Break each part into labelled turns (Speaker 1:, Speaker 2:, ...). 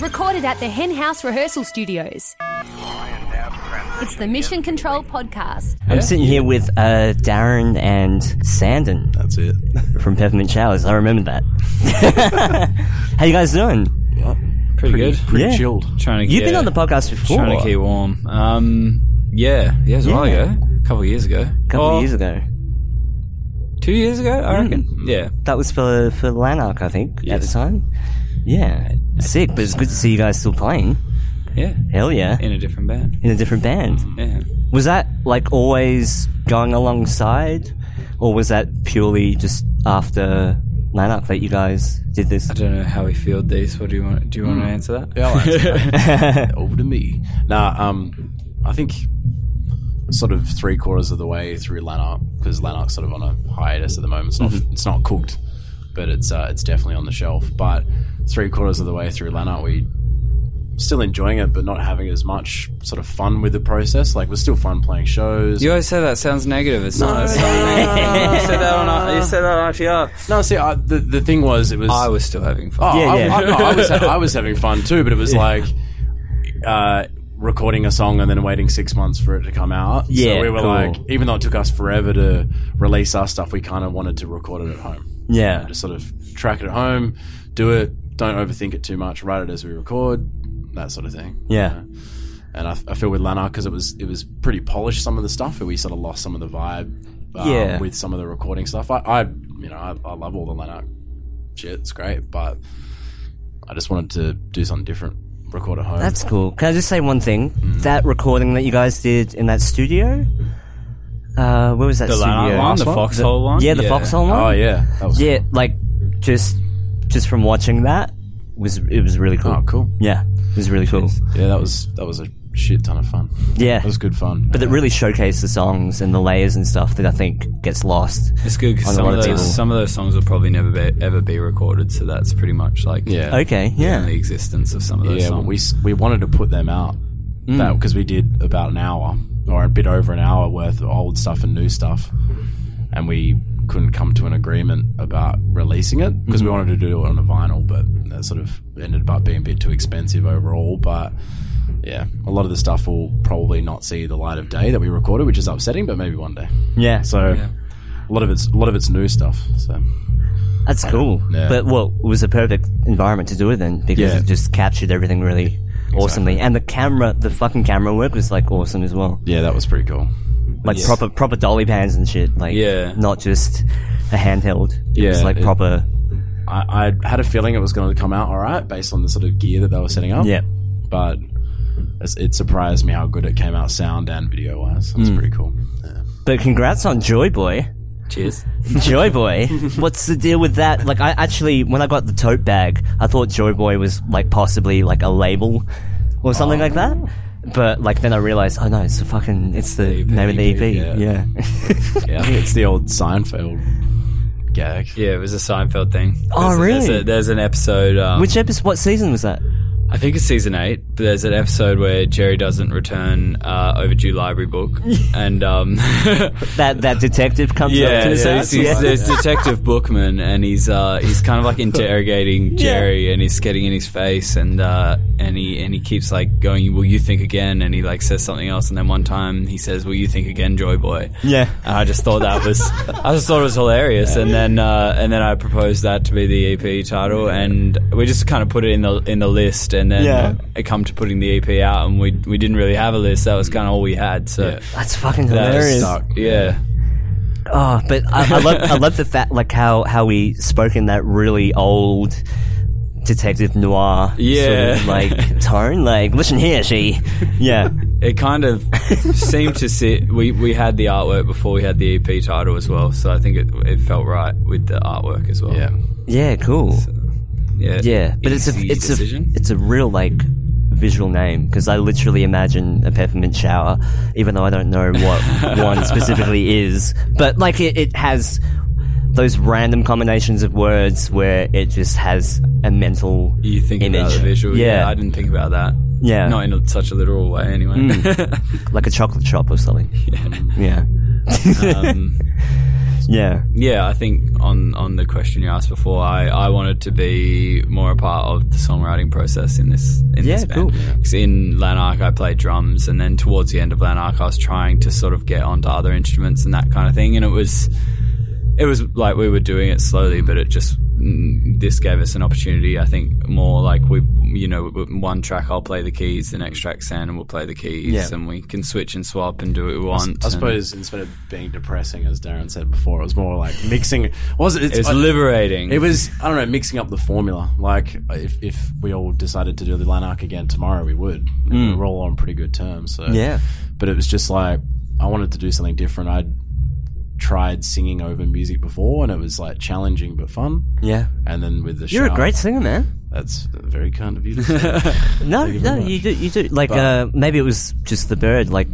Speaker 1: Recorded at the Hen House Rehearsal Studios. It's the Mission Control Podcast.
Speaker 2: I'm sitting here with uh, Darren and Sandon
Speaker 3: That's it.
Speaker 2: from Peppermint Showers. I remember that. How you guys doing?
Speaker 4: Pretty, good.
Speaker 3: Pretty
Speaker 2: Yeah.
Speaker 3: chilled.
Speaker 4: Trying to
Speaker 2: You've been
Speaker 4: yeah,
Speaker 2: on the podcast before.
Speaker 4: Trying to keep warm. Um, yeah, yeah, it was a while
Speaker 2: Yeah.
Speaker 4: ago, a couple of years ago,
Speaker 2: a couple
Speaker 4: Or
Speaker 2: of years Mm. ago.
Speaker 4: two years ago, I reckon. Yeah,
Speaker 2: That was for for Lanark, I think, at the
Speaker 4: Yes.
Speaker 2: time. Yeah, sick. But it's good to see you guys still playing.
Speaker 4: yeah,
Speaker 2: Hell yeah,
Speaker 4: in a different band.
Speaker 2: in a different band.
Speaker 4: Yeah,
Speaker 2: Was that like always going alongside, or was that purely just after Lanark that you guys did this?
Speaker 4: I don't know how we field these. What do you want? Do you want
Speaker 2: Mm.
Speaker 4: to answer that?
Speaker 3: Yeah, I'll answer that. Over to me. Nah, um, I think sort of three quarters of the way through Lanark because Lanark's sort of on a hiatus at the moment. It's not, it's not cooked, but it's uh, it's definitely on the shelf. But three quarters of the way through Lanark, we still enjoying it, but not having as much sort of fun with the process. Like we're still fun playing shows.
Speaker 4: You always say that sounds negative. It's
Speaker 3: No,
Speaker 4: not. It's
Speaker 3: no,
Speaker 4: not
Speaker 3: no,
Speaker 4: negative. you said that on. You said that on RTR.
Speaker 3: No, see, I, the the thing was, it was
Speaker 4: I was still having fun.
Speaker 3: Oh,
Speaker 2: Yeah,
Speaker 3: I,
Speaker 2: yeah.
Speaker 3: I, no, I was I was having fun too, but it was like uh, recording a song and then waiting six months for it to come out.
Speaker 2: Yeah,
Speaker 3: so we were
Speaker 2: cool.
Speaker 3: like, even though it took us forever to release our stuff, we kind of wanted to record it at home.
Speaker 2: Yeah,
Speaker 3: Just sort of track it at home, do it, don't overthink it too much, write it as we record, that sort of thing.
Speaker 4: uh,
Speaker 2: yeah,
Speaker 3: And I, I feel with Lana because it was it was pretty polished some of the stuff, but we sort of lost some of the vibe. Um,
Speaker 2: Yeah.
Speaker 3: with some of the recording stuff, I, I you know, I, I love all the Lana shit. It's great, but I just wanted to do something different. Record at home.
Speaker 2: that's cool. Can I just say one thing?
Speaker 3: Hmm.
Speaker 2: That recording that you guys did in that studio, uh, where was that
Speaker 4: The
Speaker 2: studio?
Speaker 4: Lanark one, the Foxhole one.
Speaker 2: Yeah, the
Speaker 4: Yeah.
Speaker 2: Foxhole one.
Speaker 3: oh yeah, that was
Speaker 2: yeah. Like just just from watching that was it was really cool.
Speaker 3: Oh, cool.
Speaker 2: Yeah, it was really cool.
Speaker 3: Yeah, that was that was a shit ton of fun.
Speaker 2: Yeah,
Speaker 3: That was good fun.
Speaker 2: but it really showcased the songs and the layers and stuff that I think gets lost.
Speaker 4: It's good
Speaker 2: On a
Speaker 4: because some
Speaker 2: lot
Speaker 4: of
Speaker 2: of
Speaker 4: those
Speaker 2: people.
Speaker 4: some of those songs will probably never be, ever be recorded. So that's pretty much like
Speaker 3: yeah,
Speaker 2: Okay,
Speaker 4: the
Speaker 2: yeah,
Speaker 4: existence of some of those
Speaker 3: yeah.
Speaker 4: songs.
Speaker 3: We s- we wanted to put them out because we did about an hour or a bit over an hour worth of old stuff and new stuff, and we couldn't come to an agreement about releasing it because we wanted to do it on a vinyl, but that sort of ended up being a bit too expensive overall. But yeah, a lot of the stuff will probably not see the light of day that we recorded, which is upsetting, but maybe one day.
Speaker 2: yeah.
Speaker 3: So. A lot of it's a lot of it's new stuff. So
Speaker 2: That's cool.
Speaker 3: yeah.
Speaker 2: But well, it was a perfect environment to do it in because
Speaker 3: Yeah.
Speaker 2: it just captured everything really awesomely, and the camera, the fucking camera work was like awesome as well.
Speaker 3: yeah, that was pretty cool.
Speaker 2: Like
Speaker 3: Yes.
Speaker 2: proper proper dolly pans and shit. Like
Speaker 4: Yeah.
Speaker 2: not just a handheld. It was
Speaker 3: Yeah,
Speaker 2: like
Speaker 3: it-
Speaker 2: proper.
Speaker 3: I, I had a feeling it was going to come out all right based on the sort of gear that they were setting up.
Speaker 2: Yeah,
Speaker 3: but it's, it surprised me how good it came out sound and video wise. That's pretty cool. Yeah.
Speaker 2: but congrats on Joy Boy.
Speaker 4: Cheers.
Speaker 2: Joy Boy, what's the deal with that? Like, I actually, when I got the tote bag, I thought Joy Boy was like possibly like a label or something like that. But like then I realized, oh no, it's the fucking, it's the name of the EP.
Speaker 3: yeah.
Speaker 2: Yeah,
Speaker 3: Yeah, I think it's the old Seinfeld gag.
Speaker 4: Yeah, it was a Seinfeld thing.
Speaker 2: Oh,
Speaker 4: There's a-
Speaker 2: really?
Speaker 4: There's, a, there's an episode. Um,
Speaker 2: Which episode? What season was that?
Speaker 4: I think it's season eight. But there's an episode where Jerry doesn't return uh, overdue library book, and um,
Speaker 2: That that detective comes up to
Speaker 4: yeah,
Speaker 2: his
Speaker 4: so
Speaker 2: house.
Speaker 4: he's,
Speaker 2: yeah.
Speaker 4: there's Detective Bookman, and he's uh, he's kind of like interrogating Jerry, and he's getting in his face, and uh, and he and he keeps like going, "Will you think again?" And he like says something else, and then one time he says, "Will you think again, Joy Boy?"
Speaker 2: Yeah.
Speaker 4: And I just thought that was I just thought it was hilarious, and then uh, and then I proposed that to be the EP title, and we just kind of put it in the in the list, and then
Speaker 2: Yeah.
Speaker 4: it come to putting the EP out, and we we didn't really have a list. That was kind of all we had, so.
Speaker 3: Yeah.
Speaker 2: That's fucking
Speaker 4: That was
Speaker 2: hilarious.
Speaker 3: stuck.
Speaker 4: Yeah.
Speaker 2: Oh, but I, I love I love the fact like how how he spoke in that really old detective noir
Speaker 4: Yeah.
Speaker 2: sort of like tone. Like, listen here, she. Yeah,
Speaker 4: It kind of seemed to sit. We, we had the artwork before we had the EP title as well, so I think it, it felt right with the artwork as well.
Speaker 3: Yeah.
Speaker 2: yeah, cool.
Speaker 4: yeah,
Speaker 2: Yeah, but it's a
Speaker 4: Easy
Speaker 2: it's
Speaker 4: decision.
Speaker 2: a it's a real like visual name because I literally imagine a peppermint shower, even though I don't know what one specifically is. But like it, it has those random combinations of words where it just has a mental
Speaker 4: you think
Speaker 2: image,
Speaker 4: about the visual. Yeah.
Speaker 2: Yeah.
Speaker 4: I didn't think about that.
Speaker 2: Yeah. Hmm.
Speaker 4: not in a, such a literal way. Anyway,
Speaker 2: like a chocolate shop or something. Yeah.
Speaker 4: um,
Speaker 2: Yeah.
Speaker 4: Yeah, I think on, on the question you asked before, I, I wanted to be more a part of the songwriting process in this in
Speaker 2: Yeah,
Speaker 4: this band.
Speaker 2: cool. Yeah.
Speaker 4: 'Cause in Lanark, I played drums, and then towards the end of Lanark, I was trying to sort of get onto other instruments and that kind of thing. And it was it was like we were doing it slowly, but it just mm, this gave us an opportunity. I think more like we, you know, w- one track I'll play the keys, the next track San and we'll play the keys,
Speaker 2: Yeah.
Speaker 4: and we can switch and swap and do what we want.
Speaker 3: I
Speaker 4: and-
Speaker 3: suppose instead of being depressing, as Darren said before, it was more like mixing. Was it?
Speaker 4: It was
Speaker 3: I-
Speaker 4: liberating.
Speaker 3: It was I don't know, mixing up the formula. Like if if we all decided to do the Lanark again tomorrow, we would. And We were all on pretty good terms. So
Speaker 2: Yeah.
Speaker 3: but it was just like I wanted to do something different. I'd tried singing over music before, and it was like challenging but fun.
Speaker 2: Yeah.
Speaker 3: And then with the
Speaker 2: You're a
Speaker 3: shout-
Speaker 2: great singer, man.
Speaker 3: That's very kind of you. to say.
Speaker 2: No,
Speaker 3: Thank you
Speaker 2: no,
Speaker 3: very much.
Speaker 2: you do, you do. Like, uh, maybe it was just the bird, like,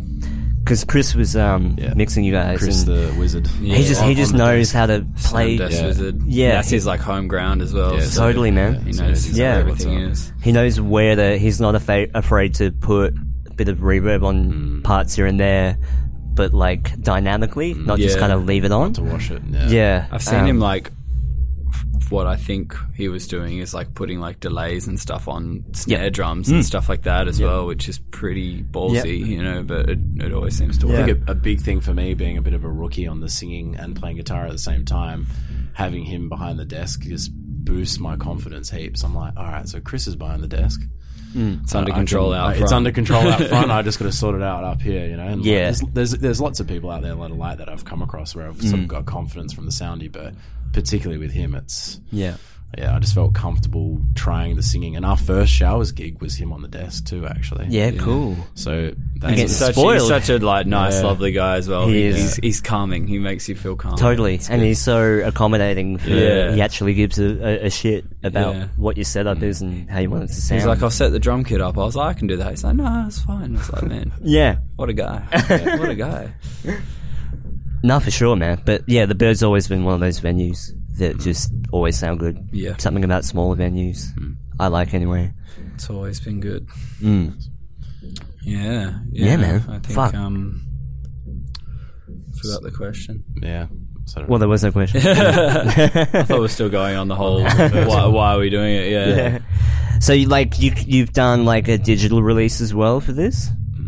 Speaker 2: because Chris was um,
Speaker 3: Yeah.
Speaker 2: mixing you guys.
Speaker 3: Chris
Speaker 2: and
Speaker 3: the wizard.
Speaker 2: he just he
Speaker 3: On-
Speaker 2: just
Speaker 3: on the
Speaker 2: knows
Speaker 3: desk.
Speaker 2: how to play.
Speaker 4: Death
Speaker 3: Yeah.
Speaker 4: Wizard.
Speaker 2: Yeah.
Speaker 4: that's his like home ground as well.
Speaker 3: Yeah,
Speaker 4: so
Speaker 2: totally, man.
Speaker 4: He knows
Speaker 3: So it's
Speaker 2: Yeah.
Speaker 4: yeah,
Speaker 3: exactly what's
Speaker 4: everything
Speaker 3: up.
Speaker 4: is.
Speaker 2: He knows where the he's not afa- afraid to put a bit of reverb on
Speaker 3: Hmm.
Speaker 2: parts here and there, but like dynamically, not just
Speaker 4: Yeah.
Speaker 2: kind of leave it
Speaker 3: Hmm. to
Speaker 2: on.
Speaker 3: wash it.
Speaker 2: Yeah,
Speaker 4: I've seen
Speaker 2: um,
Speaker 4: him like f- what I think he was doing is like putting like delays and stuff on snare drums and stuff like that as well, which is pretty ballsy, you know. But it, it always seems to
Speaker 3: I
Speaker 4: work.
Speaker 3: think a, a big thing for me being a bit of a rookie on the singing and playing guitar at the same time, having him behind the desk just boosts my confidence heaps. I'm like, all right, so Chris is behind the desk.
Speaker 2: Hmm.
Speaker 4: It's under control
Speaker 3: I-
Speaker 4: out.
Speaker 3: It's
Speaker 4: front.
Speaker 3: under control out front. I just got to sort it out up here, you know. And like,
Speaker 2: Yeah.
Speaker 3: there's, there's there's lots of people out there that are like that I've come across where I've sort of
Speaker 2: Hmm.
Speaker 3: got confidence from the soundy, but particularly with him, it's
Speaker 2: yeah.
Speaker 3: yeah. I just felt comfortable trying the singing. And our first showers gig was him on the desk too, actually.
Speaker 2: yeah, cool.
Speaker 3: So
Speaker 2: Again,
Speaker 3: that's
Speaker 4: Such,
Speaker 2: Spoiled.
Speaker 4: he's such a like nice,
Speaker 3: Yeah.
Speaker 4: lovely guy as well.
Speaker 2: He is.
Speaker 4: He's, he's calming. He makes you feel calm.
Speaker 2: Totally, and he's so accommodating. For,
Speaker 4: Yeah.
Speaker 2: he actually gives a, a, a shit about
Speaker 4: Yeah.
Speaker 2: what your setup is and how you want it to sound.
Speaker 4: He's like, "Oh." I'll set the drum kit up. I was like, I can do that. He's like, no, it's fine. It's like, man,
Speaker 2: yeah,
Speaker 4: what a guy. what a guy.
Speaker 2: No, for sure, man. But yeah, the Bird's always been one of those venues that just always sound good.
Speaker 4: Yeah. Hmm.
Speaker 2: Something about smaller venues. I like anyway. Hmm.
Speaker 4: It's always been good. Yeah, yeah.
Speaker 2: man.
Speaker 4: I think
Speaker 2: Fuck.
Speaker 4: um forgot the question.
Speaker 3: yeah. So
Speaker 2: Well, there was no question.
Speaker 4: I thought we were still going on the whole why, why are we doing it? Yeah.
Speaker 2: so, you, like, you, you've done like a digital release as well for this?
Speaker 4: Hmm.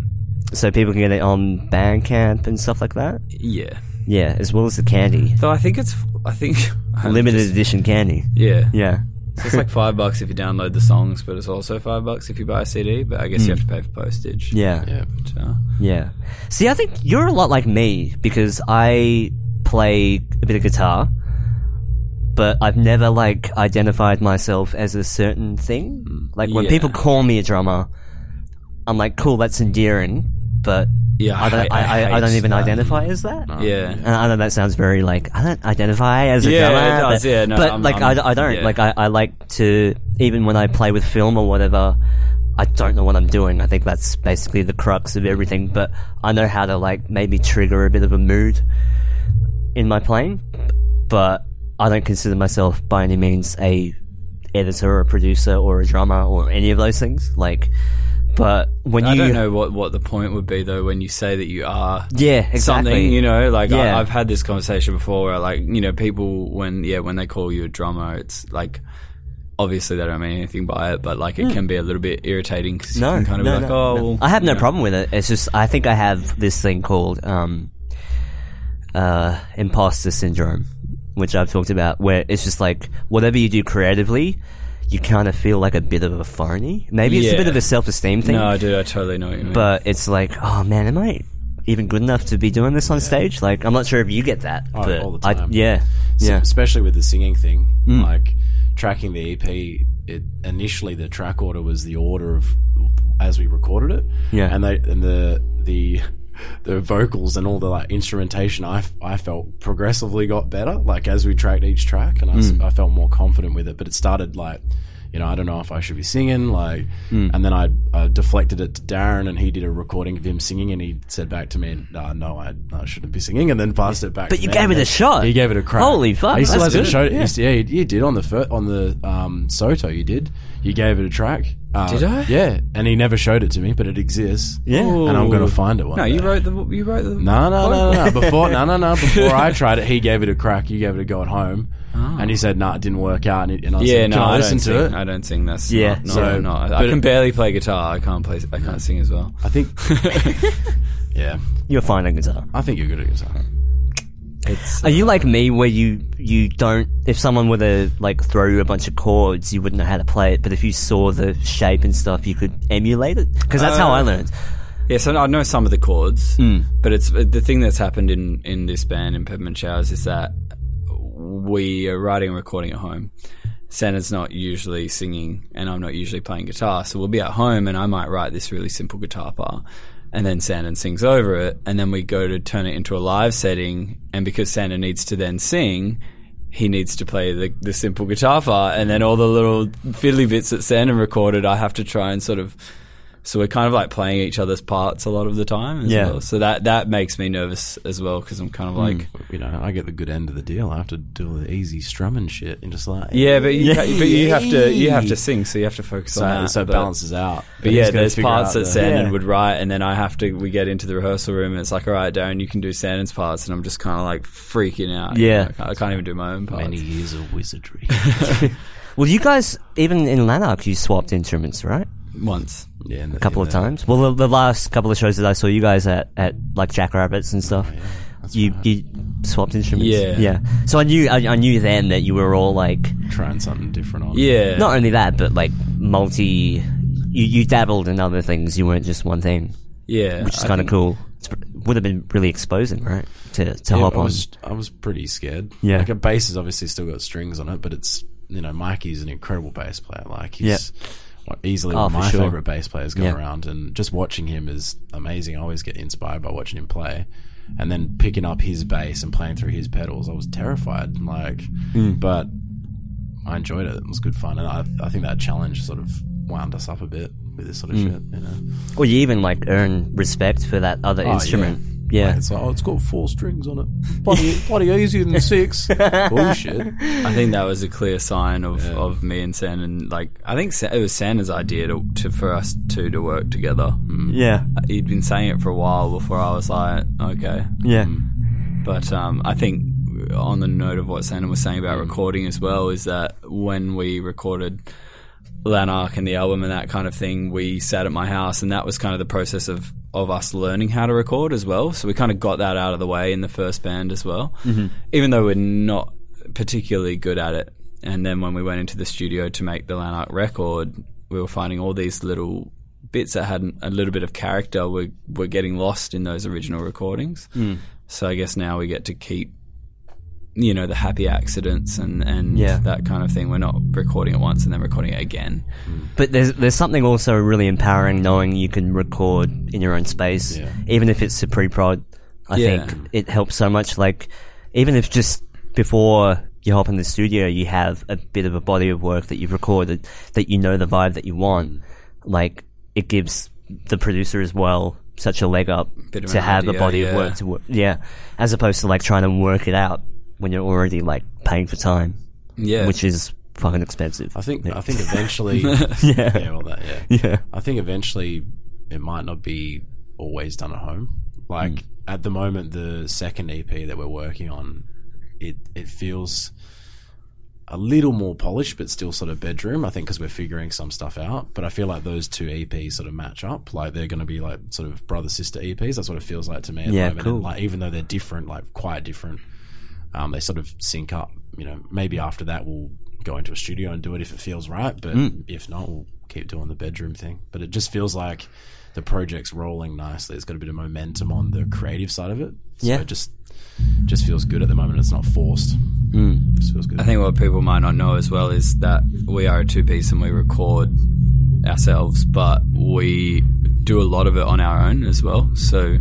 Speaker 2: So people can get it on Bandcamp and stuff like that?
Speaker 4: Yeah.
Speaker 2: Yeah, as well as the candy.
Speaker 4: Though I think it's I think
Speaker 2: Limited edition candy.
Speaker 4: Yeah.
Speaker 2: Yeah.
Speaker 4: So it's like 5 bucks if you download the songs, but it's also 5 bucks if you buy a CD, but I guess you have to pay for postage.
Speaker 2: Mm. Yeah.
Speaker 3: yeah.
Speaker 4: But, uh,
Speaker 2: Yeah. See, I think you're a lot like me because I play a bit of guitar, but I've never like identified myself as a certain thing. Like when
Speaker 4: Yeah.
Speaker 2: people call me a drummer, I'm like, cool, that's endearing, but
Speaker 4: yeah,
Speaker 2: I don't,
Speaker 4: hate-
Speaker 2: I, I, I,
Speaker 4: hate
Speaker 2: don't even
Speaker 4: that.
Speaker 2: identify as that.
Speaker 4: Yeah.
Speaker 2: And I know that sounds very like I don't identify as a
Speaker 4: Yeah, it
Speaker 2: drummer,
Speaker 4: does,
Speaker 2: but,
Speaker 4: yeah, no,
Speaker 2: but
Speaker 4: I'm-
Speaker 2: like
Speaker 4: I'm-
Speaker 2: I, I don't
Speaker 4: yeah.
Speaker 2: like I, I like to even when I play with film or whatever, I don't know what I'm doing. I think that's basically the crux of everything. But I know how to like maybe trigger a bit of a mood in my playing, but I don't consider myself by any means a editor or a producer or a drummer or any of those things. Like, but when
Speaker 4: I
Speaker 2: you
Speaker 4: don't know what, what the point would be though when you say that you are
Speaker 2: yeah exactly
Speaker 4: something, you know, like
Speaker 2: Yeah.
Speaker 4: I, I've had this conversation before where like, you know, people when, yeah, when they call you a drummer, it's like, obviously they don't mean anything by it, but like it can be a little bit irritating because you
Speaker 2: No,
Speaker 4: can kind of
Speaker 2: no,
Speaker 4: be like,
Speaker 2: no,
Speaker 4: oh,
Speaker 2: no.
Speaker 4: well,
Speaker 2: I have no
Speaker 4: you know.
Speaker 2: problem with it. It's just I think I have this thing called um, uh, imposter syndrome, which I've talked about, where it's just like whatever you do creatively, you kind of feel like a bit of a phony. Maybe it's a bit
Speaker 4: Yeah.
Speaker 2: of a self-esteem thing,
Speaker 4: No, dude, I totally know what you mean.
Speaker 2: but it's like, oh man, am I even good enough to be doing this on stage? Like, I'm not sure if you get that,
Speaker 3: Oh,
Speaker 2: but
Speaker 3: all the
Speaker 2: I-
Speaker 3: time.
Speaker 2: yeah,
Speaker 3: So-
Speaker 2: yeah, Hmm.
Speaker 3: especially with the singing thing like tracking the ep it initially the track order was the order of as we recorded it
Speaker 2: Yeah.
Speaker 3: and they and the the the vocals and all the like instrumentation I, f- I felt
Speaker 2: Hmm.
Speaker 3: progressively got better like as we tracked each track and I, s- I felt more confident with it but it started like you know, I don't know if I should be singing. Like,
Speaker 2: Hmm.
Speaker 3: and then I uh, deflected it to Darren, and he did a recording of him singing, and he said back to me, "Nah, "No, I, I shouldn't be singing," and then passed it back.
Speaker 2: But
Speaker 3: to
Speaker 2: you
Speaker 3: me,
Speaker 2: gave
Speaker 3: and
Speaker 2: it a
Speaker 3: then
Speaker 2: shot.
Speaker 3: He gave it a crack.
Speaker 2: Holy fuck,
Speaker 3: He still
Speaker 2: that's
Speaker 3: hasn't
Speaker 2: good.
Speaker 3: showed. it. Yeah, yeah he, he did on the fir- on the um, Soto. You did. You gave it a track. Uh,
Speaker 4: Did I?
Speaker 3: Yeah, and he never showed it to me, but it exists.
Speaker 2: Yeah.
Speaker 3: and I'm gonna find it one.
Speaker 4: No, you
Speaker 3: day.
Speaker 4: wrote the you wrote the
Speaker 3: No, no, no, no, no. Before, no, no, no. Before I tried it, he gave it a crack. You gave it a go at home, and he said, "No, it didn't work out." And, it, and I was
Speaker 4: Oh. Yeah,
Speaker 3: like,
Speaker 4: no,
Speaker 3: "Can I,
Speaker 4: I,
Speaker 3: listen
Speaker 4: don't sing.
Speaker 3: to it?"
Speaker 4: I don't sing. That's
Speaker 2: Yeah,
Speaker 4: yeah. No,
Speaker 3: so-
Speaker 4: no, I,
Speaker 3: but
Speaker 4: I can
Speaker 3: it-
Speaker 4: barely play guitar. I can't play. I can't sing as well.
Speaker 3: I think. yeah,
Speaker 2: You're fine at guitar.
Speaker 3: I think you're good at guitar.
Speaker 2: Are you like me where you you don't if someone were to like throw you a bunch of chords you wouldn't know how to play it but if you saw the shape and stuff you could emulate it because that's how
Speaker 4: Uh,
Speaker 2: I learned.
Speaker 4: Yeah, so I know some of the chords, but it's the thing that's happened in in this band in Peppermint Showers is that we are writing and recording at home. Santa's not usually singing, and I'm not usually playing guitar, so we'll be at home, and I might write this really simple guitar part, and then Sandon sings over it, and then we go to turn it into a live setting, and because Sandon needs to then sing. He needs to play the, the simple guitar part, and then all the little fiddly bits that Sandon recorded, I have to try and sort of so we're kind of like playing each other's parts a lot of the time as
Speaker 2: Yeah.
Speaker 4: well. So that that makes me nervous as well because I'm kind of like,
Speaker 3: you know, I get the good end of the deal. I have to do all the easy strumming shit and just like
Speaker 4: yeah, but you,
Speaker 2: Yeah.
Speaker 4: ha- but you have to you have to sing, so you have to focus
Speaker 3: So,
Speaker 4: on that.
Speaker 3: so it
Speaker 4: but,
Speaker 3: balances out.
Speaker 4: But yeah, there's parts that Sandon
Speaker 2: Yeah.
Speaker 4: would write, and then I have to. We get into the rehearsal room, and it's like, all right, Darren, you can do Sandon's parts, and I'm just kind of like freaking out. you
Speaker 2: Yeah.
Speaker 4: know, I, can't, I can't even do my own parts.
Speaker 3: many years of wizardry.
Speaker 2: Well, you guys even in Lanark you swapped instruments, right?
Speaker 4: Once,
Speaker 3: yeah,
Speaker 2: A couple of times. Well, the, the last couple of shows that I saw you guys at at like Jackrabbits and
Speaker 4: Oh,
Speaker 2: stuff, you you swapped instruments.
Speaker 4: Yeah.
Speaker 2: yeah. So I knew I, I knew then that you were all like
Speaker 3: Trying something different on.
Speaker 4: yeah,
Speaker 2: not only that but like multi. You, you dabbled in other things. You weren't just one thing.
Speaker 4: yeah,
Speaker 2: which is
Speaker 4: I
Speaker 2: kind of
Speaker 4: think-
Speaker 2: cool. It's, pr- would have been really exposing, right? To to
Speaker 3: Yeah,
Speaker 2: hop
Speaker 3: I
Speaker 2: on.
Speaker 3: was, I was pretty scared.
Speaker 2: Yeah.
Speaker 3: Like a bass has obviously still got strings on it, but it's you know, Mikey's an incredible bass player. Like he's one- easily
Speaker 2: Oh,
Speaker 3: one of
Speaker 2: for
Speaker 3: my
Speaker 2: sure.
Speaker 3: favorite bass players going
Speaker 2: Yeah.
Speaker 3: around and just watching him is amazing. I always get inspired by watching him play. And then picking up his bass and playing through his pedals, I was terrified. Like
Speaker 2: Hmm.
Speaker 3: but I enjoyed it. It was good fun. And I, I think that challenge sort of wound us up a bit with this
Speaker 2: Hmm.
Speaker 3: sort of shit, you know.
Speaker 2: Or you even like earn respect for that other
Speaker 3: Oh, yeah.
Speaker 2: instrument. Yeah.
Speaker 3: Like, it's like, oh, it's got four strings on it. Bloody, bloody easier than six. Bullshit.
Speaker 4: I think that was a clear sign of, of me and San and like I think Sa- it was Santa's idea to, to for us two to work together.
Speaker 2: yeah,
Speaker 4: He'd been saying it for a while before I was like, okay,
Speaker 2: yeah,
Speaker 3: Mm.
Speaker 4: but um, I think on the note of what Sandon was saying about recording as well is that when we recorded Lanark and the album and that kind of thing, we sat at my house and that was kind of the process of of us learning how to record as well. So we kind of got that out of the way in the first band as well, even though we're not particularly good at it. And then when we went into the studio to make the Lanark record, we were finding all these little bits that had a little bit of character were were getting lost in those original recordings. So I guess now we get to keep, you know, the happy accidents and and
Speaker 2: Yeah.
Speaker 4: that kind of thing. We're not recording it once and then recording it again.
Speaker 2: But there's there's something also really empowering knowing you can record in your own space,
Speaker 3: Yeah.
Speaker 2: even if it's a pre-prod. I
Speaker 4: Yeah.
Speaker 2: think it helps so much. Like, even if just before you hop in the studio, you have a bit of a body of work that you've recorded that you know the vibe that you want. Like, it gives the producer as well such a leg up
Speaker 4: Bit of
Speaker 2: to
Speaker 4: an
Speaker 2: have a
Speaker 4: idea,
Speaker 2: body of
Speaker 4: yeah.
Speaker 2: work to work. Yeah, as opposed to like trying to work it out when you're already like paying for time,
Speaker 4: Yeah,
Speaker 2: which is fucking expensive.
Speaker 3: I think I think eventually yeah. well that yeah.
Speaker 2: yeah.
Speaker 3: I think eventually it might not be always done at home. Like
Speaker 2: Mm.
Speaker 3: at the moment the second EP that we're working on it it feels a little more polished but still sort of bedroom I think because we're figuring some stuff out but I feel like those two EPs sort of match up like they're going to be like sort of brother sister EPs that's what it feels like to me at
Speaker 2: Yeah,
Speaker 3: the moment
Speaker 2: cool.
Speaker 3: And, like even though they're different like quite different um, they sort of sync up. You know, maybe after that we'll go into a studio and do it if it feels right, but
Speaker 4: Hmm.
Speaker 3: if not, we'll keep doing the bedroom thing. But it just feels like the project's rolling nicely. It's got a bit of momentum on the creative side of it. So
Speaker 2: Yeah.
Speaker 3: it just just feels good at the moment. It's not forced. Mm. Just feels good.
Speaker 4: Hmm. I think what people might not know as well is that we are a two piece and we record ourselves, but we do a lot of it on our own as well. So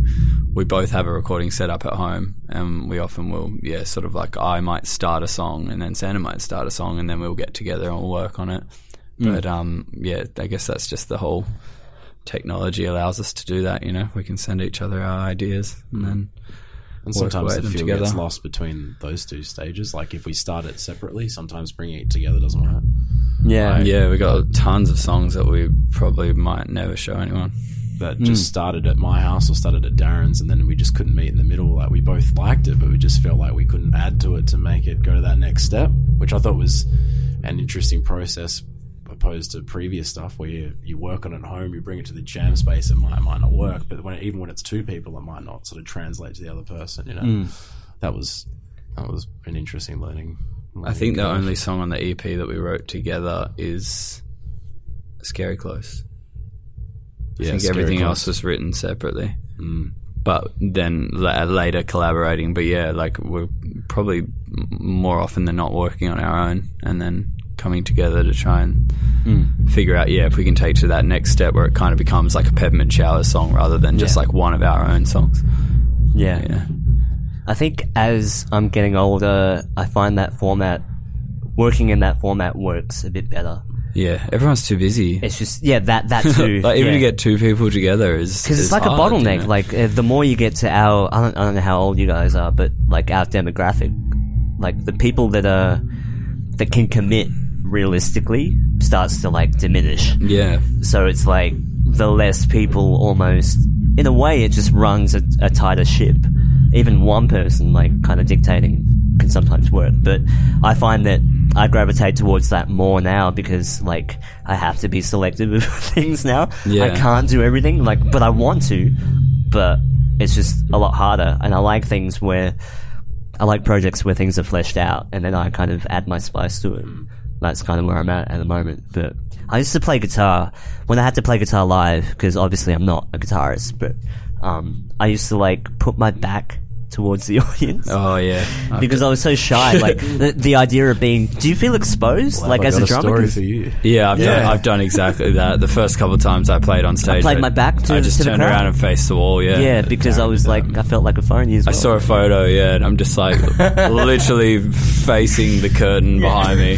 Speaker 4: we both have a recording set up at home and we often will, yeah, sort of like I might start a song and then Santa might start a song and then we'll get together and we'll work on it. But um, yeah, I guess that's just the whole technology allows us to do that. You know, we can send each other our ideas, and then
Speaker 3: And sometimes
Speaker 4: away
Speaker 3: the
Speaker 4: them
Speaker 3: feel
Speaker 4: together.
Speaker 3: gets lost between those two stages. Like if we start it separately, sometimes bringing it together doesn't work.
Speaker 2: Yeah.
Speaker 4: yeah, we got tons of songs that we probably might never show anyone.
Speaker 3: That
Speaker 2: Hmm.
Speaker 3: just started at my house or started at Darren's, and then we just couldn't meet in the middle. Like we both liked it, but we just felt like we couldn't add to it to make it go to that next step, which I thought was an interesting process opposed to previous stuff where you, you work on it at home, you bring it to the jam space, it might it might not work, but when even when it's two people, it might not sort of translate to the other person. You know,
Speaker 2: Hmm.
Speaker 3: that was that was an interesting learning.
Speaker 4: I think the only song on the EP that we wrote together is "Scary Close." I think everything else was written separately.
Speaker 2: Mm.
Speaker 4: But then la- later collaborating. But yeah, like we're probably m- more often than not working on our own and then coming together to try and
Speaker 2: Mm.
Speaker 4: figure out, yeah, if we can take to that next step where it kind of becomes like a Peppermint Shower song rather than just
Speaker 2: Yeah.
Speaker 4: like one of our own songs.
Speaker 2: Yeah.
Speaker 4: Yeah.
Speaker 2: I think as I'm getting older, I find that format, working in that format works a bit better.
Speaker 4: Yeah. Everyone's too busy.
Speaker 2: It's just, yeah, that, that too.
Speaker 4: like even
Speaker 2: yeah.
Speaker 4: to get two people together is
Speaker 2: Because it's
Speaker 4: is
Speaker 2: like a
Speaker 4: hard, you
Speaker 2: bottleneck.
Speaker 4: know?
Speaker 2: Like uh, the more you get to our, I don't, I don't know how old you guys are, but like our demographic, like the people that are that can commit realistically starts to like diminish.
Speaker 4: yeah.
Speaker 2: So it's like the less people, almost in a way, it just runs a, a tighter ship. Even one person, like kind of dictating, can sometimes work. But I find that I gravitate towards that more now because like I have to be selective of things now. I
Speaker 4: Yeah.
Speaker 2: can't do everything, like, but I want to. But it's just a lot harder, and I like things where I like projects where things are fleshed out, and then I kind of add my spice to it. That's kind of where I'm at at the moment. But I used to play guitar when I had to play guitar live because obviously I'm not a guitarist, but um, I used to like put my back towards the audience.
Speaker 4: Oh yeah. I-
Speaker 2: Because I was so shy, like the, the idea of being. Do you feel exposed, like
Speaker 3: I
Speaker 2: as
Speaker 3: got
Speaker 2: a drummer?
Speaker 3: story
Speaker 2: 'Cause
Speaker 3: for you.
Speaker 4: Yeah, I've, Done,
Speaker 3: Yeah.
Speaker 4: I've done exactly that. The first couple of times I played on stage,
Speaker 2: played my back to-
Speaker 4: I just
Speaker 2: to the
Speaker 4: turned
Speaker 2: crowd.
Speaker 4: around and faced the wall. Yeah,
Speaker 2: yeah, because I was like, I felt like a foreigner. As well.
Speaker 4: I saw a photo. Yeah, and I'm just like literally facing the curtain behind me,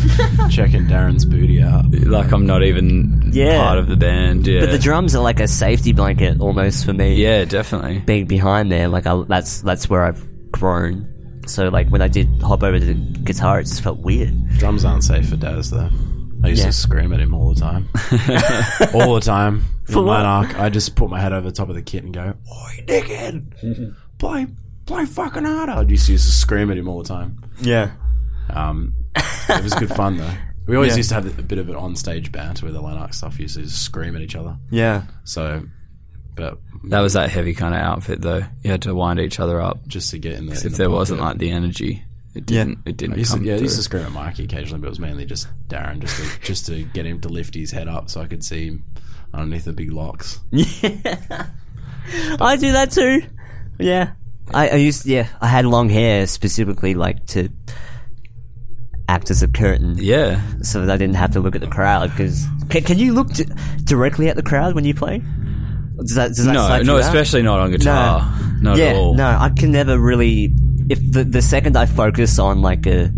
Speaker 3: Checking Darren's booty out.
Speaker 4: like I'm not even
Speaker 2: Yeah.
Speaker 4: part of the band. Yeah,
Speaker 2: but the drums are like a safety blanket almost for me.
Speaker 4: yeah, definitely.
Speaker 2: being behind there, like I, that's that's where I've grown. So like when I did hop over to the guitar, it just felt weird.
Speaker 3: Drums aren't safe for Daz though. I used
Speaker 2: Yeah.
Speaker 3: to scream at him all the time. all the time. In Monarch, I just put my head over the top of the kit and go, Oi, dickhead! Play, play fucking harder! I just used to scream at him all the time.
Speaker 2: Yeah.
Speaker 3: Um, it was good fun though. We always used to have a bit of an on stage banter with the Lanark stuff. We used to just scream at each other.
Speaker 2: Yeah.
Speaker 3: So, but
Speaker 4: That was that heavy kind of outfit, though. You had to wind each other up
Speaker 3: just to get in the. in
Speaker 4: if
Speaker 3: the
Speaker 4: there
Speaker 3: pocket.
Speaker 4: wasn't like the energy. It didn't. It
Speaker 3: I
Speaker 4: didn't
Speaker 3: used to,
Speaker 4: come
Speaker 3: yeah, I
Speaker 4: through.
Speaker 3: used to scream at Mikey occasionally, but it was mainly just Darren, just to, just to get him to lift his head up so I could see him underneath the big locks.
Speaker 2: I do that too. Yeah. I, I used yeah, I had long hair specifically like to act as a curtain
Speaker 4: yeah,
Speaker 2: so that I didn't have to look at the crowd cuz can, can you look d directly at the crowd when you play? Does that does that
Speaker 4: no,
Speaker 2: psych
Speaker 4: no,
Speaker 2: you out?
Speaker 4: especially not on guitar, not
Speaker 2: yeah,
Speaker 4: at all.
Speaker 2: no, I can never really. If the the second I focus on like a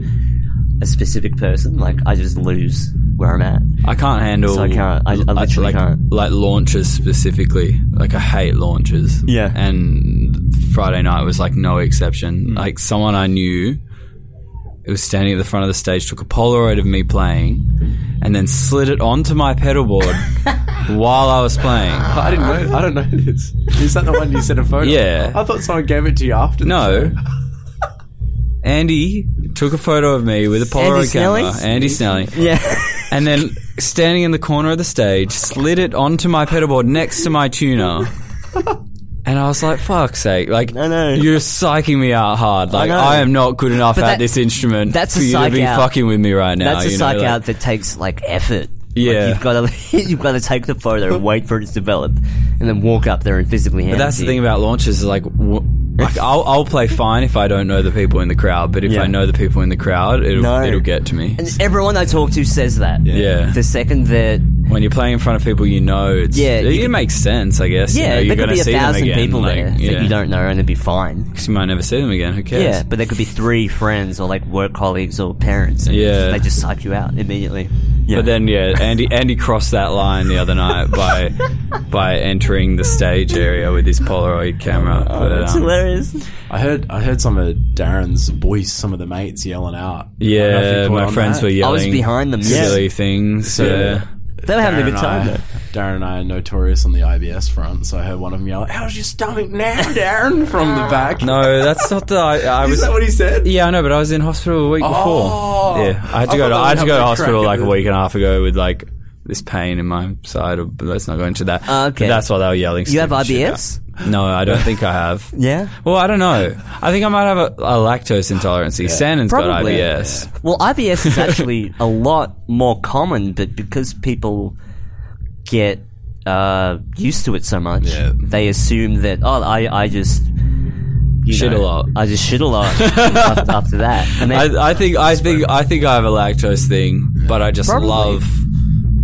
Speaker 2: a specific person, like I just lose where I'm at.
Speaker 4: I can't handle.
Speaker 2: So I can't- I- I literally
Speaker 4: like,
Speaker 2: can't.
Speaker 4: Like launches specifically. Like I hate launches.
Speaker 2: Yeah.
Speaker 4: And Friday night was like no exception.
Speaker 2: Mm.
Speaker 4: Like someone I knew, it was standing at the front of the stage, took a Polaroid of me playing, and then slid it onto my pedal board while I was playing.
Speaker 3: I didn't know. I don't know this. Is that the one you sent a photo?
Speaker 4: Yeah.
Speaker 3: I thought someone gave it to you after.
Speaker 4: No. Andy took a photo of me with a Polaroid
Speaker 2: Andy
Speaker 4: camera.
Speaker 2: Snelling?
Speaker 4: Andy Snelling.
Speaker 2: Yeah,
Speaker 4: And then standing in the corner of the stage, slid it onto my pedal board next to my tuner. And I was like, fuck's sake, like
Speaker 2: I know.
Speaker 4: you're psyching me out hard. Like
Speaker 2: know.
Speaker 4: I, am not good enough
Speaker 2: But
Speaker 4: at
Speaker 2: that-
Speaker 4: this instrument
Speaker 2: that's
Speaker 4: for
Speaker 2: a
Speaker 4: you to
Speaker 2: psych
Speaker 4: be
Speaker 2: out.
Speaker 4: fucking with me right now.
Speaker 2: that's a
Speaker 4: you know,
Speaker 2: psych
Speaker 4: like-
Speaker 2: out that takes like effort. Like,
Speaker 4: Yeah.
Speaker 2: you've got to you've got to take the photo and wait for it to develop, and then walk up there and physically.
Speaker 4: But that's the thing about launches is like, w- like I'll, I'll play fine if I don't know the people in the crowd, but if
Speaker 2: Yeah.
Speaker 4: I know the people in the crowd, it'll,
Speaker 2: No.
Speaker 4: it'll get to me.
Speaker 2: And everyone I talk to says that.
Speaker 4: Yeah.
Speaker 2: The second that
Speaker 4: when you're playing in front of people you know, it's,
Speaker 2: Yeah,
Speaker 4: it,
Speaker 2: you could-
Speaker 4: makes sense, I guess.
Speaker 2: yeah,
Speaker 4: you know, you're
Speaker 2: there
Speaker 4: going
Speaker 2: could
Speaker 4: to
Speaker 2: be a
Speaker 4: see them
Speaker 2: thousand
Speaker 4: again.
Speaker 2: people
Speaker 4: like,
Speaker 2: there
Speaker 4: yeah.
Speaker 2: that you don't know, and it'd be fine.
Speaker 4: 'Cause you might never see them again. Who cares?
Speaker 2: Yeah, but there could be three friends or like work colleagues or parents. and
Speaker 4: Yeah.
Speaker 2: they just psych you out immediately. Yeah.
Speaker 4: But then, yeah, Andy Andy crossed that line the other night by by entering the stage area with his Polaroid camera. But,
Speaker 2: It's
Speaker 4: um,
Speaker 2: Oh, hilarious.
Speaker 3: I heard I heard some of Darren's boys, some of the mates yelling out. I don't know if you
Speaker 4: yeah,
Speaker 3: caught
Speaker 4: my
Speaker 3: on
Speaker 4: friends
Speaker 3: that.
Speaker 4: were
Speaker 2: I
Speaker 4: yelling.
Speaker 2: was behind them, yeah.
Speaker 4: Silly things.
Speaker 3: So,
Speaker 4: yeah.
Speaker 2: They were having a
Speaker 3: Darren
Speaker 2: good time,
Speaker 3: and
Speaker 2: though.
Speaker 3: I, Darren and I are notorious on the IBS front, so I heard one of them yell, "How's your stomach now, Darren?" from the back.
Speaker 4: No, that's not the. I, I
Speaker 3: is
Speaker 4: was.
Speaker 3: that what he said?
Speaker 4: yeah, I know, but I was in hospital a week
Speaker 3: Oh.
Speaker 4: before. Yeah, I had to
Speaker 3: I
Speaker 4: go. To,
Speaker 3: thought
Speaker 4: I had to
Speaker 3: that
Speaker 4: go to
Speaker 3: was a crack
Speaker 4: hospital
Speaker 3: at
Speaker 4: like a
Speaker 3: the-
Speaker 4: week and a half ago with like this pain in my side. Of, but let's not go into that.
Speaker 2: Ah, okay.
Speaker 4: But that's why they were yelling.
Speaker 2: You have
Speaker 4: stupid shit
Speaker 2: IBS?
Speaker 4: out. No, I don't think I have.
Speaker 2: Yeah.
Speaker 4: Well, I don't know. I think I might have a, a lactose intolerance. Sandon's got
Speaker 2: Probably.
Speaker 4: IBS.
Speaker 2: Well, IBS is actually a lot more common, but because people get uh, used to it so much,
Speaker 3: Yeah.
Speaker 2: they assume that oh, I I just you
Speaker 4: Shit
Speaker 2: know,
Speaker 4: a lot.
Speaker 2: I just shit a lot after, after that, and then
Speaker 4: I, I think I think I think I have a lactose thing, but I just
Speaker 2: Probably.
Speaker 4: love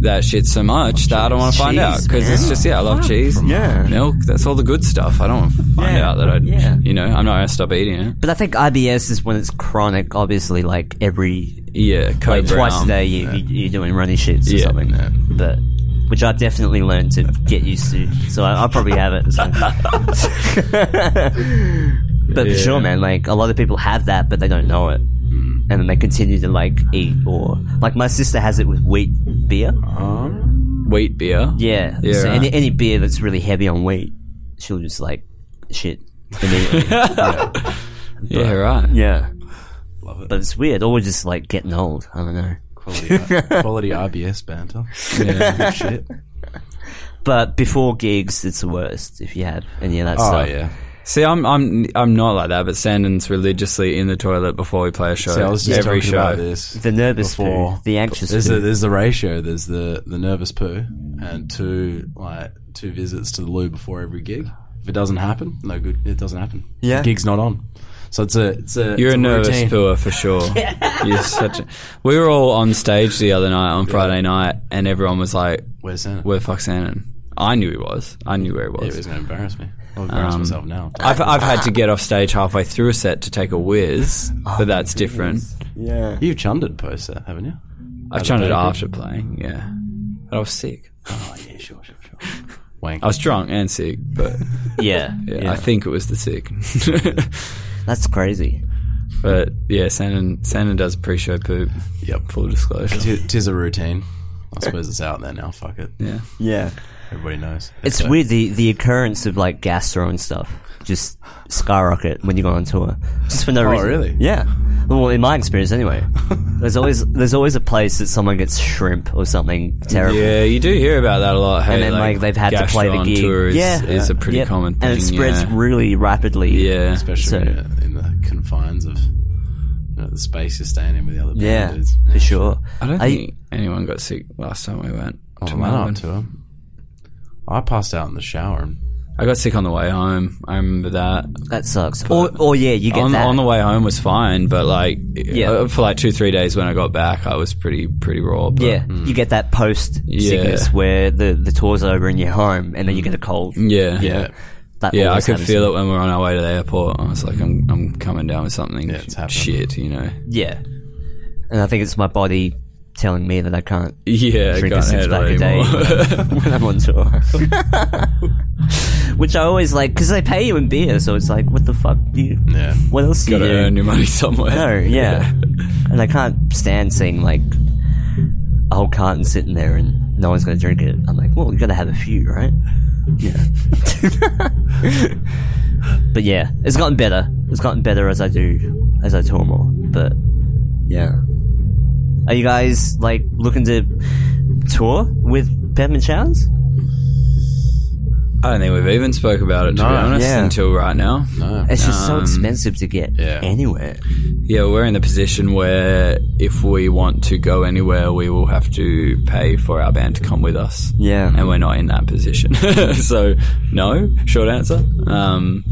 Speaker 4: that shit so much that I don't want to find
Speaker 2: cheese,
Speaker 4: out because it's
Speaker 2: man.
Speaker 4: just yeah, I love cheese,
Speaker 2: Yeah.
Speaker 4: milk. That's all the good stuff. I don't want to find
Speaker 2: Yeah.
Speaker 4: out that I,
Speaker 2: Yeah.
Speaker 4: you know, I'm not gonna stop eating it.
Speaker 2: but I think IBS is when it's chronic. Obviously, like every
Speaker 4: Yeah,
Speaker 2: like
Speaker 4: code
Speaker 2: twice
Speaker 4: brown.
Speaker 2: a day, you, you, you're doing runny shits or
Speaker 4: um, Yeah.
Speaker 2: something. But which I definitely learned to get used to, so I, I probably have it. so. but
Speaker 4: Yeah.
Speaker 2: for sure, man, like a lot of people have that, but they don't know it,
Speaker 4: Mm.
Speaker 2: and then they continue to like eat or like my sister has it with wheat beer.
Speaker 4: Wheat beer.
Speaker 2: Yeah,
Speaker 4: Yeah,
Speaker 2: so
Speaker 4: right.
Speaker 2: any any beer that's really heavy on wheat, she'll just like shit immediately.
Speaker 4: yeah, right.
Speaker 2: yeah,
Speaker 3: Love it.
Speaker 2: but it's weird, or we're just like getting old. I don't know.
Speaker 3: Quality, quality IBS banter. Good shit.
Speaker 2: But before gigs, it's the worst if you have any of that
Speaker 3: Oh
Speaker 2: stuff.
Speaker 3: yeah.
Speaker 4: See, I'm I'm I'm not like that, but Sandon's religiously in the toilet before we play a show.
Speaker 3: So I was just
Speaker 4: every
Speaker 3: talking
Speaker 4: show.
Speaker 3: about this.
Speaker 2: The nervous poo, the anxious
Speaker 3: There's
Speaker 2: poo.
Speaker 3: the, there's the ratio. There's the the nervous poo and two like two visits to the loo before every gig. If it doesn't happen, no good. It doesn't happen.
Speaker 2: Yeah.
Speaker 3: the gig's not on. So it's a it's a
Speaker 4: You're a
Speaker 3: it's
Speaker 4: nervous
Speaker 3: routine.
Speaker 4: pooer for sure. You're such a, we were all on stage the other night on Friday night, and everyone was like,
Speaker 3: Where's Santa?
Speaker 4: "Where the fuck's Shannon?" I knew he was. I knew where he
Speaker 3: Yeah, he's
Speaker 4: was. Um,
Speaker 3: gonna embarrass me. I'll embarrass myself now.
Speaker 4: I've, I've had to get off stage halfway through a set to take a whiz, but that's different.
Speaker 3: You've chundered post that, haven't you?
Speaker 4: I've done it after playing, yeah. But I was sick.
Speaker 3: Oh yeah, sure, sure, sure. Wank.
Speaker 4: I was drunk and sick, but
Speaker 2: Yeah,
Speaker 4: yeah, I think it was the sick.
Speaker 2: that's crazy.
Speaker 4: but yeah, Shannon, Shannon does pre-show poop.
Speaker 3: Yep.
Speaker 4: Full disclosure.
Speaker 3: T- tis a routine. I suppose it's out there now. Fuck it.
Speaker 4: Yeah.
Speaker 2: Yeah,
Speaker 3: Everybody knows.
Speaker 2: it's
Speaker 3: So-
Speaker 2: weird the the occurrence of like gastro and stuff just skyrocket when you go on tour just for no
Speaker 4: Oh,
Speaker 2: reason.
Speaker 3: Oh, really?
Speaker 2: Yeah. Well, in my experience, anyway, there's always there's always a place that someone gets shrimp or something terrible.
Speaker 4: Yeah, you do hear about that a lot. Hey,
Speaker 2: And then, like, they've had to play the
Speaker 4: gastro on
Speaker 2: gig.
Speaker 4: Tour is,
Speaker 2: Yeah.
Speaker 4: is a pretty
Speaker 2: Yep.
Speaker 4: common thing.
Speaker 2: and it spreads
Speaker 4: Yeah,
Speaker 2: really rapidly.
Speaker 4: yeah.
Speaker 3: especially
Speaker 2: So-
Speaker 3: when you're in the confines of you know, the space you're staying in with the other band
Speaker 2: yeah,
Speaker 3: dudes.
Speaker 2: for sure.
Speaker 4: I don't think anyone got sick last time we went to
Speaker 3: Oh, I went
Speaker 4: Melbourne.
Speaker 3: up to him. I passed out in the shower. And
Speaker 4: I got sick on the way home. I remember that.
Speaker 2: that sucks. Or, or yeah, you get
Speaker 4: On,
Speaker 2: that
Speaker 4: on the way home was fine, but like
Speaker 2: Yeah.
Speaker 4: uh, for like two three days when I got back, I was pretty pretty raw. But hmm.
Speaker 2: Yeah, you get that post
Speaker 4: Yeah.
Speaker 2: sickness where the, the tour's over and you're home, and then you get a cold.
Speaker 4: yeah,
Speaker 3: yeah,
Speaker 2: That
Speaker 4: Yeah, I
Speaker 2: always
Speaker 4: could
Speaker 2: happens.
Speaker 4: feel it when we were on our way to the airport. I was like, I'm I'm coming down with something
Speaker 3: it's happening.
Speaker 4: shit, you know.
Speaker 2: Yeah, and I think it's my body telling me that I can't
Speaker 4: Yeah,
Speaker 2: drink a
Speaker 4: can't
Speaker 2: six
Speaker 4: handle
Speaker 2: pack a
Speaker 4: it
Speaker 2: day
Speaker 4: anymore.
Speaker 2: when I'm on tour. Which I always like because they pay you in beer, so it's like, what the fuck do you?
Speaker 3: yeah.
Speaker 2: What else do you
Speaker 4: Gotta
Speaker 2: do?
Speaker 4: earn your money somewhere.
Speaker 2: no, Oh, yeah, and I can't stand seeing like a whole carton sitting there and no one's gonna drink it. I'm like, well, you gotta have a few, right? Yeah. but yeah, it's gotten better. It's gotten better as I do as I tour more. But yeah, are you guys like looking to tour with Peppermint Showers?
Speaker 4: I don't think we've even spoke about it to
Speaker 3: No,
Speaker 4: be honest
Speaker 2: yeah.
Speaker 4: until right now.
Speaker 3: No.
Speaker 2: It's just so expensive to get
Speaker 3: yeah.
Speaker 2: anywhere.
Speaker 4: Yeah, we're in the position where if we want to go anywhere, we will have to pay for our band to come with us.
Speaker 2: Yeah.
Speaker 4: and we're not in that position. so no, short answer. Um,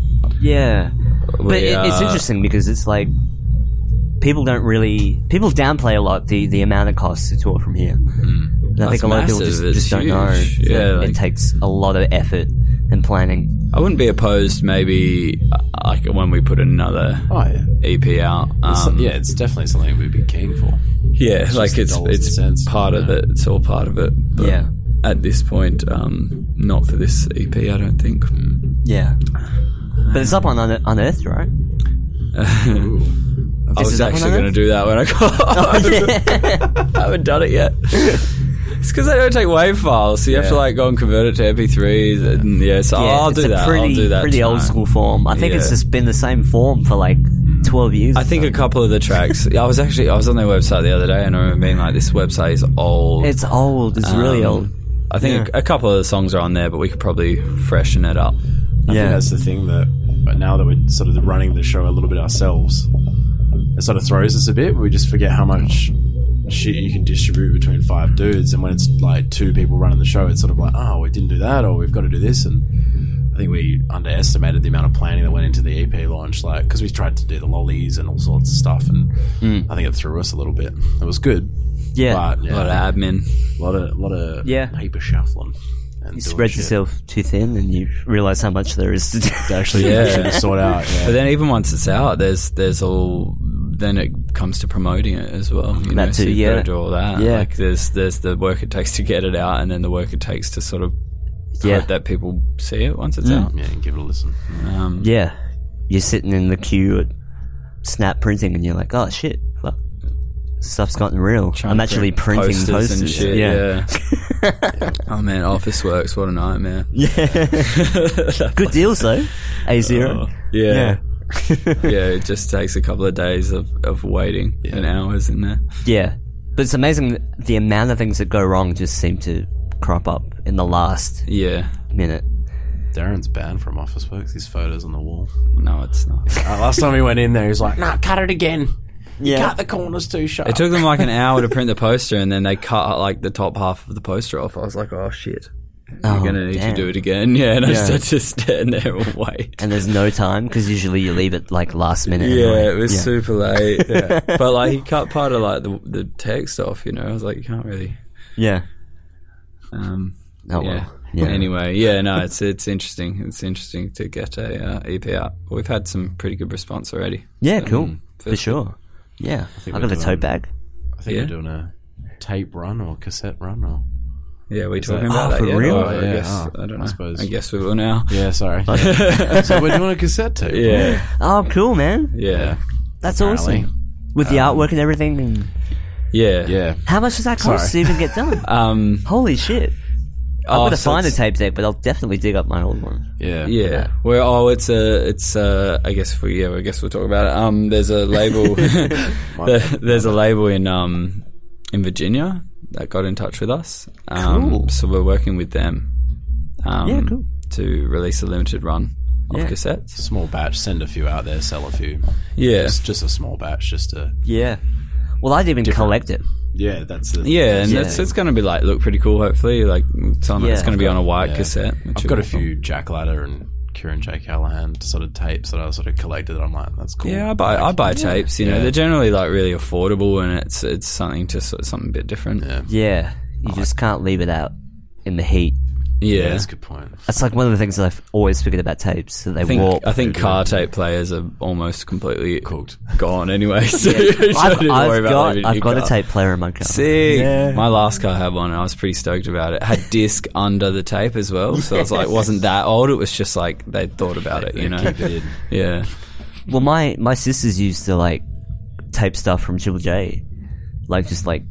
Speaker 2: Yeah. But
Speaker 4: We,
Speaker 2: it, it's
Speaker 4: uh,
Speaker 2: interesting because it's like people don't really people downplay a lot the, the amount it costs to tour from here. and I
Speaker 4: Hmm. That's
Speaker 2: think a lot of people
Speaker 4: massive,
Speaker 2: just,
Speaker 4: it's
Speaker 2: just don't know.
Speaker 4: huge,
Speaker 2: that
Speaker 4: yeah,
Speaker 2: it
Speaker 4: like-
Speaker 2: takes a lot of effort and planning.
Speaker 4: I wouldn't be opposed maybe uh, like when we put another
Speaker 3: Oh yeah.
Speaker 4: EP out. Um,
Speaker 3: So- yeah, it's definitely something we'd be keen for.
Speaker 4: Yeah,
Speaker 3: It's
Speaker 4: like
Speaker 3: just
Speaker 4: it's
Speaker 3: dollars
Speaker 4: it's
Speaker 3: and cents,
Speaker 4: part of
Speaker 3: yeah.
Speaker 4: it. It's all part of it. But
Speaker 2: Yeah.
Speaker 4: At this point, um, not for this EP, I don't think.
Speaker 2: Hmm. Yeah. But it's up on Unear- Unearthed, right?
Speaker 4: I
Speaker 2: Is
Speaker 4: was
Speaker 2: it up on
Speaker 4: actually
Speaker 2: Unearthed?
Speaker 4: going to do that when I got
Speaker 2: Oh,
Speaker 4: home. I haven't done it yet. it's because they don't take WAV files, so you have to
Speaker 2: Yeah.
Speaker 4: like go and convert it to MP3s. And yeah, so
Speaker 2: Yeah,
Speaker 4: Oh, I'll
Speaker 2: it's
Speaker 4: do
Speaker 2: a
Speaker 4: that.
Speaker 2: pretty,
Speaker 4: I'll do that.
Speaker 2: pretty old
Speaker 4: tonight.
Speaker 2: school form. I think it's
Speaker 4: Yeah. Hmm.
Speaker 2: just been the same form for like twelve years.
Speaker 4: I think a couple of the tracks. I was actually I was on their website the other day, and I remember being like, "This website is old.
Speaker 2: it's old. It's really
Speaker 4: Um,
Speaker 2: old.
Speaker 4: I think a, a couple of the songs are on there, but we could probably freshen it up.
Speaker 3: I think that's the thing that, but now that we're sort of running the show a little bit ourselves, it sort of throws us a bit. We just forget how much shit you can distribute between five dudes, and when it's like two people running the show, it's sort of like, oh, we didn't do that, or we've got to do this, and I think we underestimated the amount of planning that went into the EP launch, like because we tried to do the lollies and all sorts of stuff, and I think it threw us a little bit. It was good,
Speaker 2: Mm. yeah.
Speaker 3: but
Speaker 4: A
Speaker 3: yeah,
Speaker 4: lot of admin.
Speaker 3: a lot of, lot of
Speaker 2: Yeah.
Speaker 3: heap of shuffling. And
Speaker 2: you
Speaker 3: doing
Speaker 2: spread
Speaker 3: shit
Speaker 2: yourself too thin, and you realize how much there is to do.
Speaker 3: to Actually,
Speaker 4: Yeah.
Speaker 3: yeah. sort out. yeah.
Speaker 4: But then even once it's out, there's there's all then it comes to promoting it as well. You know,
Speaker 2: That
Speaker 4: so
Speaker 2: too,
Speaker 4: you
Speaker 2: yeah.
Speaker 4: gotta do all that.
Speaker 2: Yeah.
Speaker 4: Like there's there's the work it takes to get it out and then the work it takes to sort of
Speaker 2: Yeah. Mm.
Speaker 4: hope that people see it once it's out.
Speaker 3: Yeah, and give it a listen.
Speaker 4: Um,
Speaker 2: Yeah, you're sitting in the queue at Snap Printing, and you're like, "Oh shit, fuck, stuff's gotten real."
Speaker 4: trying
Speaker 2: I'm
Speaker 4: to
Speaker 2: actually
Speaker 4: print
Speaker 2: printing posters,
Speaker 4: and shit. Yeah. oh man, Office Works, what a nightmare.
Speaker 2: good deals though. A zero.
Speaker 4: Oh. yeah. yeah, it just takes a couple of days of, of waiting and hours in there.
Speaker 2: Yeah, but it's amazing that the amount of things that go wrong just seem to crop up in the last
Speaker 4: Yeah.
Speaker 2: minute.
Speaker 3: Darren's banned from Office Works. His photos on the wall.
Speaker 4: No, it's not.
Speaker 3: Uh, last time we went in there, he was like, "Nah, cut it again.
Speaker 2: Yeah,
Speaker 3: Cut the corners too sharp."
Speaker 4: It took them like an hour to print the poster, and then they cut like the top half of the poster off. I was like, "Oh shit,
Speaker 2: oh,
Speaker 4: I'm gonna need
Speaker 2: damn.
Speaker 4: to do it again." Yeah, and I just had to stand there and wait.
Speaker 2: And there's no time because usually you leave it like last minute.
Speaker 4: Yeah,
Speaker 2: anyway.
Speaker 4: it was super late. But like, he cut part of like the the text off. You know, I was like, "You can't really."
Speaker 2: yeah.
Speaker 4: Um,
Speaker 2: Oh
Speaker 4: yeah.
Speaker 2: well. Yeah.
Speaker 4: Anyway, yeah, no, it's it's interesting. It's interesting to get a uh, EP out. We've had some pretty good response already.
Speaker 2: Yeah, cool.
Speaker 4: Mm-hmm.
Speaker 2: for
Speaker 4: first-
Speaker 2: sure. Yeah. I,
Speaker 3: we're
Speaker 2: got a
Speaker 3: doing-
Speaker 2: tote bag.
Speaker 3: I think
Speaker 4: Yeah.
Speaker 3: we're doing a tape run or cassette run or
Speaker 4: Yeah, we talking
Speaker 3: that-
Speaker 4: about
Speaker 2: Oh,
Speaker 4: that
Speaker 2: for
Speaker 4: yet?
Speaker 2: real?
Speaker 4: Or
Speaker 3: Oh,
Speaker 4: I
Speaker 3: yeah,
Speaker 4: guess
Speaker 3: oh,
Speaker 4: I don't
Speaker 3: I
Speaker 4: know.
Speaker 3: suppose.
Speaker 4: I guess we will now.
Speaker 3: yeah, sorry. so we're doing a cassette tape. run.
Speaker 4: Yeah,
Speaker 2: Oh, cool, man.
Speaker 4: yeah,
Speaker 2: That's
Speaker 3: Apparently.
Speaker 2: awesome. With
Speaker 4: Um,
Speaker 2: the artwork and everything. And
Speaker 4: yeah,
Speaker 3: yeah.
Speaker 2: how much does that cost
Speaker 3: Sorry.
Speaker 2: to even get done?
Speaker 4: Um,
Speaker 2: Holy shit. I'm
Speaker 4: oh,
Speaker 2: going to
Speaker 4: so
Speaker 2: find a
Speaker 4: it's-
Speaker 2: tape deck, but I'll definitely dig up my old one.
Speaker 3: yeah,
Speaker 4: Yeah. Well, oh, it's a, it's a, I guess if we, yeah, I guess we'll talk about it. Um, there's a label, the, there's a label in, um, in Virginia that got in touch with us. Um,
Speaker 2: Cool.
Speaker 4: so we're working with them, um,
Speaker 2: Yeah, cool.
Speaker 4: to release a limited run of
Speaker 2: Yeah.
Speaker 4: cassettes.
Speaker 3: Small batch. Send a few out there. Sell a few.
Speaker 4: Yeah.
Speaker 3: It's just a small batch. Just a
Speaker 2: Yeah. Well, I didn't even collect it.
Speaker 3: yeah. That's the
Speaker 4: yeah, and
Speaker 2: Yeah.
Speaker 4: that's it's going to be like look pretty cool. Hopefully, like it's, on,
Speaker 2: Yeah.
Speaker 4: it's going to be on a white
Speaker 3: Yeah.
Speaker 4: cassette. which
Speaker 3: I've
Speaker 4: will
Speaker 3: got a
Speaker 4: be cool.
Speaker 3: few Jack Ladder and Kieran J Callahan sort of tapes that I sort of collected. That I'm like, that's cool.
Speaker 4: Yeah, I buy I buy tapes. You know,
Speaker 3: Yeah.
Speaker 4: they're generally like really affordable, and it's it's something to sort of something a bit different. Yeah,
Speaker 2: Yeah. You just can't leave it out in the heat.
Speaker 3: Yeah, that's a good point.
Speaker 2: That's like one of the things that I've always figured about tapes that they
Speaker 4: I think,
Speaker 2: warp.
Speaker 4: I think car tape players are almost completely
Speaker 3: Cooked.
Speaker 4: gone anyway. So you don't
Speaker 2: I've,
Speaker 4: need to worry
Speaker 2: I've
Speaker 4: about
Speaker 2: got,
Speaker 4: leaving
Speaker 2: I've
Speaker 4: your
Speaker 2: got a
Speaker 4: car.
Speaker 2: tape player in my car.
Speaker 4: Sick. My last car had one, and I was pretty stoked about it. Had disc under the tape as well, so I was like, it wasn't that old. It was just like they thought about it, you know.
Speaker 3: Keep it in.
Speaker 4: Yeah,
Speaker 2: Well, my my sisters used to like tape stuff from Triple J, like just like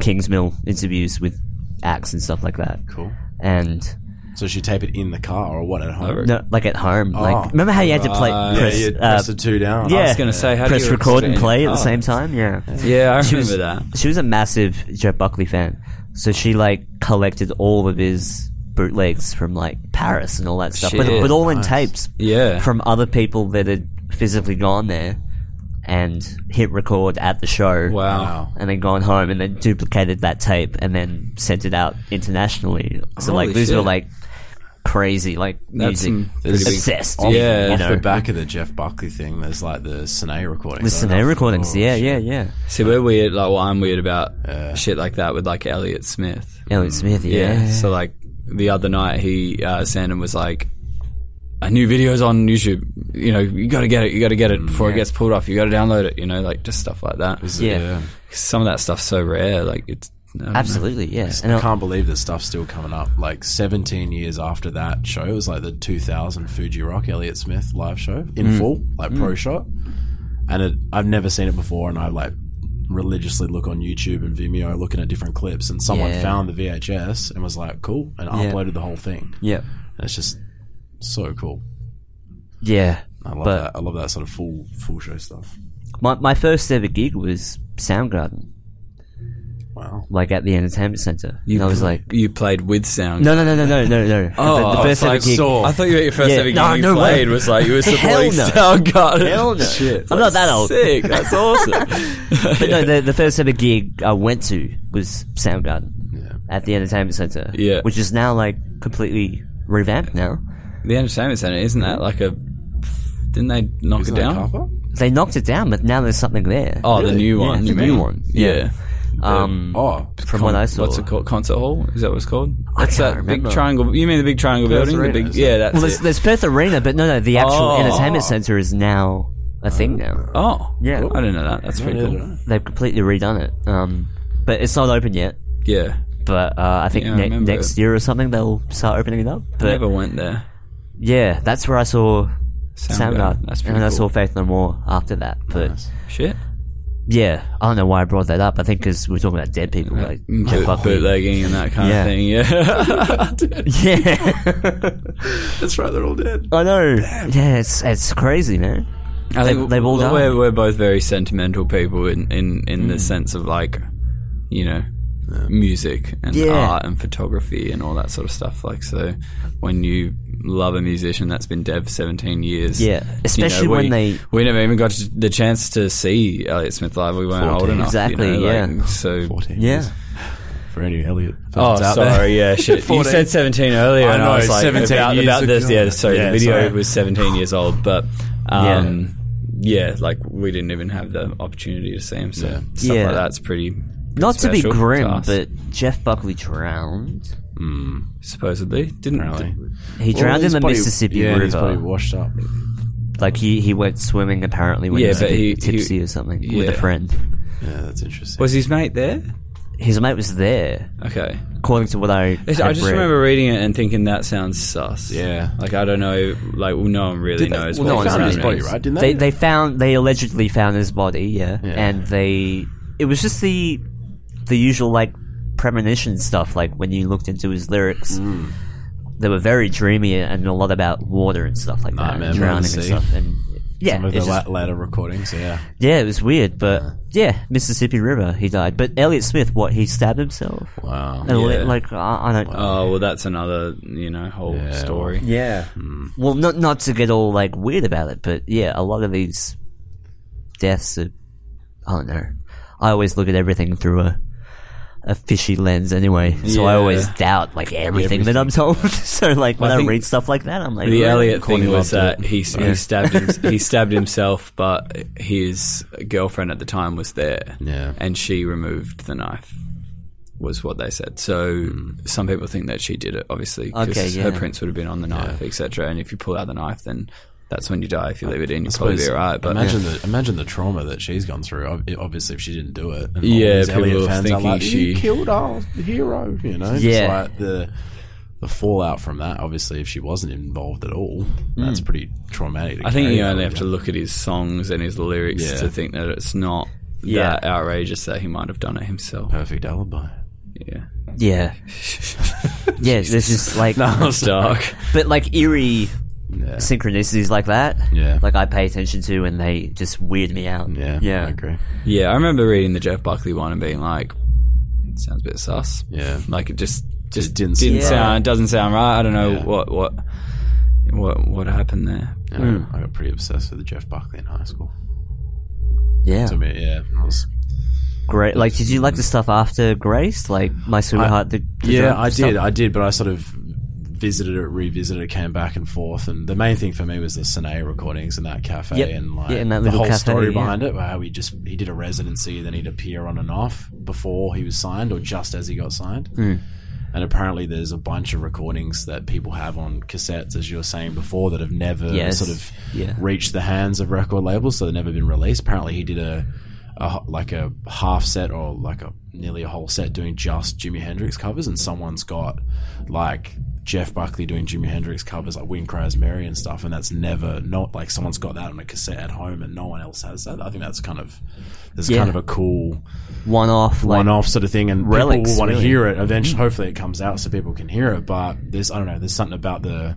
Speaker 2: Kingsmill interviews with acts and stuff like that,
Speaker 3: Cool.
Speaker 2: and
Speaker 3: So she tape it in the car or what at home?
Speaker 2: no, like at home.
Speaker 3: Oh,
Speaker 2: like remember how you had to play
Speaker 4: right.
Speaker 2: press,
Speaker 3: yeah,
Speaker 2: uh,
Speaker 3: you press the two down.
Speaker 2: yeah.
Speaker 4: I was gonna say, how do
Speaker 2: press
Speaker 4: you
Speaker 2: record and
Speaker 4: explain
Speaker 2: play at the
Speaker 4: cars?
Speaker 2: same time? Yeah,
Speaker 4: Yeah, I remember
Speaker 2: was-
Speaker 4: that.
Speaker 2: she was a massive Jeff Buckley fan, so she like collected all of his bootlegs from like Paris and all that stuff, but,
Speaker 4: Shit.
Speaker 2: but all in tapes
Speaker 4: Yeah,
Speaker 2: from other people that had physically gone there and hit record at the
Speaker 4: wow.
Speaker 2: show.
Speaker 3: Oh, Wow.
Speaker 2: And then gone home and then duplicated that tape and then sent it out internationally. So like
Speaker 4: Holy
Speaker 2: these
Speaker 4: shit.
Speaker 2: were like crazy, like
Speaker 4: That's
Speaker 2: music
Speaker 4: some pretty big-
Speaker 2: obsessed.
Speaker 3: Off,
Speaker 4: Yeah.
Speaker 2: you
Speaker 3: off
Speaker 2: know,
Speaker 3: the back of the Jeff Buckley thing, there's like the Sine recordings.
Speaker 2: with
Speaker 3: I don't
Speaker 2: Sine
Speaker 3: know if-
Speaker 2: recordings.
Speaker 3: oh,
Speaker 2: yeah,
Speaker 3: shit.
Speaker 2: yeah, yeah.
Speaker 4: See, we're weird. Like, well, I'm weird about
Speaker 3: Yeah.
Speaker 4: shit like that with like Elliot Smith.
Speaker 2: Elliot Smith. Yeah.
Speaker 4: So like the other night, he uh, Sandon was like, a new video's on YouTube. You know, you got to get it. You got to get
Speaker 2: Mm,
Speaker 4: it before it gets pulled off. You got to download it. You know, like just stuff like that.
Speaker 2: Yeah.
Speaker 4: Some of that stuff's so rare. Like it's um, I don't know.
Speaker 2: Absolutely, yes.
Speaker 3: I
Speaker 2: And
Speaker 3: can't believe this stuff's still coming up. Like 17 years after that show, it was like the 2000 Fuji Rock Elliott Smith live show in
Speaker 2: Mm.
Speaker 3: full, like pro shot. And it, I've never seen it before, and I like religiously look on YouTube and Vimeo looking at different clips, and someone
Speaker 2: Yeah.
Speaker 3: found the VHS and was like, "Cool," and uploaded the whole thing.
Speaker 2: yeah,
Speaker 3: And it's just so cool.
Speaker 2: yeah.
Speaker 3: I love
Speaker 2: but
Speaker 3: that. I love that sort of full full show stuff.
Speaker 2: my my first ever gig was Soundgarden,
Speaker 3: Wow.
Speaker 2: like at the entertainment center. and I was like,
Speaker 4: you played with sound.
Speaker 2: no, no, no, no, no, no, no.
Speaker 4: Oh,
Speaker 2: the, the first
Speaker 4: I
Speaker 2: ever
Speaker 4: was like,
Speaker 2: gig.
Speaker 4: saw. I thought you were your first
Speaker 2: Yeah.
Speaker 4: ever game
Speaker 2: No,
Speaker 4: you
Speaker 2: no way.
Speaker 4: played was like you were supporting
Speaker 2: no.
Speaker 4: Soundgarden.
Speaker 2: Hell no.
Speaker 4: Shit,
Speaker 2: I'm not that old.
Speaker 4: Sick. That's awesome.
Speaker 2: But no, the, the first ever gig I went to was Soundgarden
Speaker 3: Yeah.
Speaker 2: at the entertainment center.
Speaker 4: Yeah.
Speaker 2: which is now like completely revamped now.
Speaker 4: the entertainment center isn't that like a? Didn't they knock
Speaker 3: Isn't
Speaker 4: it
Speaker 3: that
Speaker 4: down?
Speaker 3: Carper?
Speaker 2: They knocked it down, but now there's something there.
Speaker 4: Oh, the new
Speaker 2: Yeah,
Speaker 4: one.
Speaker 2: the
Speaker 4: you
Speaker 2: new
Speaker 4: mean.
Speaker 2: one.
Speaker 4: Yeah.
Speaker 2: um,
Speaker 3: Oh,
Speaker 2: from what I saw.
Speaker 4: What's it called? Concert hall? Is that what it's called? What's
Speaker 2: can't
Speaker 4: that
Speaker 2: remember.
Speaker 4: big triangle? You mean the big triangle building? The
Speaker 3: Arena,
Speaker 4: big,
Speaker 3: is it?
Speaker 4: yeah, that's
Speaker 2: Well, there's,
Speaker 4: it.
Speaker 2: there's Perth Arena, but no, no, the actual
Speaker 4: Oh.
Speaker 2: entertainment center is now a thing now.
Speaker 4: Oh,
Speaker 2: Yeah.
Speaker 4: I didn't know that. That's pretty
Speaker 3: Yeah,
Speaker 4: cool.
Speaker 3: right.
Speaker 2: They've completely redone it, um, but it's not open yet.
Speaker 4: Yeah,
Speaker 2: But uh, I think
Speaker 4: Yeah, I
Speaker 2: ne-
Speaker 4: remember
Speaker 2: next
Speaker 4: it.
Speaker 2: year or something they'll start opening it up.
Speaker 4: I
Speaker 2: But
Speaker 4: never went there.
Speaker 2: yeah, that's where I saw
Speaker 4: Soundgarden.
Speaker 2: Soundgarden,
Speaker 4: That's
Speaker 2: and
Speaker 4: pretty
Speaker 2: then I
Speaker 4: cool.
Speaker 2: saw Faith No More after that. But
Speaker 4: Shit.
Speaker 2: yeah, I don't know why I brought that up. I think because we're talking about dead people, like Jeff
Speaker 4: Boot,
Speaker 2: Buckley.
Speaker 4: bootlegging and that kind
Speaker 2: Yeah.
Speaker 4: of thing. Yeah.
Speaker 2: Yeah,
Speaker 3: That's right. They're all dead.
Speaker 2: I know. Yeah, it's it's crazy, man.
Speaker 4: I
Speaker 2: They-
Speaker 4: think
Speaker 2: they've all
Speaker 4: we're,
Speaker 2: died.
Speaker 4: We're, we're both very sentimental people in in, in
Speaker 2: Mm.
Speaker 4: the sense of like, you know, music and
Speaker 2: Yeah.
Speaker 4: art and photography and all that sort of stuff. Like, so when you love a musician that's been dead for seventeen years,
Speaker 2: Yeah, especially
Speaker 4: we-
Speaker 2: when they-
Speaker 4: we never even got the chance to see Elliot Smith live. We weren't old
Speaker 3: 14.
Speaker 4: enough, you
Speaker 2: Exactly,
Speaker 4: know, like,
Speaker 2: yeah.
Speaker 4: so.
Speaker 3: 14
Speaker 2: Yeah,
Speaker 3: years. For any Elliot.
Speaker 4: Oh,
Speaker 3: fans out there.
Speaker 4: sorry. Yeah, shit. you
Speaker 3: 14.
Speaker 4: said 17 earlier,
Speaker 3: I
Speaker 4: and
Speaker 3: know,
Speaker 4: I was like,
Speaker 3: 17
Speaker 4: about,
Speaker 3: years
Speaker 4: about this.
Speaker 3: ago.
Speaker 4: Yeah, sorry.
Speaker 3: Yeah,
Speaker 4: the video
Speaker 3: sorry.
Speaker 4: was 17 years old, but um, yeah. like we didn't even have the opportunity to see him. So stuff
Speaker 2: Yeah.
Speaker 4: like that's pretty.
Speaker 2: not to be
Speaker 4: special to
Speaker 2: grim,
Speaker 4: us.
Speaker 2: but Jeff Buckley drowned.
Speaker 4: Supposedly, didn't.
Speaker 3: Apparently.
Speaker 2: He
Speaker 3: Well,
Speaker 2: drowned in
Speaker 3: his
Speaker 2: the
Speaker 3: body-
Speaker 2: Mississippi
Speaker 3: yeah,
Speaker 2: River.
Speaker 3: His body washed up.
Speaker 2: Like he, he went swimming apparently when
Speaker 4: Yeah,
Speaker 2: he was a
Speaker 4: but
Speaker 2: bit
Speaker 4: he-
Speaker 2: tipsy
Speaker 4: he-
Speaker 2: or something with a
Speaker 4: yeah.
Speaker 2: friend.
Speaker 3: Yeah, that's interesting.
Speaker 4: Was his mate there?
Speaker 2: His mate was there,
Speaker 4: Okay.
Speaker 2: according to what I.
Speaker 4: I just
Speaker 2: had read.
Speaker 4: remember reading it and thinking that sounds sus.
Speaker 3: Yeah.
Speaker 4: Like I don't know. Like well, no one really
Speaker 3: Did they-
Speaker 4: knows.
Speaker 3: well,
Speaker 4: what
Speaker 3: they found
Speaker 4: that
Speaker 3: his body,
Speaker 4: means.
Speaker 3: right? Didn't
Speaker 2: They they
Speaker 3: they?
Speaker 2: found they allegedly found his body, yeah, and they it was just the the usual like premonition stuff. Like when you looked into his lyrics, they were very dreamy and a lot about water and stuff like that,
Speaker 3: Nightmare
Speaker 2: and
Speaker 3: by the
Speaker 2: drowning and
Speaker 3: Sea.
Speaker 2: stuff. And yeah,
Speaker 3: Some of the
Speaker 2: it's just-
Speaker 3: la- later recordings, yeah.
Speaker 2: yeah, it was weird, but yeah, Mississippi River, he died. But Elliot Smith, what he stabbed himself?
Speaker 3: Wow.
Speaker 2: And li-
Speaker 4: Yeah.
Speaker 2: like I, I don't.
Speaker 4: Oh well, that's another you know whole
Speaker 3: Yeah,
Speaker 4: story.
Speaker 2: Yeah. Well, not not to get all like weird about it, but yeah, a lot of these deaths are. I don't know. I always look at everything through a a fishy lens anyway, so I
Speaker 4: Yeah.
Speaker 2: always doubt like everything, that I'm told. so like when
Speaker 4: I
Speaker 2: I
Speaker 4: think
Speaker 2: read stuff like that, I'm like,
Speaker 4: The
Speaker 2: "Really?"
Speaker 4: Elliot thing was
Speaker 3: loved
Speaker 4: that he, he stabbed him, he stabbed himself, but his girlfriend at the time was there,
Speaker 3: Yeah.
Speaker 4: and she removed the knife. Was what they said. So
Speaker 3: Hmm.
Speaker 4: some people think that she did it, obviously, because
Speaker 2: Okay, yeah.
Speaker 4: her prints would have been on the knife, etc. And if you pull out the knife, then that's when you die. If you leave it in, you'll probably be
Speaker 3: suppose-
Speaker 4: alright. But
Speaker 3: imagine the imagine the trauma that she's gone through. Ob- Obviously, if she didn't do it, and all
Speaker 4: Yeah,
Speaker 3: these
Speaker 4: people
Speaker 3: Elliot
Speaker 4: are
Speaker 3: fans are
Speaker 4: thinking
Speaker 3: like,
Speaker 4: she-
Speaker 3: "You killed our hero," you know. Just
Speaker 2: Yeah.
Speaker 3: like the the fallout from that. Obviously, if she wasn't involved at all, that's pretty traumatic. to
Speaker 4: Mm. I think
Speaker 3: carry
Speaker 4: you only
Speaker 3: forward.
Speaker 4: have to look at his songs and his lyrics
Speaker 3: Yeah.
Speaker 4: to think that it's not
Speaker 2: Yeah.
Speaker 4: that outrageous that he might have done it himself.
Speaker 3: perfect alibi.
Speaker 4: Yeah,
Speaker 2: yeah, yeah. There's just like,
Speaker 4: it's dark.
Speaker 2: but like eerie
Speaker 3: Yeah,
Speaker 2: synchronicities like that.
Speaker 3: Yeah.
Speaker 2: like I pay attention to, and they just weird me out.
Speaker 3: yeah,
Speaker 2: yeah.
Speaker 3: I agree.
Speaker 4: Yeah, I remember reading the Jeff Buckley one and being like, it sounds a bit sus.
Speaker 3: Yeah,
Speaker 4: Like it just just
Speaker 3: It
Speaker 4: didn't,
Speaker 3: didn't seem
Speaker 2: right.
Speaker 4: sound it doesn't sound right. I don't know
Speaker 3: Yeah.
Speaker 4: what what what what happened there.
Speaker 3: Yeah,
Speaker 4: Mm.
Speaker 3: I got pretty obsessed with Jeff Buckley in high school.
Speaker 2: yeah.
Speaker 3: I mean, yeah, it was
Speaker 2: Great. Like, did you like the stuff after Grace? Like, my sweetheart. the, the
Speaker 3: yeah,
Speaker 2: drunk
Speaker 3: I
Speaker 2: stuff?
Speaker 3: did. I did, but I sort of visited it, revisited it, came back and forth. And the main thing for me was the Sine recordings and that cafe
Speaker 2: Yep.
Speaker 3: and like
Speaker 2: Yeah, and that
Speaker 3: the
Speaker 2: little
Speaker 3: whole
Speaker 2: cafe,
Speaker 3: story
Speaker 2: yeah.
Speaker 3: behind it. How he just he did a
Speaker 2: Hmm.
Speaker 3: residency, then he'd appear on and off before he was signed or just as he got signed. And apparently, there's a bunch of recordings that people have on cassettes, as you were saying before, that have never
Speaker 2: Yes.
Speaker 3: sort of
Speaker 2: Yeah.
Speaker 3: reached the hands of record labels, so they've never been released. Apparently, he did a, a h- like a half set or like a nearly a whole set doing just Jimi Hendrix covers, and someone's got like Jeff Buckley doing Jimi Hendrix covers, like "Wind Cries Mary" and stuff, and that's never not like someone's got that on a cassette at home, and no one else has that. I think that's kind of there's
Speaker 2: Yeah.
Speaker 3: kind of a cool
Speaker 2: one off, like
Speaker 3: one off sort of thing, and
Speaker 2: Relics,
Speaker 3: people will want
Speaker 2: really.
Speaker 3: to hear it. Eventually, hopefully, it comes out so people can hear it. But there's, I don't know, there's something about the,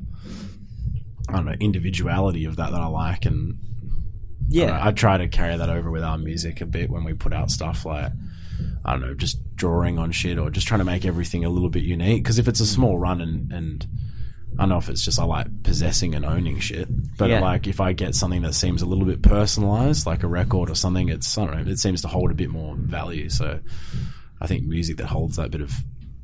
Speaker 3: I don't know, individuality of that that I like, and I, don't know,
Speaker 2: yeah,
Speaker 3: I try to carry that over with our music a bit when we put out stuff like. I don't know, just drawing on shit or just trying to make everything a little bit unique. Because if it's a small run and, and I don't know if it's just I like possessing and owning shit, but
Speaker 2: Yeah.
Speaker 3: like if I get something that seems a little bit personalized, like a record or something, it's I don't know, it seems to hold a bit more value. So I think music that holds that bit of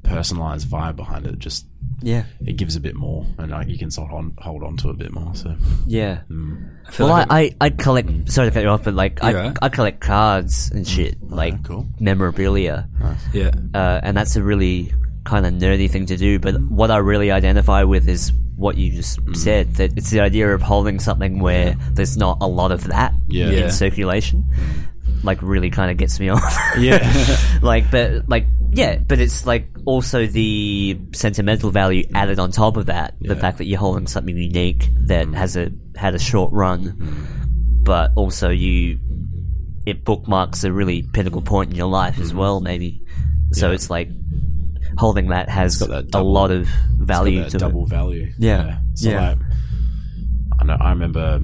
Speaker 3: personalized vibe behind it just
Speaker 2: yeah,
Speaker 3: it gives a bit more, and like you can sort of on, hold on to it a bit more. So
Speaker 2: yeah.
Speaker 3: Mm.
Speaker 2: well, I, I I collect. Sorry to cut you off, but like I
Speaker 4: You're right.
Speaker 2: I collect cards and shit, like
Speaker 3: Mm. cool.
Speaker 2: memorabilia.
Speaker 4: Yeah.
Speaker 2: uh, and that's a really kind of nerdy thing to do. But what I really identify with is what you just
Speaker 3: Mm.
Speaker 2: said that it's the idea of holding something where there's not a lot of that
Speaker 3: Yeah. Mm.
Speaker 2: in
Speaker 4: Yeah.
Speaker 2: circulation. Like, really kind of gets me off.
Speaker 3: yeah,
Speaker 2: like, but like, yeah, but it's like also the sentimental value added on top of that. The
Speaker 3: Yeah. Mm.
Speaker 2: fact that you're holding something unique that has a had a short run, but also you it bookmarks a really pinnacle point in your life as well, maybe. So
Speaker 3: Mm. Yeah.
Speaker 2: it's like holding that has
Speaker 3: got that
Speaker 2: a
Speaker 3: double-
Speaker 2: lot of value
Speaker 3: that
Speaker 2: to
Speaker 3: double
Speaker 2: it.
Speaker 3: value.
Speaker 2: Yeah.
Speaker 3: So
Speaker 2: Yeah.
Speaker 3: like, I know. I remember.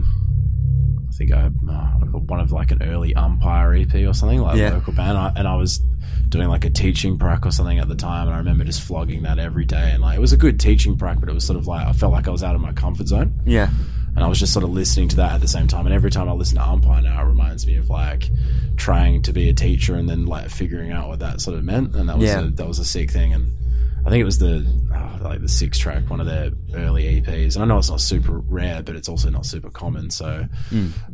Speaker 3: I think I uh, one of like an early umpire EP or something like
Speaker 2: Yeah.
Speaker 3: a local band, I, and I was doing like a teaching prac or something at the time, and I remember just flogging that every day, and like it was a good teaching prac, but it was sort of like I felt like I was out of my comfort zone
Speaker 2: Yeah.
Speaker 3: and I was just sort of listening to that at the same time. And every time I listen to umpire now, it reminds me of like trying to be a teacher and then like figuring out what that sort of meant. And that was
Speaker 2: Yeah.
Speaker 3: a, that was a sick thing. And I think it was the oh, like the six track, one of their early EPs. And I know it's not super rare, but it's also not super common. So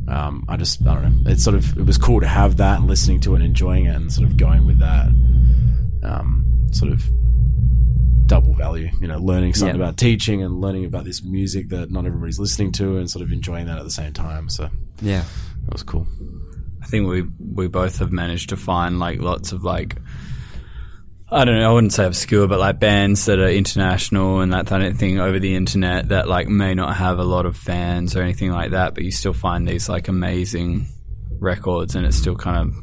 Speaker 3: um, I just I don't know. It's sort of it was cool to have that and listening to it, and enjoying it, and sort of going with that. Um, sort of double value. You know, learning something
Speaker 2: Yeah.
Speaker 3: about teaching and learning about this music that not everybody's listening to, and sort of enjoying that at the same time. So
Speaker 2: Yeah.
Speaker 3: that was cool.
Speaker 4: I think we we both have managed to find like lots of like I don't know, I wouldn't say obscure, but like bands that are international and that kind of thing over the internet that like may not have a lot of fans or anything like that, but you still find these like amazing records and it's still kind of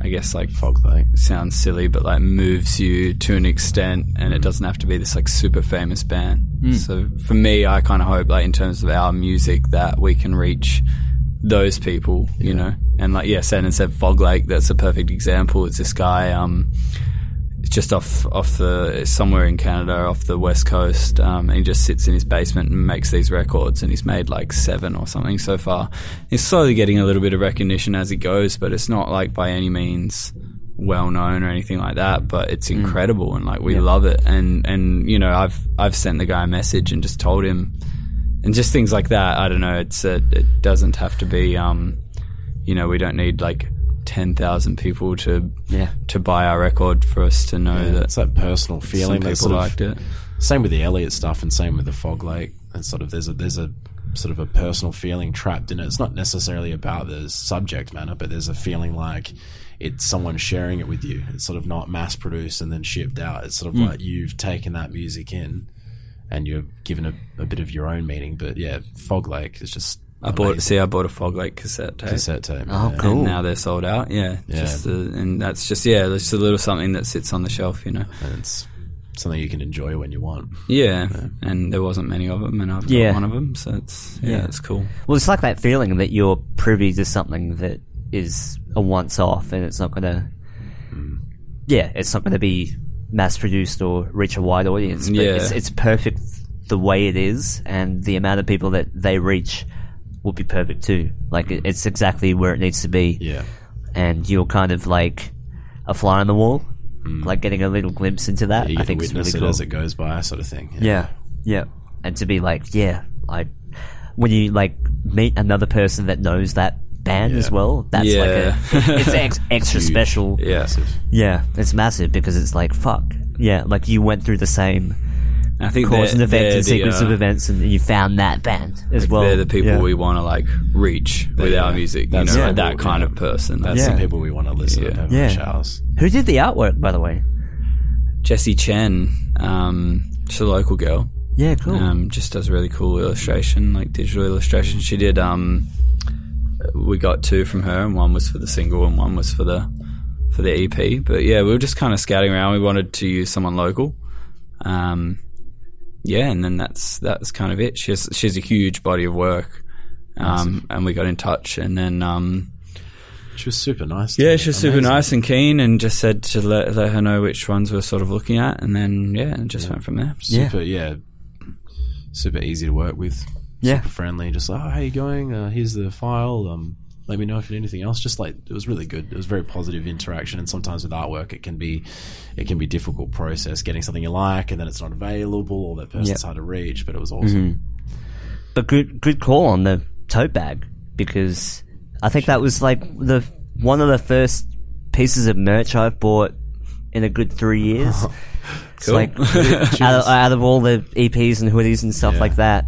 Speaker 4: I guess like
Speaker 3: Fog like
Speaker 4: sounds silly, but like moves you to an extent, and it doesn't have to be this like super famous band. So for me, I kind of hope like in terms of our music that we can reach those people, you know, and like yeah, Sandon said Fog Lake. That's a perfect example. It's this guy. Um, just off off the somewhere in Canada, off the west coast, um, and he just sits in his basement and makes these records. And he's made like seven or something so far. He's slowly getting a little bit of recognition as he goes, but it's not like by any means well known or anything like that. But it's incredible, and like we love it. And and you know, I've I've sent the guy a message and just told him, and just things like that. I don't know. It's a, it doesn't have to be. Um, you know, we don't need like ten thousand people to
Speaker 2: Yeah.
Speaker 4: to buy our record for us to know that
Speaker 3: it's that personal
Speaker 4: some
Speaker 3: feeling.
Speaker 4: people
Speaker 3: That sort of,
Speaker 4: liked it.
Speaker 3: Same with the Elliot stuff, and same with the Fog Lake. And sort of there's a there's a sort of a personal feeling trapped in it. It's not necessarily about the subject matter, but there's a feeling like it's someone sharing it with you. It's sort of not mass produced and then shipped out. It's
Speaker 2: Hmm.
Speaker 3: sort of like you've taken that music in and you're given a, a bit of your own meaning. But yeah, Fog Lake is just
Speaker 4: I bought see, I bought a Fog Lake cassette tape.
Speaker 3: cassette tape.
Speaker 2: Oh,
Speaker 3: yeah.
Speaker 2: cool.
Speaker 4: And now they're sold out. Yeah,
Speaker 3: Yeah.
Speaker 4: Just uh and that's just yeah, it's just a little something that sits on the shelf, you know.
Speaker 3: And it's something you can enjoy when you want.
Speaker 4: Yeah, and there wasn't many of them, and I've got
Speaker 2: Yeah.
Speaker 4: one of them, so it's yeah,
Speaker 2: Yeah.
Speaker 4: it's cool.
Speaker 2: Well, it's like that feeling that you're privy to something that is a once off and it's not going to.
Speaker 3: Hmm.
Speaker 2: Yeah, it's not going to be mass produced or reach a wide audience. But
Speaker 4: Yeah.
Speaker 2: it's, it's perfect the way it is, and the amount of people that they reach will be perfect too. Like, it, it's exactly where it needs to be.
Speaker 3: Yeah.
Speaker 2: And you're kind of like a fly on the wall, like getting a little glimpse into that.
Speaker 3: Hmm. You
Speaker 2: I
Speaker 3: get to
Speaker 2: think it's
Speaker 3: witness
Speaker 2: really
Speaker 3: it
Speaker 2: cool.
Speaker 3: as it goes by, sort of thing.
Speaker 2: Yeah, yeah. And to be like, yeah, I when you like meet another person that knows that band as
Speaker 3: Yeah.
Speaker 2: well, that's like a
Speaker 4: Yeah.
Speaker 2: it's ex- extra
Speaker 3: Huge.
Speaker 2: special.
Speaker 4: Yeah,
Speaker 3: Massive.
Speaker 2: Yeah, it's massive because it's like fuck. yeah, like you went through the same
Speaker 4: I think
Speaker 2: course and
Speaker 4: they're-
Speaker 2: event
Speaker 4: they're
Speaker 2: and
Speaker 4: the,
Speaker 2: sequence
Speaker 4: uh,
Speaker 2: of events, and you found that band as well.
Speaker 4: they're the people
Speaker 2: Yeah.
Speaker 4: we want to like reach with our music. You
Speaker 3: That's
Speaker 4: know,
Speaker 3: the
Speaker 4: that
Speaker 3: people,
Speaker 4: kind
Speaker 3: yeah.
Speaker 4: of person.
Speaker 3: That's
Speaker 4: That's
Speaker 2: Yeah.
Speaker 3: the people we want to listen
Speaker 4: Yeah.
Speaker 3: to Peppermint
Speaker 2: Yeah.
Speaker 3: Showers.
Speaker 2: Who did the artwork, by the way?
Speaker 4: Jessie Chen. Um, she's a local girl.
Speaker 2: Yeah, cool.
Speaker 4: Um, just does really cool illustration, like digital illustration. She did. Um, we got two from her, and one was for the single, and one was for the for the EP. But yeah, we were just kind of scouting around. We wanted to use someone local. Um, yeah, and then that's that's kind of it. She's she's a huge body of work. Um, and we got in touch, and then um,
Speaker 3: She was super nice. to
Speaker 4: Yeah,
Speaker 3: me.
Speaker 4: she was super
Speaker 3: Amazing.
Speaker 4: nice and keen, and just said to let, let her know which ones we're sort of looking at, and then yeah, and just went from there.
Speaker 2: Yeah.
Speaker 3: Super, yeah. Super easy to work with.
Speaker 2: yeah,
Speaker 3: Friendly. Just like, oh, how you going? Uh, here's the file. Um, let me know if you need anything else. Just like it was really good. It was very positive interaction. And sometimes with artwork, it can be, it can be difficult process getting something you like, and then it's not available, or that person's
Speaker 2: Yeah.
Speaker 3: hard to reach. But it was awesome.
Speaker 2: but good good call on the tote bag because I think that was like the one of the first pieces of merch I've bought in a good three years. It's like out of, out of all the EPs and hoodies and stuff
Speaker 3: Yeah.
Speaker 2: like that,